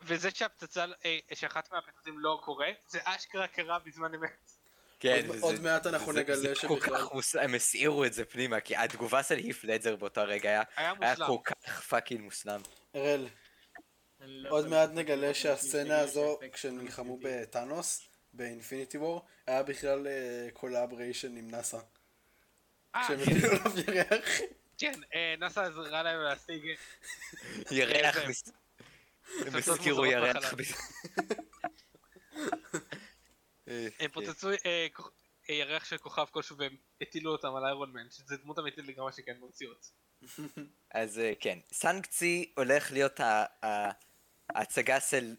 Speaker 4: וזה שהפצצה, אה, שאחת מהפצצים לא קורה, זה אשכרה קרה בזמן אמת.
Speaker 2: עוד- עוד מעט אנחנו
Speaker 3: כן, זה-
Speaker 2: נגלה
Speaker 3: זה כל
Speaker 2: שבכלל-
Speaker 3: כך מוס... הם הסעירו את זה פנימה, כי התגובה של היף לדזר באותו רגע היה,
Speaker 4: היה
Speaker 3: היה
Speaker 4: מושלם.
Speaker 3: כל כך פאקינג מושלם.
Speaker 2: אראל,
Speaker 5: אני לא
Speaker 2: עוד
Speaker 5: יכול-
Speaker 2: מעט נגלה שהסצנה
Speaker 5: יש
Speaker 2: הזו,
Speaker 5: אפקט
Speaker 2: כשהם נלחמו
Speaker 5: אמיתי.
Speaker 2: בטאנוס, באינפיניטי וור, היה בכלל קולאבריישן עם נאסא.
Speaker 4: אה,
Speaker 2: כשהם הביאו עליו ירח.
Speaker 4: כן, אה, נאסא עזרה להם להשיג,
Speaker 3: ירח
Speaker 4: איזה-
Speaker 3: מס... הם
Speaker 4: פצצות
Speaker 3: הזכירו
Speaker 4: מוזרות
Speaker 3: ירח.
Speaker 4: בחלל.
Speaker 3: ב-
Speaker 4: הם פוצצו אה, כוכ- אה, ירח של כוכב כלשהו והם הטילו אותם על איירון מן, שזה דמות אמיתית לגמרי שכן במציאות.
Speaker 3: אז אה, כן, סנקצי הולך להיות ה- ה- ההצגה של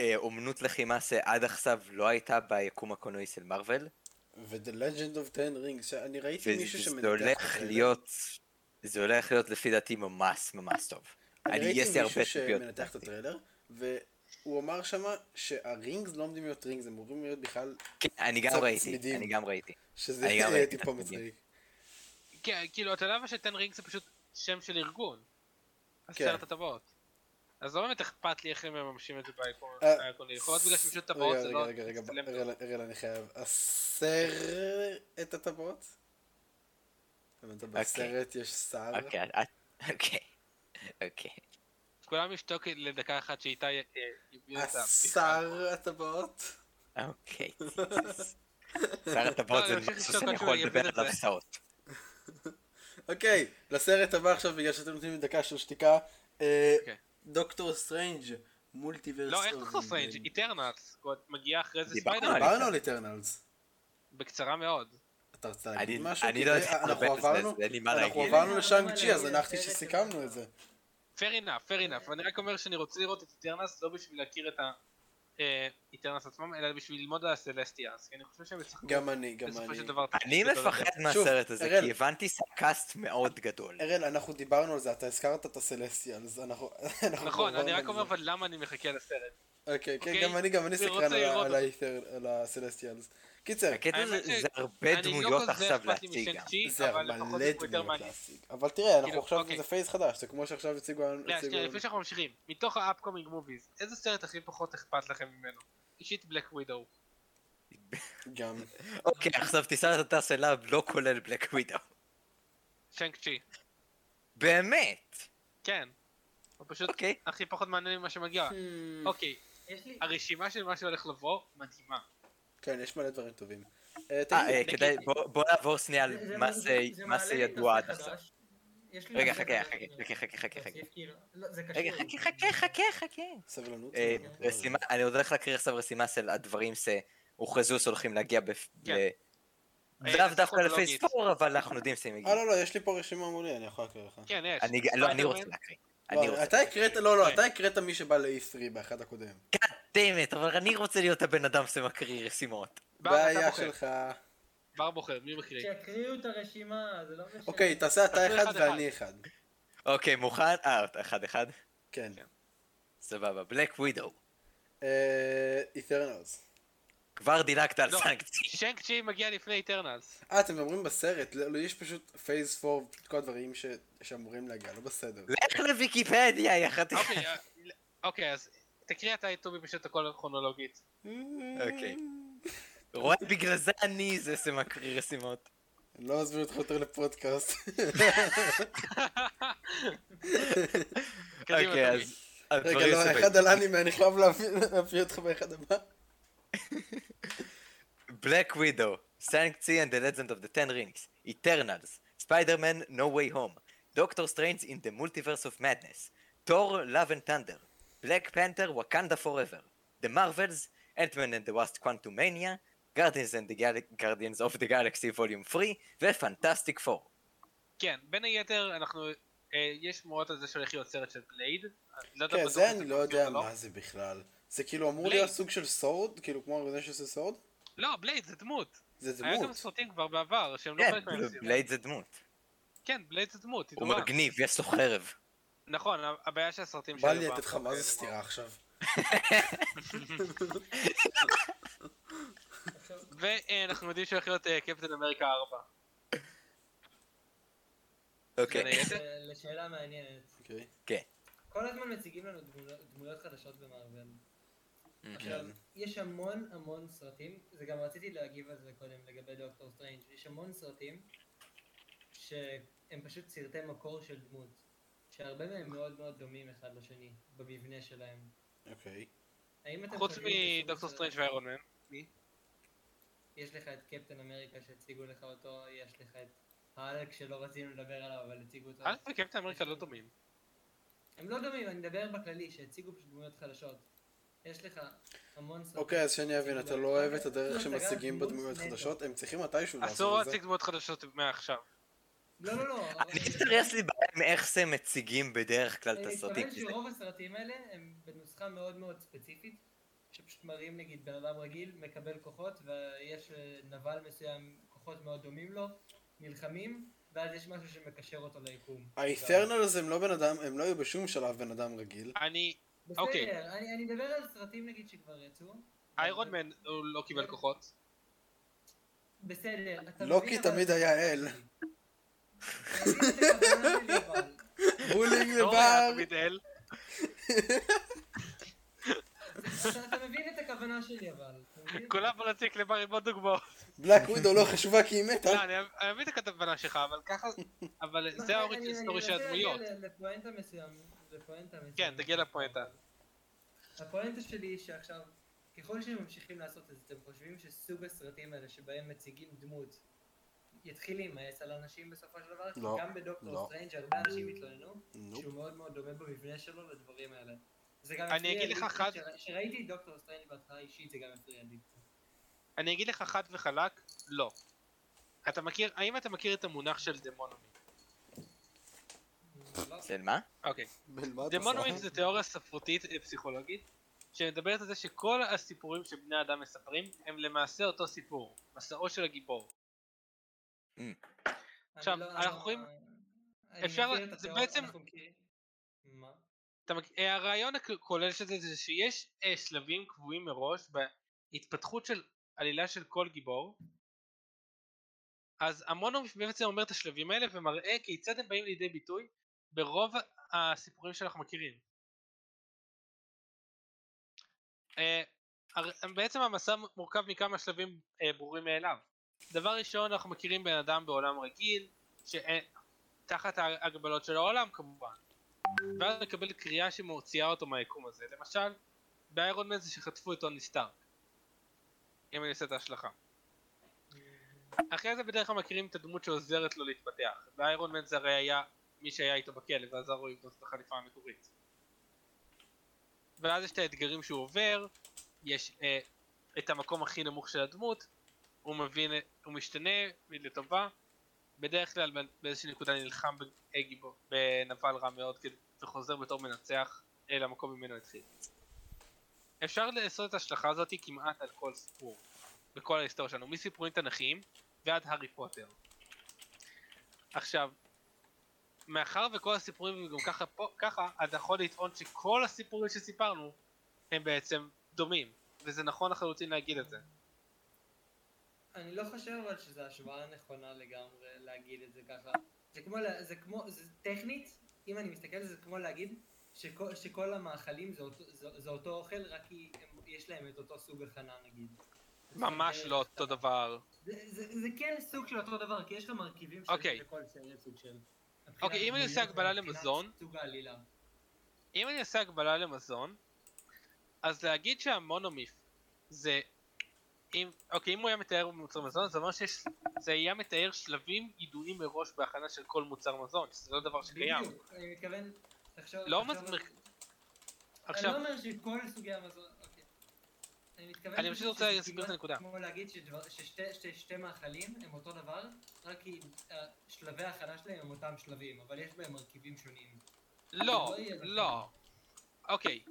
Speaker 3: אה, אומנות לחימה שעד עכשיו לא הייתה ביקום הקולנועי של מארוול.
Speaker 2: ו-The Legend of 10 Rings, שאני ראיתי מישהו
Speaker 3: וזה
Speaker 2: שמנתח
Speaker 3: הולך
Speaker 2: את זה.
Speaker 3: להיות, זה הולך להיות לפי דעתי ממש ממש טוב.
Speaker 2: אני
Speaker 3: אני, יש לי
Speaker 2: ראיתי
Speaker 3: הרבה
Speaker 2: מישהו
Speaker 3: ציפיות.
Speaker 2: שמנתח את הטריילר, והוא אמר שמה שהרינגס לא עומדים להיות רינגס, הם אמורים להיות בכלל,
Speaker 3: כן, אני גם
Speaker 2: קצת
Speaker 3: ראיתי,
Speaker 2: צמידים.
Speaker 3: אני גם ראיתי.
Speaker 2: שזה
Speaker 3: אני
Speaker 2: יהיה
Speaker 3: גם ראיתי
Speaker 2: טיפה
Speaker 3: את זה.
Speaker 2: מצחיק.
Speaker 4: כן, כאילו, אתה יודע מה שטן רינג זה פשוט שם של ארגון.
Speaker 2: כן.
Speaker 4: עשרת הטבעות. אז לא באמת אכפת לי איך הם מממשים את זה ביקום
Speaker 2: אה,
Speaker 4: הקולנועי. יכול להיות בגלל שפשוט טבעות זה לא...
Speaker 2: רגע, רגע, רגע,
Speaker 4: מצטלם.
Speaker 2: אראל, אראל, אני חייב. הסר את הטבעות? הבנת, בסרט יש שר.
Speaker 3: אוקיי, את- אוקיי, אוקיי.
Speaker 4: כולם ישתוק לדקה אחת שאיתי אה, יביאו את ה...
Speaker 2: השר הטבעות?
Speaker 3: אוקיי. שר הטבעות
Speaker 4: לא,
Speaker 3: זה
Speaker 4: אני ממשיך
Speaker 3: משהו
Speaker 4: לשתוק
Speaker 3: שאני
Speaker 4: עד שהוא
Speaker 3: יכול
Speaker 4: יגיד
Speaker 3: לדבר
Speaker 4: את
Speaker 3: עליו
Speaker 4: זה.
Speaker 3: שעות.
Speaker 2: אוקיי, לסרט הבא עכשיו, בגלל שאתם נותנים לי דקה של שתיקה. אה,
Speaker 4: אוקיי.
Speaker 2: דוקטור סטרנג' מולטיברס.
Speaker 4: לא, איך
Speaker 2: of
Speaker 4: דוקטור
Speaker 2: the
Speaker 4: סטרנג'?
Speaker 3: אוקיי.
Speaker 2: Man.
Speaker 4: איטרנלס מגיע אחרי זה
Speaker 3: דיברנו
Speaker 4: ספיידרמן.
Speaker 3: על-
Speaker 2: דיברנו על איטרנלס.
Speaker 4: בקצרה מאוד.
Speaker 2: אתה רוצה
Speaker 3: אני
Speaker 2: להגיד משהו?
Speaker 3: אני
Speaker 2: כי
Speaker 3: לא
Speaker 2: זה-
Speaker 3: יודע
Speaker 2: אנחנו
Speaker 3: לדבר על זה,
Speaker 2: עברנו-
Speaker 3: אז אין לי מה
Speaker 2: אנחנו
Speaker 3: להגיד.
Speaker 2: עברנו לשאנג צ'י, אז
Speaker 5: אבל
Speaker 2: הנחתי
Speaker 5: הסרט
Speaker 2: שסיכמנו
Speaker 5: הזה-
Speaker 2: לא את זה.
Speaker 4: fair enough, fair enough.
Speaker 3: אה.
Speaker 4: אני רק אומר שאני רוצה לראות את איטרנס לא בשביל להכיר את האיטרנס עצמם, אלא בשביל ללמוד על הסלסטיאנס, כי אני חושב שהם ישחקו
Speaker 2: גם אני, גם
Speaker 4: בסופו
Speaker 2: אני.
Speaker 4: של דבר.
Speaker 3: אני
Speaker 4: תפקיד גדול יותר.
Speaker 3: מפחד מהסרט הזה,
Speaker 2: אראל.
Speaker 3: כי הבנתי סרקסט מאוד גדול.
Speaker 2: אראל, אנחנו דיברנו על זה, אתה הזכרת את הסלסטיאלס, אנחנו... אנחנו
Speaker 4: נכון,
Speaker 2: עברנו
Speaker 4: אני רק
Speaker 2: על
Speaker 4: אומר
Speaker 2: זה.
Speaker 4: אבל למה אני מחכה לסרט.
Speaker 2: אוקיי, כן,
Speaker 4: אוקיי,
Speaker 2: גם אני, גם אני
Speaker 4: אני
Speaker 2: סקרן
Speaker 4: רוצה
Speaker 2: על ה-
Speaker 4: לראות
Speaker 2: על
Speaker 4: אותו. אוקיי,
Speaker 2: האיתר- על הסלסטיאלס. קיצר,
Speaker 3: הקטע זה
Speaker 4: האמת ש- לא
Speaker 3: זה הרבה דמויות עכשיו להציג גם.
Speaker 2: זה
Speaker 4: אבל
Speaker 2: מלא
Speaker 4: לפחות הוא יותר
Speaker 2: דמויות
Speaker 4: מעניין.
Speaker 2: להשיג. אבל תראה, אנחנו
Speaker 4: כאילו,
Speaker 2: עכשיו,
Speaker 4: אוקיי. לא,
Speaker 2: זה פייס חדש, זה כמו שעכשיו הציגו...
Speaker 4: שנייה,
Speaker 2: הציגו-
Speaker 4: שנייה, לפני שאנחנו ממשיכים, מתוך ה-upcoming movies, איזה סרט הכי פחות אכפת לכם ממנו? אישית בלק ווידו.
Speaker 2: גם.
Speaker 3: אוקיי, עכשיו טיסת הטס אליו לא כולל בלק ווידאו.
Speaker 4: צ'נק צ'י.
Speaker 3: באמת!
Speaker 4: כן. הוא פשוט
Speaker 3: אוקיי.
Speaker 4: הכי פחות מעניין ממה שמגיע. אוקיי,
Speaker 5: יש לי-
Speaker 4: הרשימה של מה שהולך לבוא, מדהימה.
Speaker 2: כן, יש מלא דברים טובים. אה,
Speaker 3: אה,
Speaker 2: תגיד,
Speaker 3: אה, כדאי, בוא בוא נעבור שנייה
Speaker 5: זה- זה-
Speaker 3: על מה
Speaker 5: זה-
Speaker 3: זה-
Speaker 5: זה
Speaker 3: מה
Speaker 5: מעלה
Speaker 3: זה
Speaker 5: לי
Speaker 3: ידוע עד
Speaker 5: נושא
Speaker 3: עכשיו.
Speaker 5: חדש. יש לי
Speaker 3: רגע,
Speaker 5: נושא
Speaker 3: חכה,
Speaker 5: חדש
Speaker 3: חכה,
Speaker 5: שאני
Speaker 3: חכה, חכה, חכה,
Speaker 5: רוצה
Speaker 3: חכה.
Speaker 5: להוסיף, כאילו, לא, זה קשור.
Speaker 3: רגע, חכה, חכה, חכה, חכה.
Speaker 2: סבלנות.
Speaker 3: אה,
Speaker 2: אנחנו כבר-
Speaker 3: רשימה, אני עוד הולך להקריא עכשיו רשימה של הדברים שהוכרזו שהולכים להגיע ב...
Speaker 4: כן.
Speaker 3: ב-
Speaker 4: אה,
Speaker 3: לאו דווקא
Speaker 4: טכנולוגית.
Speaker 3: לפייס 4, אבל אנחנו יודעים שהם
Speaker 2: אה,
Speaker 3: יגיעו.
Speaker 2: לא, לא, יש לי פה רשימה מולי, אני יכול להקריא לך.
Speaker 4: כן, אוקיי. יש.
Speaker 3: אני- לא, אני
Speaker 4: ספיידרמן,
Speaker 3: רוצה להקריא. אני
Speaker 2: לא,
Speaker 3: רוצה.
Speaker 2: אתה הקראת, לא, לא, אתה הקראת מי שבא ל-E3 באחד הקודם.
Speaker 3: God damn it, אבל אני רוצה להיות הבן אדם שמקריא רשימות.
Speaker 4: בר, אתה
Speaker 2: בעיה
Speaker 4: בוחר.
Speaker 2: שלך.
Speaker 4: בר בוחר, מי מקריא?
Speaker 5: שיקריאו את הרשימה, זה לא משנה.
Speaker 2: אוקיי, תעשה אתה
Speaker 4: תעשו
Speaker 2: אחד
Speaker 4: אחד-אחד.
Speaker 2: ואני אחד.
Speaker 3: אוקיי, מוכן? אה, אחד אחד.
Speaker 2: כן.
Speaker 4: כן.
Speaker 3: סבבה, בלק ווידו.
Speaker 2: אה, איתרנלס.
Speaker 3: כבר דילגת על
Speaker 4: לא.
Speaker 3: סנקציה.
Speaker 4: שנק צ'י מגיע לפני איטרנלס.
Speaker 2: אה, אתם אומרים בסרט, לא, לא, יש פשוט פייס 4, כל הדברים ש- שאמורים להגיע, לא בסדר.
Speaker 3: לך לוויקיפדיה, יא חתיכה.
Speaker 4: אוקיי, אה, אוקיי, אז תקריא אתה את טובי פשוט הכל כרונולוגית.
Speaker 3: אוקיי. רואה, בגלל זה אני זה שמקריא רשימות.
Speaker 2: לא מזמין אותך יותר לפודקאסט.
Speaker 4: קדימה,
Speaker 3: אוקיי,
Speaker 4: תמי.
Speaker 3: אז... הדברים
Speaker 2: רגע, לא,
Speaker 3: שבאים.
Speaker 2: אחד על אנימה, אני חייב להביא- להביא אותך באחד הבא.
Speaker 3: Black Widow, Shang-Chi and the Legend of the Ten Rings, Eternals, Spider-Man No Way Home, Doctor Strange in the Multiverse of Madness, Thor Love and Thunder, Black Panther Wakanda Forever, The Marvels, Ant-Man and the Wasp Quantumania, Guardians, and the Gal- Guardians of the Galaxy Volume 3 ו-Fantastic Four.
Speaker 4: כן, בין היתר, אנחנו... אה, יש שמועות על זה שהולך להיות סרט של בלייד. לא יודע
Speaker 2: כן,
Speaker 4: בטוח
Speaker 2: זה
Speaker 4: אם
Speaker 2: אני לא
Speaker 4: קונפירם
Speaker 2: יודע
Speaker 4: או לא.
Speaker 2: מה זה בכלל. זה כאילו אמור
Speaker 4: בלי.
Speaker 2: להיות סוג של סורד? כאילו כמו ארגזיה שעושה סורד?
Speaker 4: לא, בלייד זה דמות.
Speaker 2: זה
Speaker 4: היה גם
Speaker 2: דמות.
Speaker 4: סרטים כבר בעבר, שהם לא
Speaker 3: כן,
Speaker 4: חלק מהמציאות.
Speaker 3: בלייד זה דמות.
Speaker 4: כן, בלייד זה דמות, היא
Speaker 3: הוא
Speaker 4: דומה.
Speaker 3: מגניב, יש לו חרב.
Speaker 4: נכון, הבעיה שהסרטים
Speaker 2: בא
Speaker 4: שהיו
Speaker 2: לי
Speaker 4: בעבר
Speaker 2: לתת לך מה זה
Speaker 4: כאלה,
Speaker 2: סתירה עכשיו.
Speaker 4: ואנחנו יודעים שהולך להיות אה, קפטן אמריקה 4. בין
Speaker 3: אוקיי.
Speaker 4: היתר.
Speaker 5: אה, לשאלה מעניינת.
Speaker 2: אוקיי.
Speaker 5: כל הזמן מציגים לנו דמויות- דמויות חדשות במארוול.
Speaker 3: אוקיי.
Speaker 5: עכשיו, יש המון המון סרטים, זה גם רציתי להגיב על זה קודם לגבי דוקטור סטרנג', יש המון סרטים שהם פשוט סרטי מקור של דמות, שהרבה מהם מאוד מאוד דומים אחד לשני, במבנה שלהם.
Speaker 2: אוקיי.
Speaker 5: האם אתם
Speaker 4: חוץ
Speaker 5: חושבים שזה
Speaker 4: מדוקטור
Speaker 5: סוג
Speaker 4: סטרנג'
Speaker 5: של-
Speaker 4: ואיירון מן.
Speaker 5: יש לך את קפטן אמריקה שהציגו לך אותו, יש לך את האלק שלא רצינו לדבר עליו אבל הציגו אותו.
Speaker 3: אה?
Speaker 4: א' וקפטן אמריקה לא דומים.
Speaker 5: הם לא דומים, אני מדבר בכללי, שהציגו פשוט דמויות חדשות. יש לך המון סרטים.
Speaker 2: אוקיי, אז שאני אבין, אתה לא אוהב את הדרך
Speaker 5: אתה גם
Speaker 2: שמציגים
Speaker 5: דמות
Speaker 2: בדמויות
Speaker 5: נטו.
Speaker 2: חדשות? הם צריכים מתישהו
Speaker 4: אסור
Speaker 2: לעשות את זה.
Speaker 4: להציג דמויות חדשות מעכשיו.
Speaker 5: לא, לא, לא.
Speaker 3: אני חושב שיש לי בעיה עם איך שהם מציגים בדרך כלל את הסרטים.
Speaker 5: אני
Speaker 3: כי
Speaker 5: מתכוון
Speaker 3: זה-
Speaker 5: אה, שרוב הסרטים האלה הם בנוסחה מאוד מאוד ספציפית, שפשוט מראים נגיד בן אדם רגיל, מקבל כוחות, ויש אה, נבל מסוים, כוחות מאוד דומים לו, נלחמים, ואז יש משהו שמקשר אותו ליקום.
Speaker 2: האיתרנלס הם לא בן אדם, הם לא היו בשום שלב בן אדם רגיל.
Speaker 4: אני, אוקיי.
Speaker 5: בסדר, אני אני מדבר על סרטים נגיד שכבר יצאו.
Speaker 4: איירון מן הוא לא
Speaker 2: אה,
Speaker 4: קיבל כוחות.
Speaker 5: בסדר, אתה
Speaker 2: לא
Speaker 5: מבין,
Speaker 2: כי
Speaker 5: אבל-
Speaker 2: תמיד היה אל.
Speaker 5: אתה מבין את הכוונה שלי, אבל.
Speaker 2: בולינג
Speaker 4: לא היה
Speaker 2: לבר!
Speaker 4: תמיד אל.
Speaker 5: אתה- אתה מבין את הכוונה שלי אבל. אתה מבין?
Speaker 4: כולם פה נציג לבר עם עוד דוגמאות.
Speaker 2: בלק ווידו לא חשובה כי היא מתה.
Speaker 4: לא, אני אני מבין את הכוונה שלך, אבל ככה... אבל
Speaker 5: מה,
Speaker 4: זה
Speaker 5: לא, אני-
Speaker 4: האוריג'ין
Speaker 5: אני-
Speaker 4: סטורי של הדמויות.
Speaker 5: אני מנסה להגיע ל- לפואנטה מסוים. לפואנטה מסוים.
Speaker 4: כן, תגיע לפואנטה.
Speaker 5: הפואנטה שלי היא שעכשיו, ככל שהם ממשיכים לעשות את זה, אתם חושבים שסוג הסרטים האלה שבהם מציגים דמות יתחיל להימאס על אנשים בסופו של דבר? כי
Speaker 2: לא,
Speaker 5: גם בדוקטור
Speaker 2: לא.
Speaker 5: סטרנג' הרבה אנשים התלוננו
Speaker 2: נו.
Speaker 5: שהוא מאוד מאוד דומה במבנה שלו לדברים האלה. זה גם
Speaker 4: אני
Speaker 5: הפריע
Speaker 4: אגיד
Speaker 5: לי,
Speaker 4: לך חד-
Speaker 5: כשרא- כשראיתי את דוקטור סטרנג' בהתחלה אישית זה גם הפריע לי.
Speaker 4: אני אגיד לך חד וחלק, לא. אתה מכיר, האם אתה מכיר את המונח של דמונומי?
Speaker 5: לא.
Speaker 3: של מה?
Speaker 4: אוקיי.
Speaker 2: בן מה אתה
Speaker 4: דמונומי
Speaker 2: עושה?
Speaker 4: זה תיאוריה ספרותית אה, פסיכולוגית שמדברת על זה שכל הסיפורים שבני אדם מספרים הם למעשה אותו סיפור, מסעו של הגיבור. עכשיו,
Speaker 5: אני לא-
Speaker 4: אנחנו יכולים-
Speaker 5: אני
Speaker 4: אפשר-
Speaker 5: מכיר את
Speaker 4: זה
Speaker 5: התיאוריה,
Speaker 4: בעצם-
Speaker 5: אנחנו מכירים. מה?
Speaker 4: אתה, מכ- אה, הרעיון הכולל של זה זה שיש אה, שלבים קבועים מראש בהתפתחות של עלילה של כל גיבור אז המונומי בעצם אומר את השלבים האלה ומראה כיצד הם באים לידי ביטוי ברוב הסיפורים שאנחנו מכירים. אה, הר- בעצם המסע מורכב מכמה שלבים אה, ברורים מאליו. דבר ראשון אנחנו מכירים בן אדם בעולם רגיל שתחת ההגבלות של העולם כמובן ואז מקבל קריאה שמוציאה אותו מהיקום הזה. למשל, באיירון מן זה שחטפו את טוני סטארק. אם אני אעשה את ההשלכה. אחרי זה בדרך כלל מכירים את הדמות שעוזרת לו להתפתח. באיירון מן זה הרי היה מי שהיה איתו בכלא ועזר לו לבנות את החליפה המקורית. ואז יש את האתגרים שהוא עובר, יש אה, את המקום הכי נמוך של הדמות, הוא מבין, הוא משתנה לטובה, בדרך כלל בא- באיזושהי נקודה נלחם בגיבור, בנבל רע מאוד כד- וחוזר בתור מנצח אל המקום ממנו התחיל. אפשר לעשות את ההשלכה הזאת כמעט על כל סיפור, בכל ההיסטוריה שלנו, מסיפורים תנכיים ועד הארי פוטר. עכשיו, מאחר וכל הסיפורים הם גם ככה, פה, ככה, אתה יכול לטעון שכל הסיפורים שסיפרנו הם בעצם דומים, וזה נכון לחלוטין להגיד את זה.
Speaker 5: אני לא חושב אבל שזו השוואה נכונה לגמרי להגיד את זה ככה. זה כמו, לה- זה כמו, זה טכנית, אם אני מסתכל על זה, זה כמו להגיד שכל, שכל המאכלים זה אותו, זה, זה אותו אוכל, רק כי הם, יש להם את אותו סוג הכנה נגיד.
Speaker 4: ממש לא אותו דבר.
Speaker 5: זה, זה, זה כן סוג של אותו דבר, כי יש לך מרכיבים שיש
Speaker 4: אוקיי.
Speaker 5: לכל סרט סוג של...
Speaker 4: אוקיי, אם אני עושה הקבלה למזון-
Speaker 5: סוג העלילה.
Speaker 4: אם אני אעשה הגבלה למזון, אז להגיד שהמונומיף זה... אם, אוקיי, אם הוא היה מתאר מוצר מזון, זה אומר שיש... זה היה מתאר שלבים ידועים מראש בהכנה של כל מוצר מזון, שזה לא דבר שקיים.
Speaker 5: בדיוק, אה, אני מתכוון... תחשוב...
Speaker 4: לא
Speaker 5: תחשוב
Speaker 4: אומר-
Speaker 5: על-
Speaker 4: עכשיו,
Speaker 5: אני לא אומר שכל סוגי המזון, אוקיי. אני מתכוון...
Speaker 4: אני פשוט רוצה
Speaker 5: שזה
Speaker 4: להסביר את
Speaker 5: כמעט
Speaker 4: הנקודה.
Speaker 5: כמו להגיד שדבר- ששתי שתי- שתי מאכלים הם אותו דבר, רק כי אה, שלבי ההכנה שלהם הם אותם שלבים, אבל יש בהם מרכיבים שונים.
Speaker 4: לא,
Speaker 5: לא יהיה לך.
Speaker 4: לא. אוקיי.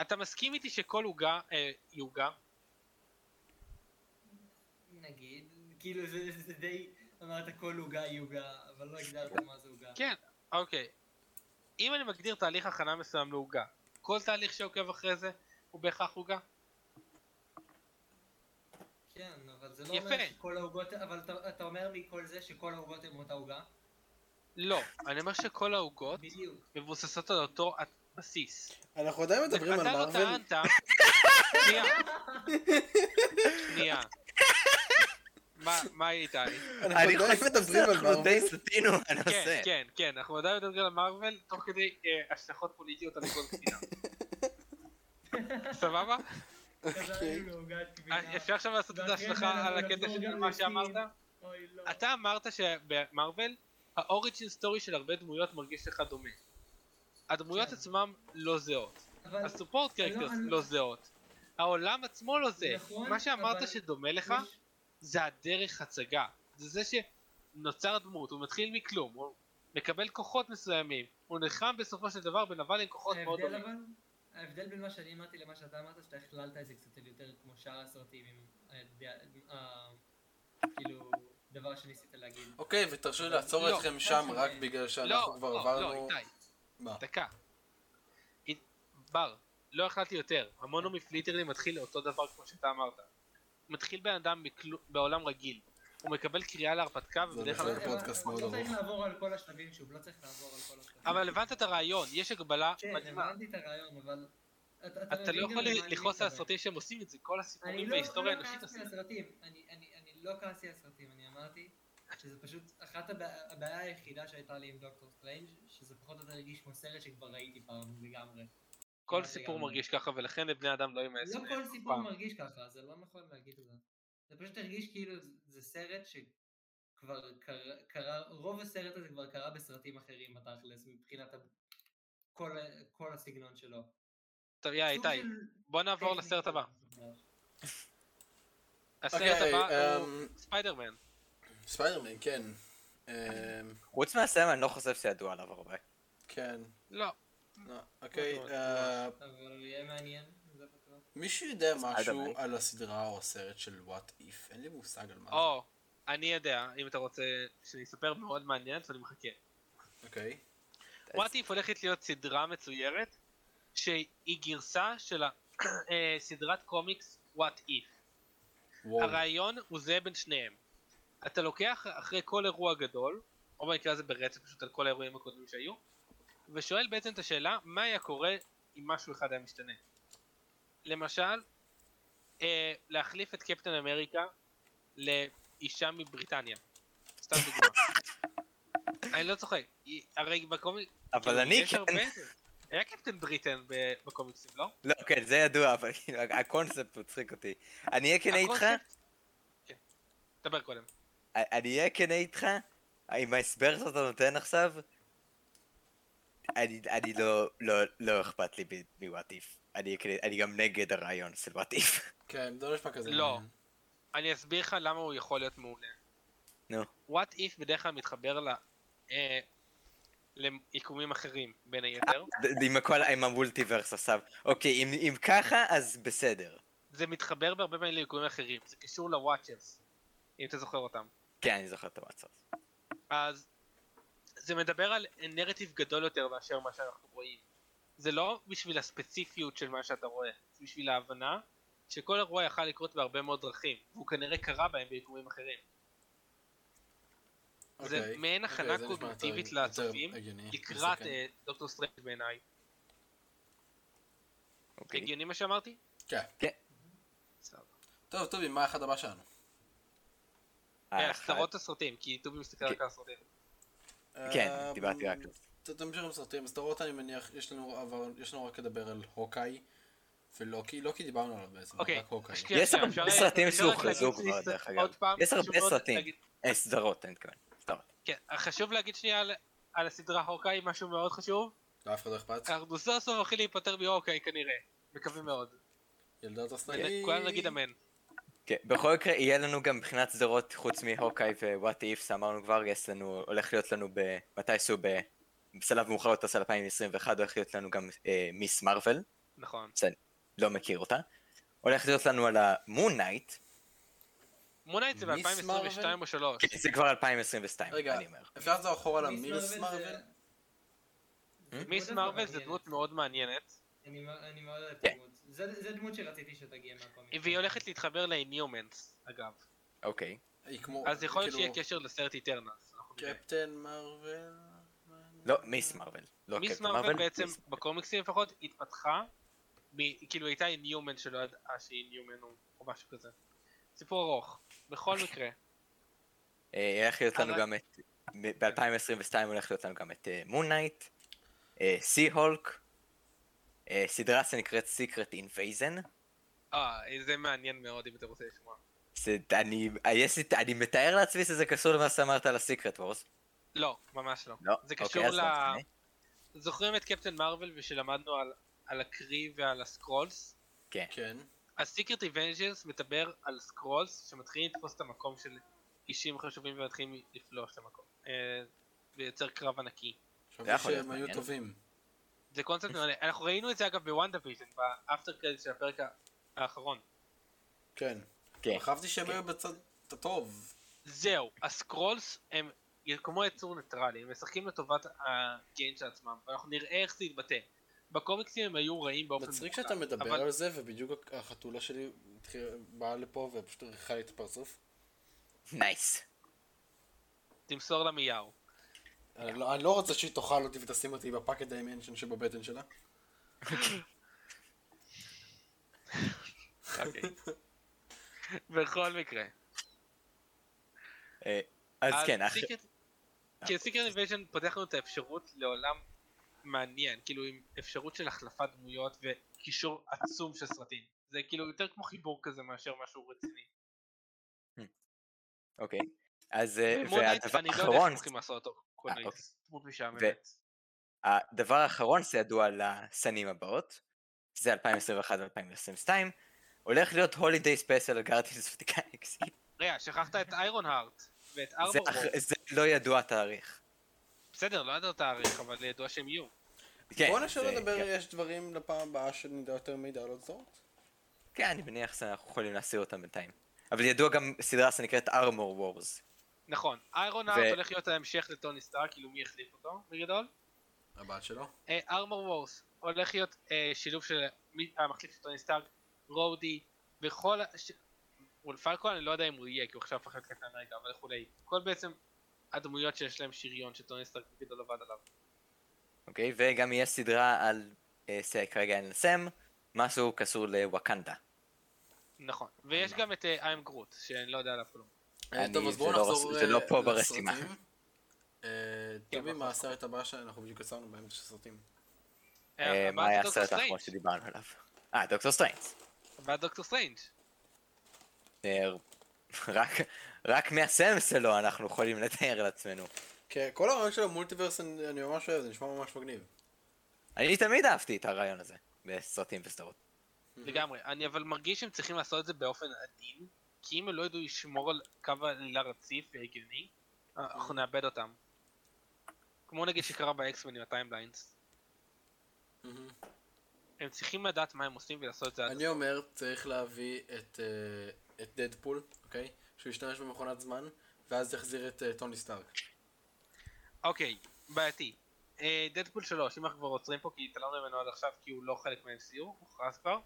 Speaker 4: אתה מסכים איתי שכל עוגה אה, היא עוגה?
Speaker 5: נגיד, כאילו זה זה די... אמרת כל עוגה היא עוגה, אבל לא הגדרת מה זה עוגה.
Speaker 4: כן, אוקיי. אם אני מגדיר תהליך הכנה מסוים לעוגה, כל תהליך שעוקב אחרי זה הוא בהכרח עוגה?
Speaker 5: כן, אבל זה לא
Speaker 4: יפה.
Speaker 5: אומר שכל העוגות... אבל אתה- אתה אומר מכל זה שכל העוגות הן אותה עוגה?
Speaker 4: לא. אני אומר שכל העוגות
Speaker 5: בדיוק.
Speaker 4: מבוססות על אותו בסיס.
Speaker 2: אנחנו עדיין מדברים על
Speaker 4: אתה לא
Speaker 2: מארוול.
Speaker 4: טענת... שנייה. שנייה. מה- מה יהיה איתי?
Speaker 2: אנחנו
Speaker 3: אני
Speaker 2: עדיין
Speaker 3: חושב
Speaker 2: מדברים על
Speaker 3: אנחנו די
Speaker 2: מארוול.
Speaker 3: סטינו
Speaker 4: כן,
Speaker 3: מהנושא.
Speaker 4: כן, כן, אנחנו עדיין מדברים על מארוול, תוך כדי אה, השלכות פוליטיות על כל קטינה. סבבה?
Speaker 2: אוקיי.
Speaker 5: חזרנו לעוגת
Speaker 4: אה,
Speaker 5: גבינה.
Speaker 4: אפשר עכשיו לעשות את
Speaker 5: ואחרי זה
Speaker 4: ההשלכה
Speaker 5: אנחנו
Speaker 4: על הקטע
Speaker 5: נחזור
Speaker 4: של
Speaker 5: גם
Speaker 4: מה
Speaker 5: לסין.
Speaker 4: שאמרת?
Speaker 5: אוי לא.
Speaker 4: אתה אמרת שבמרוויל, האוריג'ין סטורי של הרבה דמויות מרגיש לך דומה. הדמויות
Speaker 5: כן.
Speaker 4: עצמם לא זהות.
Speaker 5: אבל...
Speaker 4: הסופורט קרקטרס
Speaker 5: אני-
Speaker 4: לא זהות. העולם עצמו לא זהה.
Speaker 5: נכון,
Speaker 4: מה
Speaker 5: אבל-
Speaker 4: שאמרת שדומה לך,
Speaker 5: יש-
Speaker 4: זה הדרך הצגה. זה זה שנוצר דמות, הוא מתחיל מכלום, הוא מקבל כוחות מסוימים, הוא נלחם בסופו של דבר בנבל עם כוחות מאוד
Speaker 5: ההבדל
Speaker 4: דומים.
Speaker 5: אבל, ההבדל בין מה שאני אמרתי למה שאתה אמרת, שאתה הכללת את זה קצת יותר כמו שאר הסרטים עם הדעה- אה, כאילו דבר שניסית להגיד.
Speaker 2: אוקיי, ותרשו לי לעצור
Speaker 4: לא.
Speaker 2: אתכם שם
Speaker 5: לא,
Speaker 2: רק בגלל
Speaker 4: לא,
Speaker 2: שאנחנו כבר
Speaker 4: לא, לא,
Speaker 2: עברנו...
Speaker 4: איתי,
Speaker 2: מה?
Speaker 4: דקה. אית- בר, לא החלטתי יותר. המונומיף ליטרלי מתחיל לאותו דבר כמו שאתה אמרת. מתחיל בן אדם בכל- בעולם רגיל. הוא מקבל קריאה להרפתקה
Speaker 2: זה
Speaker 4: ובדרך כלל...
Speaker 2: נכון. פודקאסט מאוד
Speaker 5: לא צריך
Speaker 2: ארוך.
Speaker 5: לעבור על כל השלבים שוב, לא צריך לעבור על כל השלבים.
Speaker 4: אבל הבנת את הרעיון, יש הגבלה
Speaker 5: כן,
Speaker 4: מדהימה.
Speaker 5: הבנתי את הרעיון, אבל...
Speaker 4: אתה לא
Speaker 5: מבין גם
Speaker 4: יכול
Speaker 5: למה אני
Speaker 4: לכעוס על
Speaker 5: מתכוון.
Speaker 4: הסרטים שהם עושים את זה, כל
Speaker 5: אני
Speaker 4: הסיפורים
Speaker 5: לא
Speaker 4: וההיסטוריה
Speaker 5: לא
Speaker 4: האנושית עושים
Speaker 5: כעסתי על
Speaker 4: את זה.
Speaker 5: הסרטים, אני- אני אני לא כעסתי על הסרטים, אני אמרתי שזה פשוט אחת הבע- הבעיה היחידה שהייתה לי עם דוקטור סטרנג', שזה פחות או יותר הרגיש כמו סרט שכבר ראיתי פעם לגמרי.
Speaker 4: כל
Speaker 5: לגמרי.
Speaker 4: סיפור מרגיש ככה ולכן לבני אדם לא ימאס.
Speaker 5: לא
Speaker 4: מהם
Speaker 5: כל
Speaker 4: אף
Speaker 5: סיפור
Speaker 4: פעם.
Speaker 5: מרגיש ככה, זה לא נכון להגיד את זה. זה פשוט הרגיש כאילו זה- זה סרט שכבר קרה- קרה, רוב הסרט הזה כבר קרה בסרטים אחרים בתכלס, מבחינת ה- כל ה- כל הסגנון שלו.
Speaker 4: טוב, יאללה,
Speaker 5: סוג
Speaker 4: איתי,
Speaker 5: של אוקיי,
Speaker 4: בוא נעבור
Speaker 5: טכניקה
Speaker 4: לסרט הבא.
Speaker 5: מחדש.
Speaker 4: הסרט
Speaker 2: אוקיי,
Speaker 4: הבא הוא
Speaker 2: אמ,
Speaker 4: ספיידרמן.
Speaker 2: ספיידרמן, כן. אמ,
Speaker 3: חוץ מהסיים אני לא חושב שידוע עליו הרבה.
Speaker 2: כן.
Speaker 4: לא,
Speaker 2: לא, אוקיי,
Speaker 4: ממש,
Speaker 2: אה,
Speaker 5: אבל הוא יהיה מעניין, זה בטוח.
Speaker 2: מישהו יודע משהו
Speaker 3: ספיידרמן.
Speaker 2: על הסדרה או הסרט של וואט איף? אין לי מושג על מה זה.
Speaker 4: או, אני יודע, אם אתה רוצה שאני אספר מאוד מעניין, אז אני מחכה.
Speaker 2: אוקיי.
Speaker 4: וואט איף הולכת להיות סדרה מצוירת, שהיא גרסה של ה- אה, סדרת קומיקס וואט איף.
Speaker 2: וואו.
Speaker 4: הרעיון הוא זהה בין שניהם. אתה לוקח אחרי כל אירוע גדול, או במקרה הזה ברצף פשוט על כל האירועים הקודמים שהיו, ושואל בעצם את השאלה, מה היה קורה אם משהו אחד היה משתנה? למשל, אה, להחליף את קפטן אמריקה לאישה מבריטניה. סתם דוגמה. אני לא צוחק, היא- הרי בקומיקס...
Speaker 3: אבל אני
Speaker 4: כאילו, יש
Speaker 3: כן...
Speaker 4: הרבה- היה קפטן בריטן ב- בקומיקסים, לא?
Speaker 3: לא, כן, זה ידוע, אבל כאילו, הקונספט מצחיק אותי. אני אהיה כן איתך,
Speaker 4: הקונספט- כן. דבר קודם.
Speaker 3: אני אהיה כן איתך, עם ההסבר שאתה נותן עכשיו, אני אני לא, לא, לא אכפת לי מוואט איף. אני כן- אני גם נגד הרעיון של וואט איף.
Speaker 2: כן, זה לא נשמע כזה.
Speaker 4: לא.
Speaker 2: מעניין.
Speaker 4: אני אסביר לך למה הוא יכול להיות מעולה.
Speaker 3: נו.
Speaker 4: וואט איף בדרך כלל מתחבר ל... אה, ליקומים אחרים, בין היתר.
Speaker 3: עם הכל, עם המולטיברס עכשיו. אוקיי, אם- אם ככה, אז בסדר.
Speaker 4: זה מתחבר בהרבה פעמים ליקומים אחרים. זה קשור לוואצ'רס, אם אתה זוכר אותם.
Speaker 3: כן, אני זוכר את המצב.
Speaker 4: אז זה מדבר על נרטיב גדול יותר מאשר מה שאנחנו רואים. זה לא בשביל הספציפיות של מה שאתה רואה, זה בשביל ההבנה שכל אירוע יכל לקרות בהרבה מאוד דרכים, והוא כנראה קרה בהם ביקומים אחרים. זה
Speaker 2: אוקיי.
Speaker 4: מעין
Speaker 2: אוקיי,
Speaker 4: הכנה
Speaker 2: זה נשמע
Speaker 4: קוגניטיבית
Speaker 2: יותר- יותר
Speaker 4: לצופים,
Speaker 2: הגיוני,
Speaker 4: לקראת
Speaker 2: מסכם.
Speaker 4: אה, דוקטור סטרנג' בעיניי.
Speaker 3: אוקיי.
Speaker 4: הגיוני מה שאמרתי?
Speaker 2: כן.
Speaker 3: כן.
Speaker 4: סבבה.
Speaker 2: טוב, טובי, מה האחד הבא שלנו? אה,
Speaker 4: כן,
Speaker 3: האחד-
Speaker 4: הסדרות הסרטים, כי טובי מסתכל רק על הסרטים.
Speaker 2: אה,
Speaker 3: כן, דיברתי רק על זה.
Speaker 2: זה. תמשיך עם סרטים, סדרות אני מניח, יש לנו אבל- יש לנו רק לדבר על הוקאי ולוקי, לוקי דיברנו עליו בעצם,
Speaker 4: אוקיי,
Speaker 2: רק הוקאי.
Speaker 4: שנייה,
Speaker 3: יש
Speaker 4: שנייה,
Speaker 3: הרבה
Speaker 4: אפשר-
Speaker 3: סרטים
Speaker 4: אפשר רק
Speaker 3: שהוכרזו
Speaker 4: להגיד
Speaker 3: כבר,
Speaker 4: לי-
Speaker 3: דרך אגב.
Speaker 4: עוד פעם,
Speaker 3: יש הרבה
Speaker 4: חשוב מאוד
Speaker 3: סרטים.
Speaker 4: להגיד-
Speaker 3: אה, סדרות, אני מתכוון. סדרות.
Speaker 4: כן, חשוב להגיד שנייה על- על הסדרה הורקאי, משהו מאוד חשוב.
Speaker 2: לאף אחד לא אכפת?
Speaker 4: אנחנו סוף סוף הולכים להיפטר מהורקאי כנראה. מקווה מאוד.
Speaker 2: ילדת הסנאי.
Speaker 4: כולנו אה, נגיד אמן.
Speaker 3: כן, בכל מקרה, יהיה לנו גם מבחינת סדרות, חוץ מהוקאי ו-What Ifs, אמרנו כבר, יש לנו, הולך להיות לנו ב... מתישהו ב... בשלב מאוחר יותר של 2021, הולך להיות לנו גם אה, מיס מרוויל,
Speaker 4: נכון.
Speaker 3: לא מכיר אותה. הולך להיות לנו על המון נייט,
Speaker 4: מונה את זה
Speaker 2: מיס
Speaker 4: ב-2022 או 3.
Speaker 3: כן, זה כבר 2022,
Speaker 2: רגע,
Speaker 3: אני אומר.
Speaker 2: אפשר לחזור אחורה למיס
Speaker 5: זה-
Speaker 2: מרוויל?
Speaker 5: זה
Speaker 4: מיס
Speaker 5: דמות
Speaker 4: מרוויל
Speaker 5: מעניינת.
Speaker 4: זה דמות מאוד מעניינת,
Speaker 5: אני מא- אני מאוד אוהב את
Speaker 3: כן.
Speaker 5: הדמות. זה זה דמות שרציתי שתגיע מהקומיקס.
Speaker 4: והיא הולכת להתחבר לאיניומנס, אגב.
Speaker 3: אוקיי.
Speaker 2: היא כמו...
Speaker 4: אז יכול להיות
Speaker 2: כאילו, כן,
Speaker 4: שיהיה קשר לסרט איטרנס. אנחנו נראה.
Speaker 2: קפטן מרוויל?
Speaker 3: לא, מיס מרוויל. לא
Speaker 4: מיס
Speaker 3: קפטן
Speaker 4: מרוויל בעצם,
Speaker 3: מיס-
Speaker 4: בקומיקסים לפחות, התפתחה, מ- כאילו הייתה ניומן שלא ידעה שהיא ניומן או- או משהו כזה. סיפור ארוך. בכל מקרה,
Speaker 3: אה, הולך להיות לנו
Speaker 4: אבל-
Speaker 3: גם את... ב-2022 הולך להיות לנו גם את אה, מון נייט, סי הולק, אה, סדרה שנקראת Secret Invasion.
Speaker 4: אה, זה מעניין מאוד אם אתה רוצה לשמוע.
Speaker 3: זה, אני, אה, יש לי, אני מתאר לעצמי שזה קשור למה שאמרת על הסיקרט וורס.
Speaker 4: לא, ממש לא.
Speaker 3: לא?
Speaker 4: זה
Speaker 3: אוקיי,
Speaker 4: קשור
Speaker 3: אז לא
Speaker 4: ל...
Speaker 3: משנה.
Speaker 4: זוכרים את קפטן מרוויל ושלמדנו על- על הקרי ועל הסקרולס?
Speaker 3: כן.
Speaker 2: כן.
Speaker 4: הסיקרט ריבנג'נס מדבר על סקרולס שמתחילים לתפוס את המקום של אישים חשובים ומתחילים לפלוש למקום. אה, ויוצר קרב ענקי.
Speaker 2: חשבתי
Speaker 3: יכול להיות
Speaker 2: שהם היו
Speaker 3: מעניין.
Speaker 2: טובים.
Speaker 4: זה קונספט מעולה. אנחנו ראינו את זה אגב בוואנדה ויז'ן, באפטר קרדיט של הפרק האחרון.
Speaker 2: כן.
Speaker 3: כן.
Speaker 2: חשבתי שהם
Speaker 3: כן.
Speaker 2: היו בצד הטוב.
Speaker 4: זהו, הסקרולס הם כמו יצור ניטרלי, הם משחקים לטובת הגיין של עצמם, ואנחנו נראה איך זה יתבטא. בקומיקסים הם היו רעים באופן
Speaker 2: מצחיק שאתה מדבר
Speaker 4: אבל
Speaker 2: על זה, ובדיוק החתולה שלי התחילה- באה לפה ופשוט ריחה לי את הפרצוף.
Speaker 3: נייס.
Speaker 4: תמסור לה מיהו.
Speaker 3: כן.
Speaker 2: אני לא- אני לא רוצה שהיא תאכל אותי ותשים אותי בפאקט דיימנשן שבבטן שלה.
Speaker 3: אוקיי.
Speaker 4: בכל מקרה.
Speaker 3: אה, אז כן, אח- אה.
Speaker 4: הסיקרט- כי הסיקרט אינביישן פותח לנו את האפשרות לעולם מעניין, כאילו עם אפשרות של החלפת דמויות וקישור עצום של סרטים. זה כאילו יותר כמו חיבור כזה מאשר משהו רציני.
Speaker 3: אוקיי. אז אה,
Speaker 4: מונייט,
Speaker 3: והדבר
Speaker 4: אני לא יודע איך
Speaker 3: האחרון,
Speaker 4: הם הולכים לעשות אותו.
Speaker 3: אה,
Speaker 4: קונאי,
Speaker 3: אוקיי.
Speaker 4: דמות משעממת.
Speaker 3: הדבר האחרון שידוע לשנים הבאות, זה 2021 ו-2022, הולך להיות הולידיי ספייסל על גארדיאנס אוף גלקסי.
Speaker 4: רגע, שכחת את איירון הארט ואת ארבור.
Speaker 3: זה לא ידוע התאריך.
Speaker 4: בסדר, לא ידעת תאריך, אבל ידוע שהם יהיו.
Speaker 3: כן,
Speaker 2: בוא נשאר
Speaker 3: זה-
Speaker 2: לדבר,
Speaker 3: כן.
Speaker 2: יש דברים לפעם הבאה שנדע יותר מידע על הצעות.
Speaker 3: כן, אני מניח שאנחנו יכולים להסיר אותם בינתיים. אבל ידוע גם סדרה שנקראת ארמור וורס.
Speaker 4: נכון, איירון
Speaker 3: ו-
Speaker 4: הארט הולך להיות ההמשך לטוני סטארק, כאילו מי יחליף אותו בגדול? אה,
Speaker 2: הבת שלו?
Speaker 4: ארמור וורס הולך להיות אה, שילוב של מי- המחליף של טוני סטארק, רודי, וכל... ה- ש- וולפלקו אני לא יודע אם הוא יהיה, כי הוא עכשיו הפך להיות קטן רגע, אבל וכולי. כל בעצם הדמויות שיש להם שריון שטוני סטארק בגדול עבד עליו.
Speaker 3: אוקיי, וגם יש סדרה על, אה, שכרגע אין לסם, משהו קשור לוואקנדה.
Speaker 2: אה,
Speaker 4: נכון.
Speaker 3: אה,
Speaker 4: ויש גם את איים גרוט, שאני לא יודע עליו כלום.
Speaker 3: אני-
Speaker 2: אה, טוב, אז בואו
Speaker 3: זה לא
Speaker 2: נחזור
Speaker 3: רס- זה לא
Speaker 2: אה,
Speaker 3: פה
Speaker 2: לסרטים.
Speaker 3: ברשימה. כן,
Speaker 2: אה, תראי מה הסרט הבא שאנחנו בדיוק עצרנו באמצע של סרטים.
Speaker 4: אה,
Speaker 3: אה,
Speaker 4: הבא
Speaker 3: מה
Speaker 4: זה
Speaker 3: היה
Speaker 4: דוקטור
Speaker 3: הסרט
Speaker 4: סטרנג'.
Speaker 3: האחרון שדיברנו עליו? אה, דוקטור סטריינס.
Speaker 4: הבא דוקטור
Speaker 3: Mhm.
Speaker 4: סטרנג'.
Speaker 3: אה, רק, רק מהסם שלו אנחנו יכולים לתאר לעצמנו.
Speaker 2: כן, כל הרעיון של המולטיברס אני אני ממש אוהב, זה נשמע ממש מגניב.
Speaker 3: אני תמיד אהבתי את הרעיון הזה, בסרטים וסדרות.
Speaker 4: לגמרי. אני אבל מרגיש שהם צריכים לעשות את זה באופן עדין, כי אם הם לא ידעו לשמור על קו עלילה רציף והגיוני, אה,
Speaker 3: Mhm.
Speaker 4: אנחנו נאבד אותם. כמו נגיד שקרה באקסמן עם הטיימליינס. הם צריכים לדעת מה הם עושים ולעשות את זה עד...
Speaker 2: אני אומר, צריך להביא את, אה, את דדפול, אוקיי? שהוא ישתמש במכונת זמן, ואז יחזיר את אה, טוני סטארק.
Speaker 4: אוקיי, בעייתי. אה, דדפול 3, אם אנחנו כבר עוצרים פה כי התעלמנו ממנו עד עכשיו כי הוא לא חלק מה-MCU, הוכרז כבר.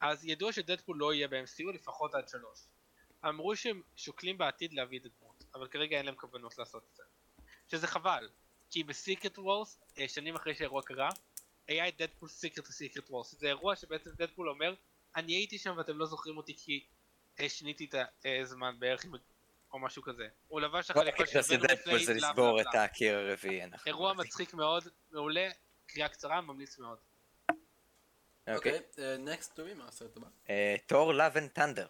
Speaker 4: אז ידוע שדדפול לא יהיה ב-MCU לפחות עד 3. אמרו שהם שוקלים בעתיד להביא את הדמות, אבל כרגע אין להם כוונות לעשות את זה. שזה חבל, כי אה, בסיקרט וורס, שנים אחרי שהאירוע קרה, היה את דדפול סיקרט וסיקרט וורס. זה אירוע שבעצם דדפול אומר, אני הייתי שם ואתם לא זוכרים אותי כי אה, שיניתי את הזמן בערך עם- או משהו כזה. הוא לבש
Speaker 3: כל
Speaker 4: אחרי
Speaker 3: הקטע שעושה דדפול זה לסגור את הקיר הרביעי. נכון. אנחנו-
Speaker 4: אירוע מצחיק מאוד, מעולה, קריאה קצרה, ממליץ מאוד.
Speaker 3: אוקיי.
Speaker 2: אוקיי, אה, next to me, מה הסרט הבא?
Speaker 3: אה, תור לאב אנד טנדר.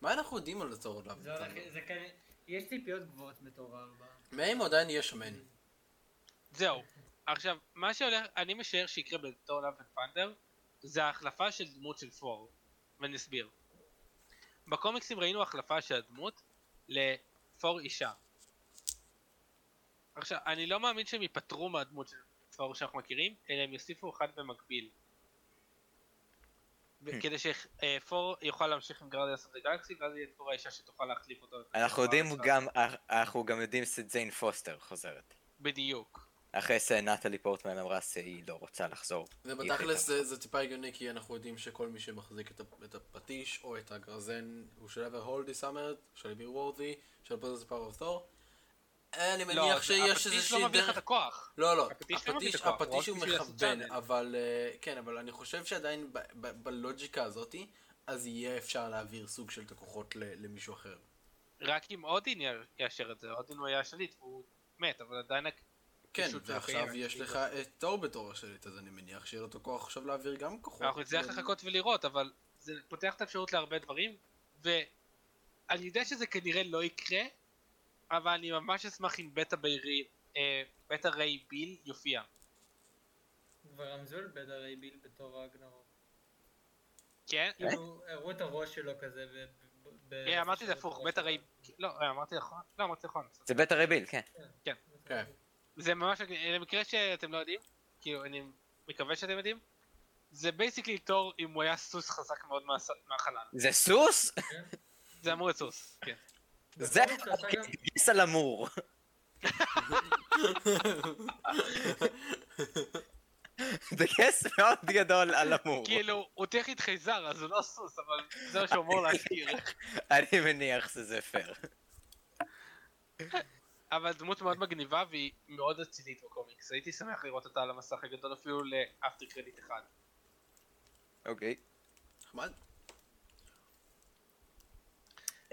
Speaker 2: מה אנחנו יודעים על הצור עליו?
Speaker 5: זה הולך, זה כנראה, יש ציפיות גבוהות בתור הארבע.
Speaker 2: מהם הוא עדיין יהיה שמן.
Speaker 4: זהו. עכשיו, מה שהולך, אני משער שיקרה בתור לאב ופנדר, זה ההחלפה של דמות של פור. ואני אסביר. בקומיקסים ראינו החלפה של הדמות לפור אישה. עכשיו, אני לא מאמין שהם ייפטרו מהדמות של פור שאנחנו מכירים, אלא הם יוסיפו אחד במקביל. ו- כדי שפור יוכל להמשיך עם גרדיאס אוף הגלקסי, ואז יהיה את פור האישה שתוכל להחליף אותו. אה,
Speaker 3: אנחנו יודעים
Speaker 4: בצורה-
Speaker 3: גם, אה, אנחנו גם יודעים שג'יין פוסטר חוזרת.
Speaker 4: בדיוק.
Speaker 3: אחרי שנטלי פורטמן אמרה שהיא לא רוצה לחזור. היא
Speaker 2: ובתכלס
Speaker 3: החליטה.
Speaker 2: זה, זה טיפה הגיוני כי אנחנו יודעים שכל מי שמחזיק את, הפ- את הפטיש או את הגרזן הוא של אבר הולדי סאמרט, של ביר וורדי, של פרזנס פאוור אוף תור. אה, אני
Speaker 4: לא,
Speaker 2: מניח שיש
Speaker 4: הפטיש
Speaker 2: איזושהי
Speaker 4: לא מביא לך את
Speaker 2: דרך...
Speaker 4: הכוח.
Speaker 2: לא, לא,
Speaker 4: הפטיש לא מביא
Speaker 2: הפטיש,
Speaker 4: את הכוח, הוא רק
Speaker 2: הפטיש הוא
Speaker 4: בשביל לעשות
Speaker 2: מכוון,
Speaker 4: צ'אנל.
Speaker 2: אבל אה, כן, אבל אני חושב שעדיין ב- ב- בלוג'יקה הזאתי, אז יהיה אפשר להעביר סוג של תכוחות למישהו אחר.
Speaker 4: רק אם אודין יא- יאשר את זה, אודין הוא היה השליט, והוא מת, אבל עדיין... הק-
Speaker 2: כן,
Speaker 4: פשוט לא
Speaker 2: ועכשיו
Speaker 4: קיים,
Speaker 2: יש
Speaker 4: כאילו.
Speaker 2: לך את תור בתור השליט, אז אני מניח שיהיה לו את הכוח עכשיו להעביר גם כוחות.
Speaker 4: אנחנו נצטרך
Speaker 2: ל-
Speaker 4: לחכות ולראות, אבל זה פותח את האפשרות להרבה דברים, ואני יודע שזה כנראה לא יקרה, אבל אני ממש אשמח אם בטא בירי, אה, בטא ריי ביל יופיע.
Speaker 5: כבר רמזו על בד הרי ביל בתור הגנרון.
Speaker 4: כן?
Speaker 2: אה,
Speaker 5: כאילו, הראו את הראש שלו כזה, ו... ב- ב-
Speaker 4: אה, אמרתי את זה
Speaker 5: בסרט
Speaker 4: הפוך,
Speaker 5: הראש
Speaker 4: בטא
Speaker 5: שלו.
Speaker 4: ריי... לא, אה, אמרתי נכון? לא, אמרתי נכון.
Speaker 3: זה בית הרביל, כן.
Speaker 2: כן.
Speaker 4: זה ממש, למקרה שאתם לא יודעים, כאילו אני מקווה שאתם יודעים, זה בייסיקלי תור אם הוא היה סוס חזק מאוד מהס- מהחלל.
Speaker 3: זה סוס?
Speaker 4: זה אמור להיות סוס, כן.
Speaker 3: זה
Speaker 5: בכל זאת, שעשה גם-
Speaker 3: גיס על אמור. זה כס מאוד גדול על אמור.
Speaker 4: כאילו, הוא טכנית חייזר, אז הוא לא סוס, אבל זה מה שהוא אמור להזכיר.
Speaker 3: אני מניח שזה פייר.
Speaker 4: אבל דמות מאוד מגניבה והיא מאוד אצילית בקומיקס. הייתי שמח לראות אותה על המסך הגדול אפילו לאפטר קרדיט אחד.
Speaker 3: אוקיי.
Speaker 2: נחמד.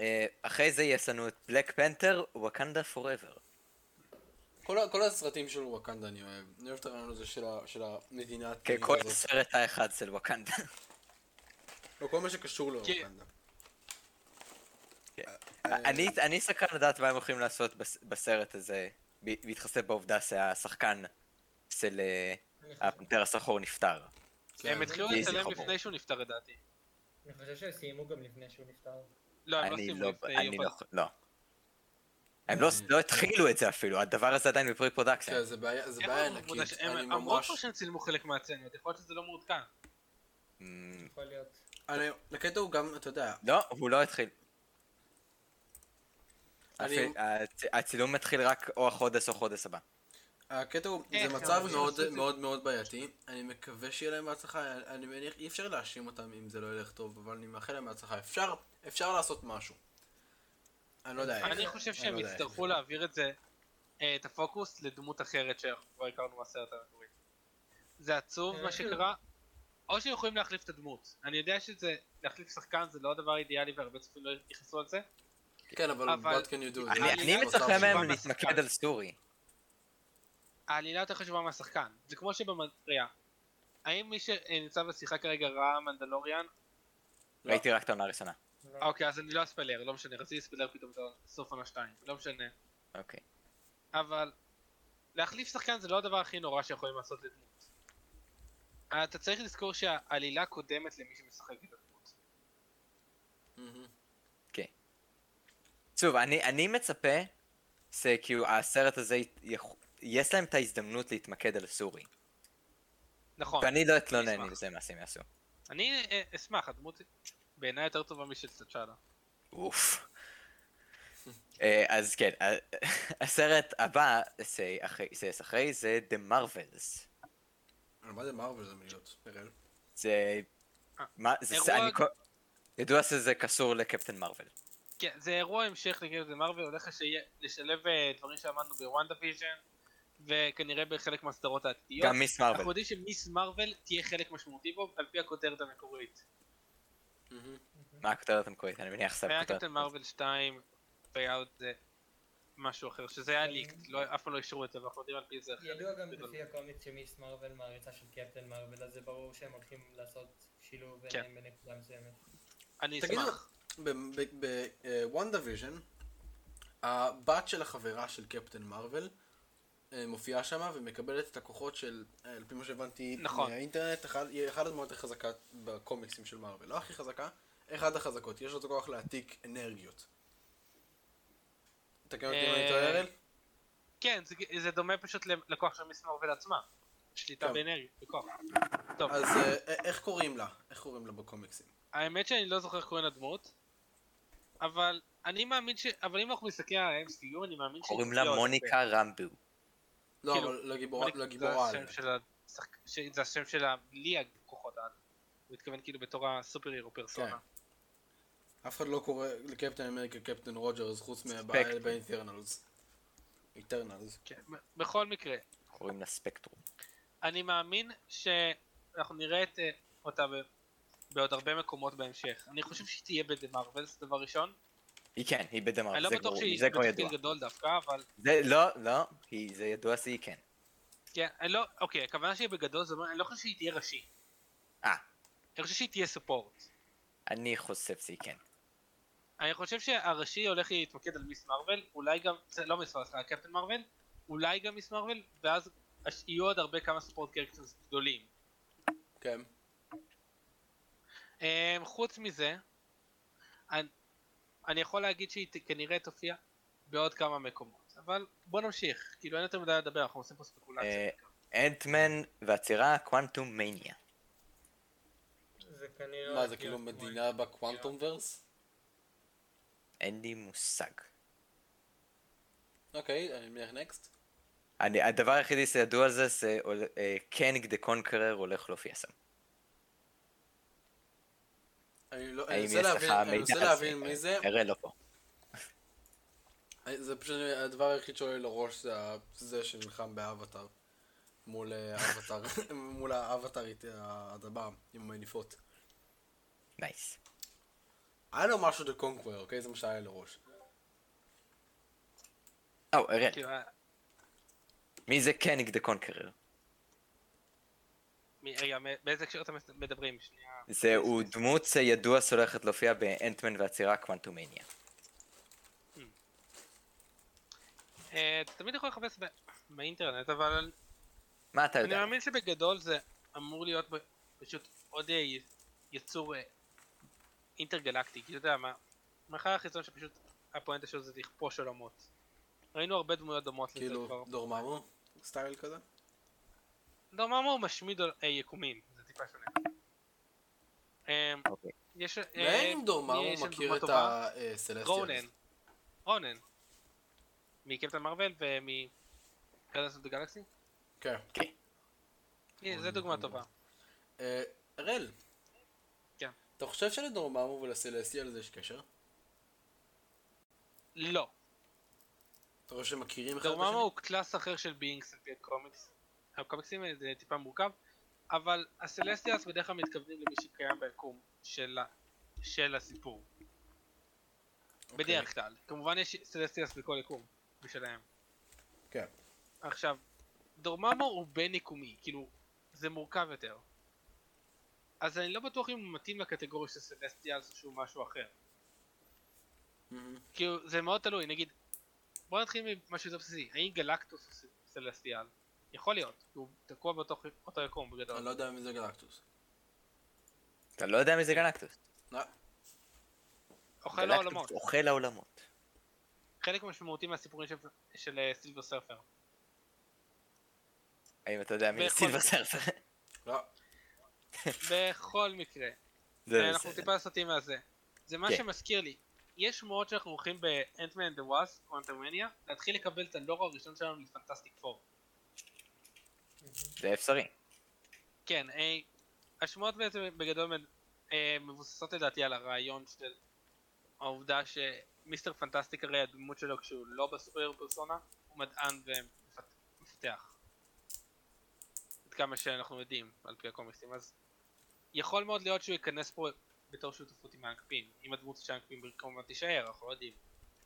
Speaker 3: אה, אחרי זה יש לנו את בלק פנתר, וואקנדה פוראבר.
Speaker 2: כל, ה- כל הסרטים של וואקנדה אני אוהב. אני אוהב את הרעיון הזה של, ה, של המדינה
Speaker 3: כן,
Speaker 2: הטבעית
Speaker 3: כל
Speaker 2: הזאת.
Speaker 3: הסרט האחד של וואקנדה.
Speaker 2: לא, כל מה שקשור
Speaker 4: כן.
Speaker 2: לוואקנדה.
Speaker 3: אני אני סקרן לדעת מה הם הולכים לעשות בס- בסרט הזה, ב- בהתחשב בעובדה שהשחקן של אה,
Speaker 5: אני חושב-
Speaker 3: הפנתר הסחור
Speaker 4: אה,
Speaker 3: נפטר.
Speaker 2: כן.
Speaker 4: הם התחילו
Speaker 3: איזה
Speaker 4: לצלם
Speaker 3: חמור.
Speaker 4: לפני שהוא נפטר לדעתי.
Speaker 5: אני חושב שהם סיימו גם לפני שהוא נפטר.
Speaker 4: לא, הם לא
Speaker 3: אני
Speaker 4: סיימו
Speaker 3: לא,
Speaker 4: לפני...
Speaker 3: אני
Speaker 4: אבל-
Speaker 3: לא, לא. הם לא- לא התחילו את זה אפילו, הדבר הזה עדיין בפרי פרודקשן.
Speaker 2: כן, זה בעיה, זה
Speaker 4: איך
Speaker 2: בעיה
Speaker 4: אמרו
Speaker 2: ענקית.
Speaker 4: שהם-
Speaker 2: אני
Speaker 4: הם אמרו
Speaker 2: ממש...
Speaker 4: פה שהם צילמו חלק מהצנות, יכול להיות שזה לא מעודכן. אה.
Speaker 3: אמ,
Speaker 5: יכול להיות.
Speaker 2: אני... הקטע הוא גם, אתה יודע,
Speaker 3: לא, הוא לא התחיל.
Speaker 2: אני-
Speaker 3: אפילו- הצ- הצילום מתחיל רק או החודש או חודש הבא.
Speaker 2: הקטע הוא, זה
Speaker 4: איך,
Speaker 2: מצב
Speaker 4: אבל זה
Speaker 2: מאוד
Speaker 4: עושה את זה.
Speaker 2: מאוד מאוד בעייתי. אני מקווה שיהיה להם בהצלחה. אני- אני מניח, אי אפשר להאשים אותם אם זה לא ילך טוב, אבל אני מאחל להם בהצלחה. אפשר, אפשר לעשות משהו. אני לא יודע איך.
Speaker 4: אני חושב שהם
Speaker 2: לא יודע איך
Speaker 4: יצטרכו
Speaker 2: זה.
Speaker 4: להעביר את זה, אה, את הפוקוס, לדמות אחרת שאנחנו כבר הכרנו מהסרט המקורי. זה עצוב
Speaker 5: אה,
Speaker 4: מה שקרה, או שהם יכולים להחליף את הדמות. אני יודע שזה, להחליף שחקן זה לא הדבר האידיאלי והרבה צופים לא יכנסו על זה,
Speaker 2: כן, אבל
Speaker 4: אבל-
Speaker 2: what can you do?
Speaker 4: אני-
Speaker 3: אני-
Speaker 4: אני
Speaker 3: אני מצפה
Speaker 4: רוצה
Speaker 3: מהם
Speaker 4: תשובה
Speaker 3: להתמקד
Speaker 4: מהשחקן.
Speaker 3: על סורי.
Speaker 4: העלילה יותר חשובה מהשחקן. זה כמו שבמטריה. האם מי שנמצא בשיחה כרגע ראה מנדלוריאן?
Speaker 2: לא.
Speaker 3: ראיתי רק את העונה הראשונה.
Speaker 5: לא.
Speaker 4: אוקיי, אז אני לא אספלר, לא משנה, רציתי לספלר פתאום את סוף עונה 2, לא משנה.
Speaker 3: אוקיי.
Speaker 4: אבל להחליף שחקן זה לא הדבר הכי נורא שיכולים לעשות לדמות. אתה צריך לזכור שהעלילה קודמת למי שמשחק את הדמות.
Speaker 2: מהמם.
Speaker 3: שוב, אני, אני מצפה שכאילו הסרט הזה, ית- יכ- יש להם את ההזדמנות להתמקד על סורי.
Speaker 4: נכון.
Speaker 3: ואני לא אתלונן
Speaker 4: אשמח.
Speaker 3: אם זה מה שהם יעשו.
Speaker 4: אני אה, אשמח, הדמות בעיניי יותר טובה משל סצ'אלה.
Speaker 3: אוף. אה, אז כן, ה- הסרט הבא שאחרי- שיש אחרי זה The Marvels.
Speaker 2: אבל לא מה זה מרוויל זה מלהיות? אראל?
Speaker 3: זה...
Speaker 4: אה,
Speaker 3: מה, זה...
Speaker 4: אירוע-
Speaker 3: זה- אני כל- ידוע שזה קשור לקפטן מרוויל.
Speaker 4: כן, זה אירוע המשך לקראת מרוויל, הולך לשי- לשלב אה, דברים שלמדנו בוונדה ויז'ן, וכנראה בחלק מהסדרות העתידיות.
Speaker 3: גם מיס מרוויל.
Speaker 4: אנחנו יודעים שמיס מרוויל תהיה חלק משמעותי בו, על פי הכותרת המקורית.
Speaker 3: מה הכותרת המקורית? אני מניח שזה
Speaker 4: היה
Speaker 3: הכותרת.
Speaker 4: קפטן מרוויל 2, פייאאוט זה משהו אחר, שזה היה ליקט, לא- אף פעם לא אישרו את זה, ואנחנו יודעים על פי אוקיי. זה. לא-
Speaker 5: ידוע גם
Speaker 4: בגדול.
Speaker 5: לפי הקומיקס שמיס מרוויל מעריצה של קפטן מרוויל, אז זה ברור שהם הולכים לעשות שילוב
Speaker 4: כן.
Speaker 5: ביניהם בנקודה מסוימת.
Speaker 4: אני
Speaker 2: תגידו,
Speaker 4: אשמח.
Speaker 2: בוונדה ויז'ן, אה, הבת של החברה של קפטן מרוויל אה, מופיעה שמה ומקבלת את הכוחות של, אה, על פי מה שהבנתי
Speaker 4: נכון.
Speaker 2: מהאינטרנט, אחד- היא אחת הדמויות הכי חזקה בקומיקסים של מרוויל. לא הכי חזקה, אחת החזקות. יש לה את הכוח להעתיק אנרגיות. תקן אותי אם אני טועה,
Speaker 4: אה,
Speaker 2: אראל?
Speaker 4: כן, זה- זה דומה פשוט לכוח של מיס מרוויל עצמה. שליטה
Speaker 2: טוב.
Speaker 4: באנרגיה, בכוח. טוב,
Speaker 2: אז אה, אה, איך קוראים לה? איך קוראים לה בקומיקסים?
Speaker 4: האמת שאני לא זוכר איך קוראים לדמות, אבל אני מאמין ש... אבל אם אנחנו מסתכלים על ה-MCU, אני מאמין ש...
Speaker 3: קוראים לה
Speaker 4: כן.
Speaker 3: מוניקה רמבו.
Speaker 2: לא,
Speaker 4: כאילו,
Speaker 2: אבל לגיבור-
Speaker 4: מוניקה,
Speaker 2: לגיבורה.
Speaker 4: זה
Speaker 2: על.
Speaker 4: השם של השחק- ש- זה השם שלה בלי הכוחות העל. הוא התכוון כאילו בתור הסופר הירו פרסונה.
Speaker 2: אף אחד לא קורא לקפטן אמריקה קפטן רוג'רס חוץ
Speaker 3: ספקטרום.
Speaker 2: מבאינטרנלס. איטרנלס.
Speaker 4: כן. ב- בכל מקרה,
Speaker 3: קוראים לה ספקטרום.
Speaker 4: אני מאמין שאנחנו נראה את, אה, אותה ב... בעוד הרבה מקומות בהמשך. אני חושב שהיא תהיה בדה מרווילס, דבר ראשון.
Speaker 3: היא כן, היא בדמר,
Speaker 4: אני לא
Speaker 3: זה
Speaker 4: בטוח
Speaker 3: כבר-
Speaker 4: שהיא
Speaker 3: זה כבר ידוע.
Speaker 4: בתפקיד גדול דווקא, אבל...
Speaker 3: זה לא, לא, היא- זה ידוע שהיא כן.
Speaker 4: כן, אני לא... אוקיי, הכוונה שהיא בגדול, זאת אומרת, אני לא חושב שהיא תהיה ראשי.
Speaker 3: אה,
Speaker 4: אני חושב שהיא תהיה ספורט.
Speaker 3: אני חושב שהיא כן.
Speaker 4: אני חושב שהראשי הולך להתמקד על מיס מרוויל, אולי גם, זה לא מיס מרוויל, סליחה, קפטן מרוויל, אולי גם מיס מרוויל, ואז הש- יהיו עוד הרבה כמה ספורט קרקטרס גדולים.
Speaker 2: כן.
Speaker 4: אמ, חוץ מזה, אני, אני יכול להגיד שהיא ת- כנראה תופיע בעוד כמה מקומות, אבל בוא נמשיך, כאילו אין יותר מדי לדבר, אנחנו עושים פה ספקולציה.
Speaker 3: אה, אנטמן והצירה קוואנטום מניה.
Speaker 5: זה כנראה...
Speaker 2: מה
Speaker 5: הולך
Speaker 2: זה כאילו
Speaker 5: להיות כמו-
Speaker 2: מדינה בקוואנטום ורס?
Speaker 3: אין לי מושג.
Speaker 2: אוקיי, אני מניח נקסט.
Speaker 3: אני, הדבר היחידי שידוע על זה, זה עול- אה, קנג דה קונקרר הולך להופיע שם.
Speaker 2: אני לא- אני
Speaker 3: האם יש
Speaker 2: מנסה להבין-
Speaker 3: לך
Speaker 2: אני
Speaker 3: מידע
Speaker 2: מנסה
Speaker 3: על זה?
Speaker 2: להבין מי זה.
Speaker 3: הרי לא פה. אה.
Speaker 2: אני- זה פשוט הדבר היחיד שעולה לראש זה ה- זה שנלחם באבטאר. מול אה, האבטאר, מול האבטארית הדב"ם עם המניפות.
Speaker 3: נייס.
Speaker 2: היה לו משהו דה קונקוור, אוקיי? זה מה שהיה לי לראש.
Speaker 3: או, אראל,
Speaker 4: כאילו, אה,
Speaker 3: מי זה קנג דה קונקרר?
Speaker 4: מ- רגע, מ- באיזה הקשר אתם מדברים? שנייה.
Speaker 3: זהו דמות שידוע שהולכת להופיע באנטמן והצירה קוואנטום מניה.
Speaker 4: אה, אתה תמיד יכול לחפש ב- באינטרנט, אבל
Speaker 3: מה אתה
Speaker 4: אני
Speaker 3: יודע?
Speaker 4: מאמין שבגדול זה אמור להיות ב- פשוט עוד אה, י- יצור אה, אינטרגלקטי, כי אתה יודע מה, מאחר החיצון שפשוט הפואנטה שלו זה לכפוש עולמות. ראינו הרבה דמויות דומות לזה כבר.
Speaker 2: כאילו, דורממו? סטייל כזה?
Speaker 4: דרממו לא, הוא משמיד עול- אה, יקומים, זה טיפה שונה. אה,
Speaker 3: אוקיי.
Speaker 4: יש... אה,
Speaker 2: ואין אם דורממו
Speaker 4: יש לנו
Speaker 2: מכיר
Speaker 4: דוגמה
Speaker 2: את אה,
Speaker 4: טובה?
Speaker 2: הסלסטיאל?
Speaker 4: רונן. רונן. מקפטן מרוויל ומ... גלקסי וגלקסי?
Speaker 2: כן.
Speaker 4: הנה, זו דוגמה טובה.
Speaker 2: אה, הראל.
Speaker 4: כן.
Speaker 2: אתה חושב שלדורממו ולסלסטיאל זה יש קשר?
Speaker 4: לא.
Speaker 2: אתה חושב שהם מכירים אחד את השני?
Speaker 4: דרממה הוא קלאס אחר של ביינגס על פי הקומיקס. הקומיקסים האלה זה טיפה מורכב, אבל הסלסטיאס בדרך כלל מתכוונים למי שקיים ביקום של, ה- של הסיפור.
Speaker 2: אוקיי.
Speaker 4: בדרך כלל. כמובן יש סלסטיאס בכל יקום משלהם.
Speaker 2: כן.
Speaker 4: עכשיו, דורממו הוא בין יקומי, כאילו, זה מורכב יותר. אז אני לא בטוח אם הוא מתאים לקטגוריה של סלסטיאלס שהוא משהו אחר.
Speaker 2: מהמם.
Speaker 4: כאילו, זה מאוד תלוי, נגיד, בוא נתחיל ממשהו יותר בסיסי, האם גלקטוס הוא ס- סלסטיאל? יכול להיות, כי הוא תקוע באותו חי- אותו יקום
Speaker 2: אני
Speaker 4: בגדול.
Speaker 2: לא יודע מי זה גלקטוס.
Speaker 3: אתה לא יודע מי זה גלקטוס.
Speaker 2: לא.
Speaker 4: אוכל
Speaker 3: גלקטוס
Speaker 4: העולמות,
Speaker 3: אוכל העולמות.
Speaker 4: חלק משמעותי מהסיפורים של- של אה, סילבר סרפר.
Speaker 3: האם אתה יודע מי זה
Speaker 4: ויכול-
Speaker 3: סילבר סרפר?
Speaker 2: לא.
Speaker 4: בכל מקרה,
Speaker 3: זה
Speaker 4: אה, אנחנו
Speaker 3: בסדר.
Speaker 4: טיפה סוטים מהזה. זה מה
Speaker 3: כן.
Speaker 4: שמזכיר לי, יש מאוד שאנחנו הולכים ב-Antman and the Wasp, קוונטרמניה, להתחיל לקבל את הלור הראשון שלנו לפנטסטיק פור.
Speaker 3: זה אפשרי.
Speaker 4: כן, אה, השמועות בעצם בגדול מד- אה, מבוססות לדעתי על הרעיון של העובדה שמיסטר פנטסטיק הרי הדמות שלו כשהוא לא בסופר פרסונה הוא מדען ומפתח. עד כמה שאנחנו יודעים על פי הקומיקסים אז יכול מאוד להיות שהוא ייכנס פה בתור שותפות עם האנק פין. אם הדמות של האנק פין כמובן תישאר, אנחנו לא יודעים.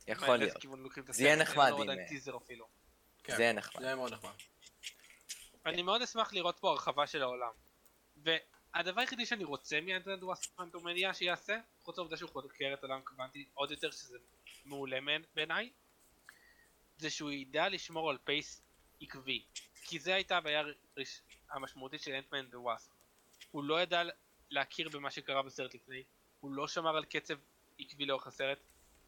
Speaker 3: יכול
Speaker 4: לאיזה
Speaker 3: להיות.
Speaker 4: כיוון לוקחים את
Speaker 3: זה יהיה
Speaker 4: הסרט, אין
Speaker 3: נחמד
Speaker 4: לנו
Speaker 3: אם- אה,
Speaker 4: עדיין טיזר אפילו.
Speaker 2: כן.
Speaker 3: זה יהיה נחמד.
Speaker 2: זה היה מאוד נחמד.
Speaker 4: אני מאוד אשמח לראות פה הרחבה של העולם. והדבר היחידי שאני רוצה מאנטרנד וואס פנטומניה שיעשה, חוץ מהעובדה שהוא חוקר את עולם קוונטי עוד יותר, שזה מעולה מעין- בעיניי, זה שהוא ידע לשמור על פייס עקבי. כי זה הייתה הבעיה הר- ראש- המשמעותית של אנטמן ווואס. הוא לא ידע להכיר במה שקרה בסרט לפני, הוא לא שמר על קצב עקבי לאורך הסרט.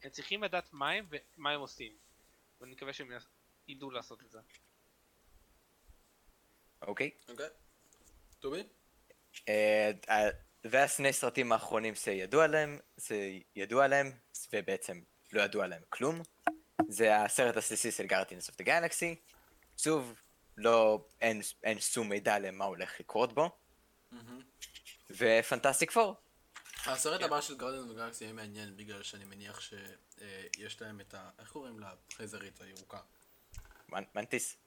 Speaker 4: הם צריכים לדעת מה הם ומה הם עושים. ואני מקווה שהם יעש- ידעו לעשות את זה.
Speaker 3: אוקיי?
Speaker 2: אוקיי. טובי?
Speaker 3: אה, ה- והשני סרטים האחרונים שידוע עליהם, זה ידוע עליהם, ובעצם לא ידוע עליהם כלום. זה הסרט הסליסי של גארטינס אוף דה גלקסי. שוב, לא, אין, אין שום מידע למה הולך לקרות בו. ופנטסטיק פור.
Speaker 4: כן.
Speaker 2: הסרט הבא של גרדיאן וגלקסי יהיה מעניין בגלל שאני מניח שיש להם את ה... איך קוראים לה? חייזרית הירוקה.
Speaker 3: מנ- מנטיס.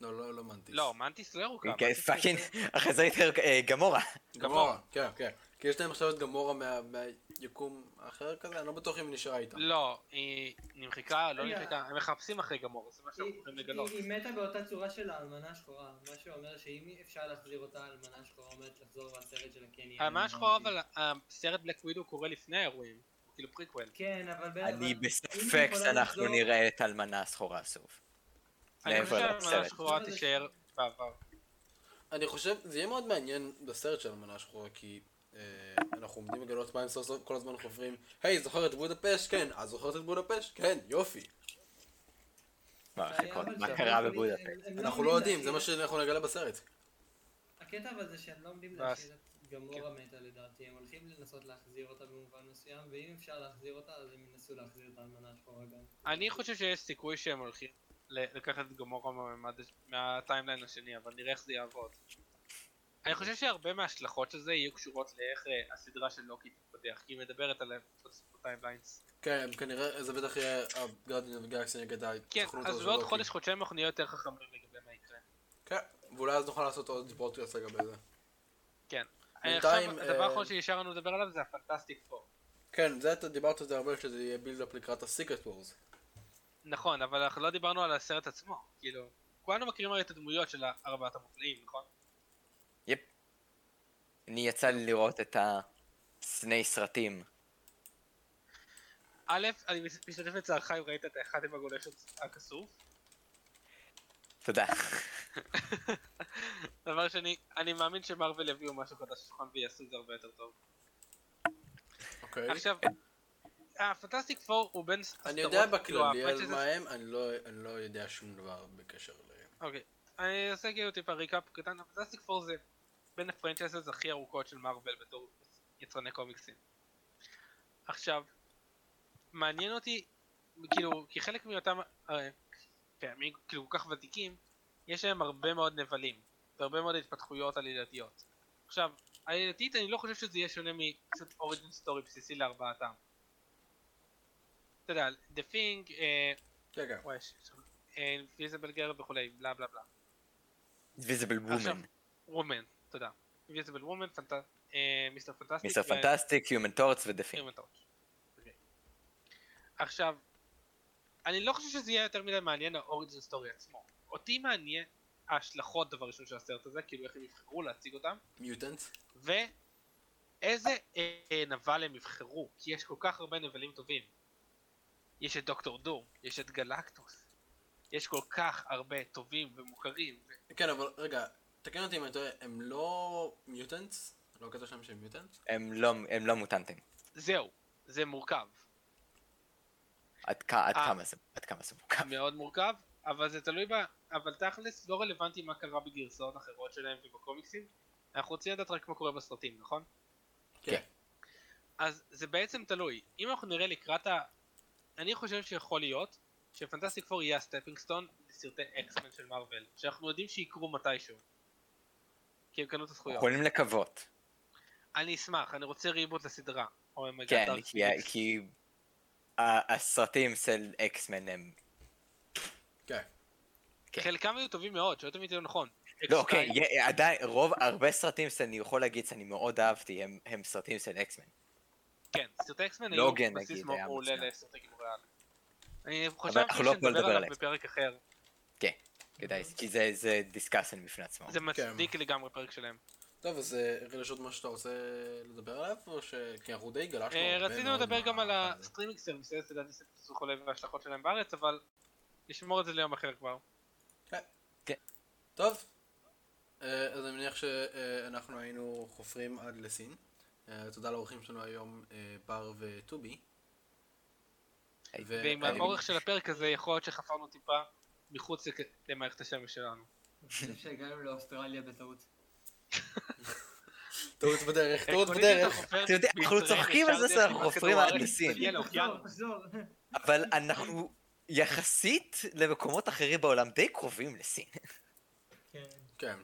Speaker 2: לא, לא, לא מנטיס.
Speaker 4: לא, מנטיס לא ירוקה.
Speaker 3: אוקיי,
Speaker 4: מנטיס
Speaker 3: פאקינג,
Speaker 4: זה-
Speaker 3: אחרי זה התחיל אה, גמורה.
Speaker 2: גמורה. כן, כן. כי יש להם עכשיו את גמורה מה- מהיקום האחר כזה, אני לא בטוח אם היא נשארה איתם.
Speaker 4: לא, היא נמחקה, לא
Speaker 5: רגע.
Speaker 4: נמחקה, הם מחפשים אחרי גמור, זה מה שאנחנו יכולים לגלות.
Speaker 5: היא מתה באותה צורה של האלמנה השחורה, מה שאומר שאם אפשר להחזיר אותה, האלמנה השחורה עומדת לחזור והסרט של הקניה.
Speaker 4: ממש
Speaker 3: אה,
Speaker 4: שחורה, אבל אה, הסרט בלק ווידו קורה לפני האירועים, הוא כאילו פריקוול.
Speaker 5: כן, אבל... ב- אבל-
Speaker 3: אני
Speaker 5: אם היא
Speaker 3: בספק
Speaker 5: יכולה
Speaker 3: שאנחנו
Speaker 5: לחזור-
Speaker 3: נראה את האלמנה השחורה סוף.
Speaker 4: אני חושב
Speaker 3: מעבר
Speaker 4: שהאלמנה
Speaker 3: לסרט.
Speaker 4: השחורה תישאר בעבר.
Speaker 2: אני חושב, זה יהיה מאוד מעניין בסרט של המנה השחורה, כי אה, אנחנו עומדים לגלות מה הם סוף סוף כל הזמן חופרים, היי, זוכרת בודפשט? כן. אז זוכרת את בודפשט? כן, יופי.
Speaker 3: מה הולך
Speaker 5: הבעיה
Speaker 3: לקרות?
Speaker 5: אה, אבל
Speaker 3: מה
Speaker 5: שהם
Speaker 3: קרה
Speaker 5: יכולים-
Speaker 3: בבודפשט?
Speaker 5: הם- הם
Speaker 2: אנחנו לא יודעים,
Speaker 5: להשאיר
Speaker 2: זה מה
Speaker 5: את-
Speaker 2: שאנחנו נגלה בסרט.
Speaker 5: הקטע אבל זה שהם לא עומדים
Speaker 4: ואז-
Speaker 5: להשאיר את גמורה מתה לדעתי, הם הולכים לנסות להחזיר אותה במובן מסוים, ואם אפשר להחזיר אותה, אז הם ינסו להחזיר את האלמנה השחורה גם.
Speaker 4: אני חושב שיש סיכוי שהם הולכים ל- לקחת את גמורה מהממד הש- מהטיימליין השני, אבל נראה איך זה יעבוד. אני חושב שהרבה מההשלכות של זה יהיו קשורות לאיך אה, הסדרה של לוקי תתפתח, כי היא מדברת על הטיימליינס.
Speaker 2: כן, כנראה, זה בטח יהיה הגרדיאן וגלקסי נגד
Speaker 4: כן,
Speaker 2: התכנות
Speaker 4: אז
Speaker 2: הזו
Speaker 4: בעוד
Speaker 2: לא,
Speaker 4: חודש, חודשיים אנחנו נהיה יותר חכמים לגבי מה יקרה.
Speaker 2: כי- כן, ואולי אז נוכל לעשות עוד פודקאסט לגבי זה.
Speaker 4: כן.
Speaker 2: בינתיים,
Speaker 4: עכשיו, הדבר
Speaker 2: אה,
Speaker 4: האחרון שנשאר לנו לדבר עליו זה הפנטסטיק פור.
Speaker 2: כן, זה אתה דיברת על זה הרבה, שזה יהיה בילדאפ לקראת הסיקרט וורס.
Speaker 4: נכון, אבל אנחנו לא דיברנו על הסרט עצמו, כאילו, כולנו מכירים הרי את הדמויות של ארבעת המופלאים, נכון?
Speaker 3: יפ. אני יצא לי לראות את השני סרטים.
Speaker 4: א', אני מש- משתתף בצערך אם ראית את האחד עם הגולש הכסוף.
Speaker 3: תודה.
Speaker 4: דבר שני, אני מאמין שמרוויל יביאו משהו חדש לשולחן ויעשו את זה הרבה יותר טוב.
Speaker 2: אוקיי.
Speaker 4: עכשיו, הפנטסטיק פור הוא בין הסדרות,
Speaker 2: אני יודע
Speaker 4: כאילו,
Speaker 2: בכללי על
Speaker 4: הפרנצ'ייז-
Speaker 2: מה הם, אני לא- אני לא יודע שום דבר בקשר אליהם.
Speaker 4: אוקיי, אני אעשה כאילו טיפה ריקאפ קטן, הפנטסטיק פור זה בין הפרנצ'ייזס הכי ארוכות של מארוול בתור יצרני קומיקסים. עכשיו, מעניין אותי, כאילו, כי חלק מאותם אה, פעמים, כאילו, כל כך ותיקים, יש להם הרבה מאוד נבלים, והרבה מאוד התפתחויות עלילתיות. עכשיו, עלילתית אני לא חושב שזה יהיה שונה מפשוט אוריג'ין סטורי בסיסי לארבעתם. אתה יודע, The Thing, אה,
Speaker 2: כן, כן.
Speaker 4: וואי, יש שם אינביזיבל גרל וכולי, בלה בלה בלה.
Speaker 3: ויזיבל
Speaker 4: עכשיו,
Speaker 3: וומן.
Speaker 4: וומן, תודה. אינביזיבל וומן, אה, מיסטר פנטסטיק.
Speaker 3: מיסטר פנטסטיק, יומן טורץ ודפים.
Speaker 4: פנטסטיק. אוקיי. עכשיו, אני לא חושב שזה יהיה יותר מדי מעניין האוריג'ן סטורי עצמו. אותי מעניין ההשלכות דבר ראשון של הסרט הזה, כאילו איך הם יבחרו להציג אותם,
Speaker 2: מיוטנט?
Speaker 4: ואיזה אה, אה, נבל הם יבחרו, כי יש כל כך הרבה נבלים טובים. יש את דוקטור דור, יש את גלקטוס, יש כל כך הרבה טובים ומוכרים, ו-
Speaker 2: כן, אבל רגע, תקן אותי אם אני טועה, הם לא מיוטנטס? לא הקטע שלהם שהם מיוטנטס?
Speaker 3: הם לא- הם לא מוטנטים.
Speaker 4: זהו, זה מורכב,
Speaker 3: עד כ- עד
Speaker 4: אה.
Speaker 3: כמה זה עד כמה זה מורכב.
Speaker 4: מאוד מורכב, אבל זה תלוי ב... אבל תכלס לא רלוונטי מה קרה בגרסאות אחרות שלהם ובקומיקסים, אנחנו רוצים לדעת רק מה קורה בסרטים, נכון?
Speaker 2: כן.
Speaker 4: אז זה בעצם תלוי, אם אנחנו נראה לקראת ה... אני חושב שיכול להיות שפנטסטיק פור יהיה הסטפינג סטון לסרטי אקסמן של מארוול, שאנחנו יודעים שיקרו מתישהו. כי הם קנו את הזכויות.
Speaker 3: יכולים לקוות. אני
Speaker 4: אני אשמח, אני רוצה ריבוט לסדרה. או הם
Speaker 3: כן,
Speaker 4: הגעת-
Speaker 3: כי ה- כי ה- הסרטים של אקסמן הם...
Speaker 2: כן.
Speaker 3: כן.
Speaker 4: חלקם היו טובים מאוד, שלא תמיד זה לא נכון.
Speaker 3: לא,
Speaker 4: X2,
Speaker 3: אוקיי, יהיה- עדיין, רוב, הרבה סרטים שאני יכול להגיד שאני מאוד אהבתי הם- הם סרטים של אקסמן.
Speaker 4: כן, סרטי אקסמן
Speaker 3: לא
Speaker 4: היו
Speaker 3: הוגן,
Speaker 4: בסיס
Speaker 3: נגיד,
Speaker 4: מאוד
Speaker 3: היה
Speaker 4: מעולה
Speaker 3: מצוין.
Speaker 4: לסרטי כאילו גיבורי על. אני חשבתי
Speaker 3: אנחנו לא פה
Speaker 4: שנדבר
Speaker 3: נדבר
Speaker 4: עליו
Speaker 3: על אקסמן.
Speaker 4: בפרק אחר.
Speaker 3: כן, כדאי,
Speaker 4: Mm-hmm.
Speaker 3: כי זה- זה דיסקאסן בפני עצמו.
Speaker 4: זה מצדיק לגמרי פרק שלם.
Speaker 2: טוב, אז אה, אריאל, יש עוד משהו שאתה רוצה לדבר עליו? או ש... כי אנחנו די גלשנו
Speaker 4: אה,
Speaker 2: הרבה
Speaker 4: רצינו
Speaker 2: מאוד
Speaker 4: לדבר
Speaker 2: מה-
Speaker 4: גם על
Speaker 2: מה-
Speaker 4: הסטרימינג סרוויסס, לדעתי זה פסוק עולה וההשלכות שלהם בארץ, אבל נשמור את זה ליום אחר כבר.
Speaker 2: טוב, אה, אז אני מניח שאנחנו היינו חופרים עד לסין. אה, תודה לאורחים שלנו היום, אה, בר וטובי.
Speaker 3: היי.
Speaker 2: ו- אה,
Speaker 4: ועם
Speaker 2: אני-
Speaker 4: האורך של הפרק הזה יכול להיות שחפרנו טיפה מחוץ לכ- למערכת השמש שלנו.
Speaker 3: אה,
Speaker 5: אני חושב שהגענו לאוסטרליה בטעות.
Speaker 2: טעות בדרך, טעות
Speaker 4: עקרונית, אם אתה
Speaker 2: בדרך.
Speaker 4: חופר
Speaker 3: אתה יודע, אנחנו
Speaker 4: בישראל,
Speaker 3: צוחקים על זה
Speaker 4: אפשר
Speaker 3: שאנחנו
Speaker 4: דרך כדור
Speaker 3: חופרים עד
Speaker 4: הארץ,
Speaker 3: לסין.
Speaker 4: תגיע לאוקיינוס.
Speaker 5: תחזור, תחזור.
Speaker 3: אבל אנחנו יחסית למקומות אחרים בעולם די קרובים לסין.
Speaker 5: כן.
Speaker 2: כן,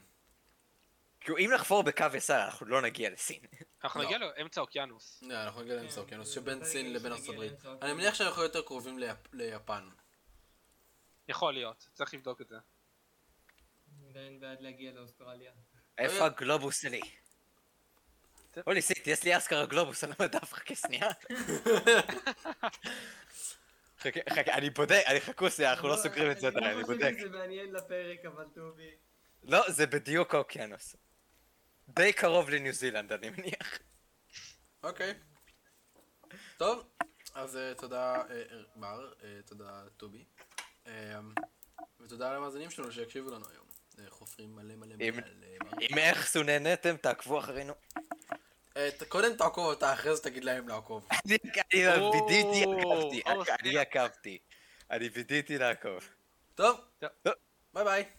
Speaker 3: כאילו אם נחפור בקו יסל אנחנו לא נגיע לסין.
Speaker 4: אנחנו
Speaker 2: לא.
Speaker 4: נגיע לאמצע האוקיינוס.
Speaker 2: לא, אנחנו נגיע לאמצע
Speaker 5: כן,
Speaker 2: האוקיינוס,
Speaker 5: זה-
Speaker 2: שבין
Speaker 5: זה
Speaker 2: סין
Speaker 5: הגיוני
Speaker 2: לבין
Speaker 5: שנגיע
Speaker 2: ארצות הברית.
Speaker 5: לאמצע
Speaker 2: אני
Speaker 5: האוקיינוס.
Speaker 2: מניח שאנחנו יותר קרובים ליפ- ליפן.
Speaker 4: יכול להיות, צריך לבדוק את זה.
Speaker 5: אני עדיין בעד להגיע לאוסטרליה.
Speaker 3: איפה הגלובוס שלי?
Speaker 4: טוב.
Speaker 3: הולי סיט, יש לי אסכרה גלובוס על המדף, לא חכה שנייה. חכה, חכה, אני בודק, אני חכו שנייה, אנחנו לא סוגרים את זה עדיין, אני
Speaker 5: אני
Speaker 3: בודק.
Speaker 5: חושב שזה מעניין לפרק, אבל טובי.
Speaker 3: לא, זה בדיוק האוקיינוס. די קרוב לניו זילנד, אני מניח.
Speaker 2: אוקיי. טוב, אז אה, תודה אה, אה, בר, אה, תודה טובי. אה, ותודה למאזינים שלנו שהקשיבו לנו היום. אה, חופרים מלא מלא מלא
Speaker 3: אם-
Speaker 2: על אה, בר.
Speaker 3: אם איכשהו נהניתם, תעקבו אחרינו.
Speaker 2: אה, ת- קודם תעקוב אותה, אחרי זה תגיד להם לעקוב.
Speaker 3: אני אני
Speaker 4: או,
Speaker 3: וידאתי, עקבתי,
Speaker 4: או,
Speaker 3: אני- אני עקבתי. אני וידאתי לעקוב.
Speaker 2: טוב,
Speaker 4: טוב.
Speaker 2: ביי ביי.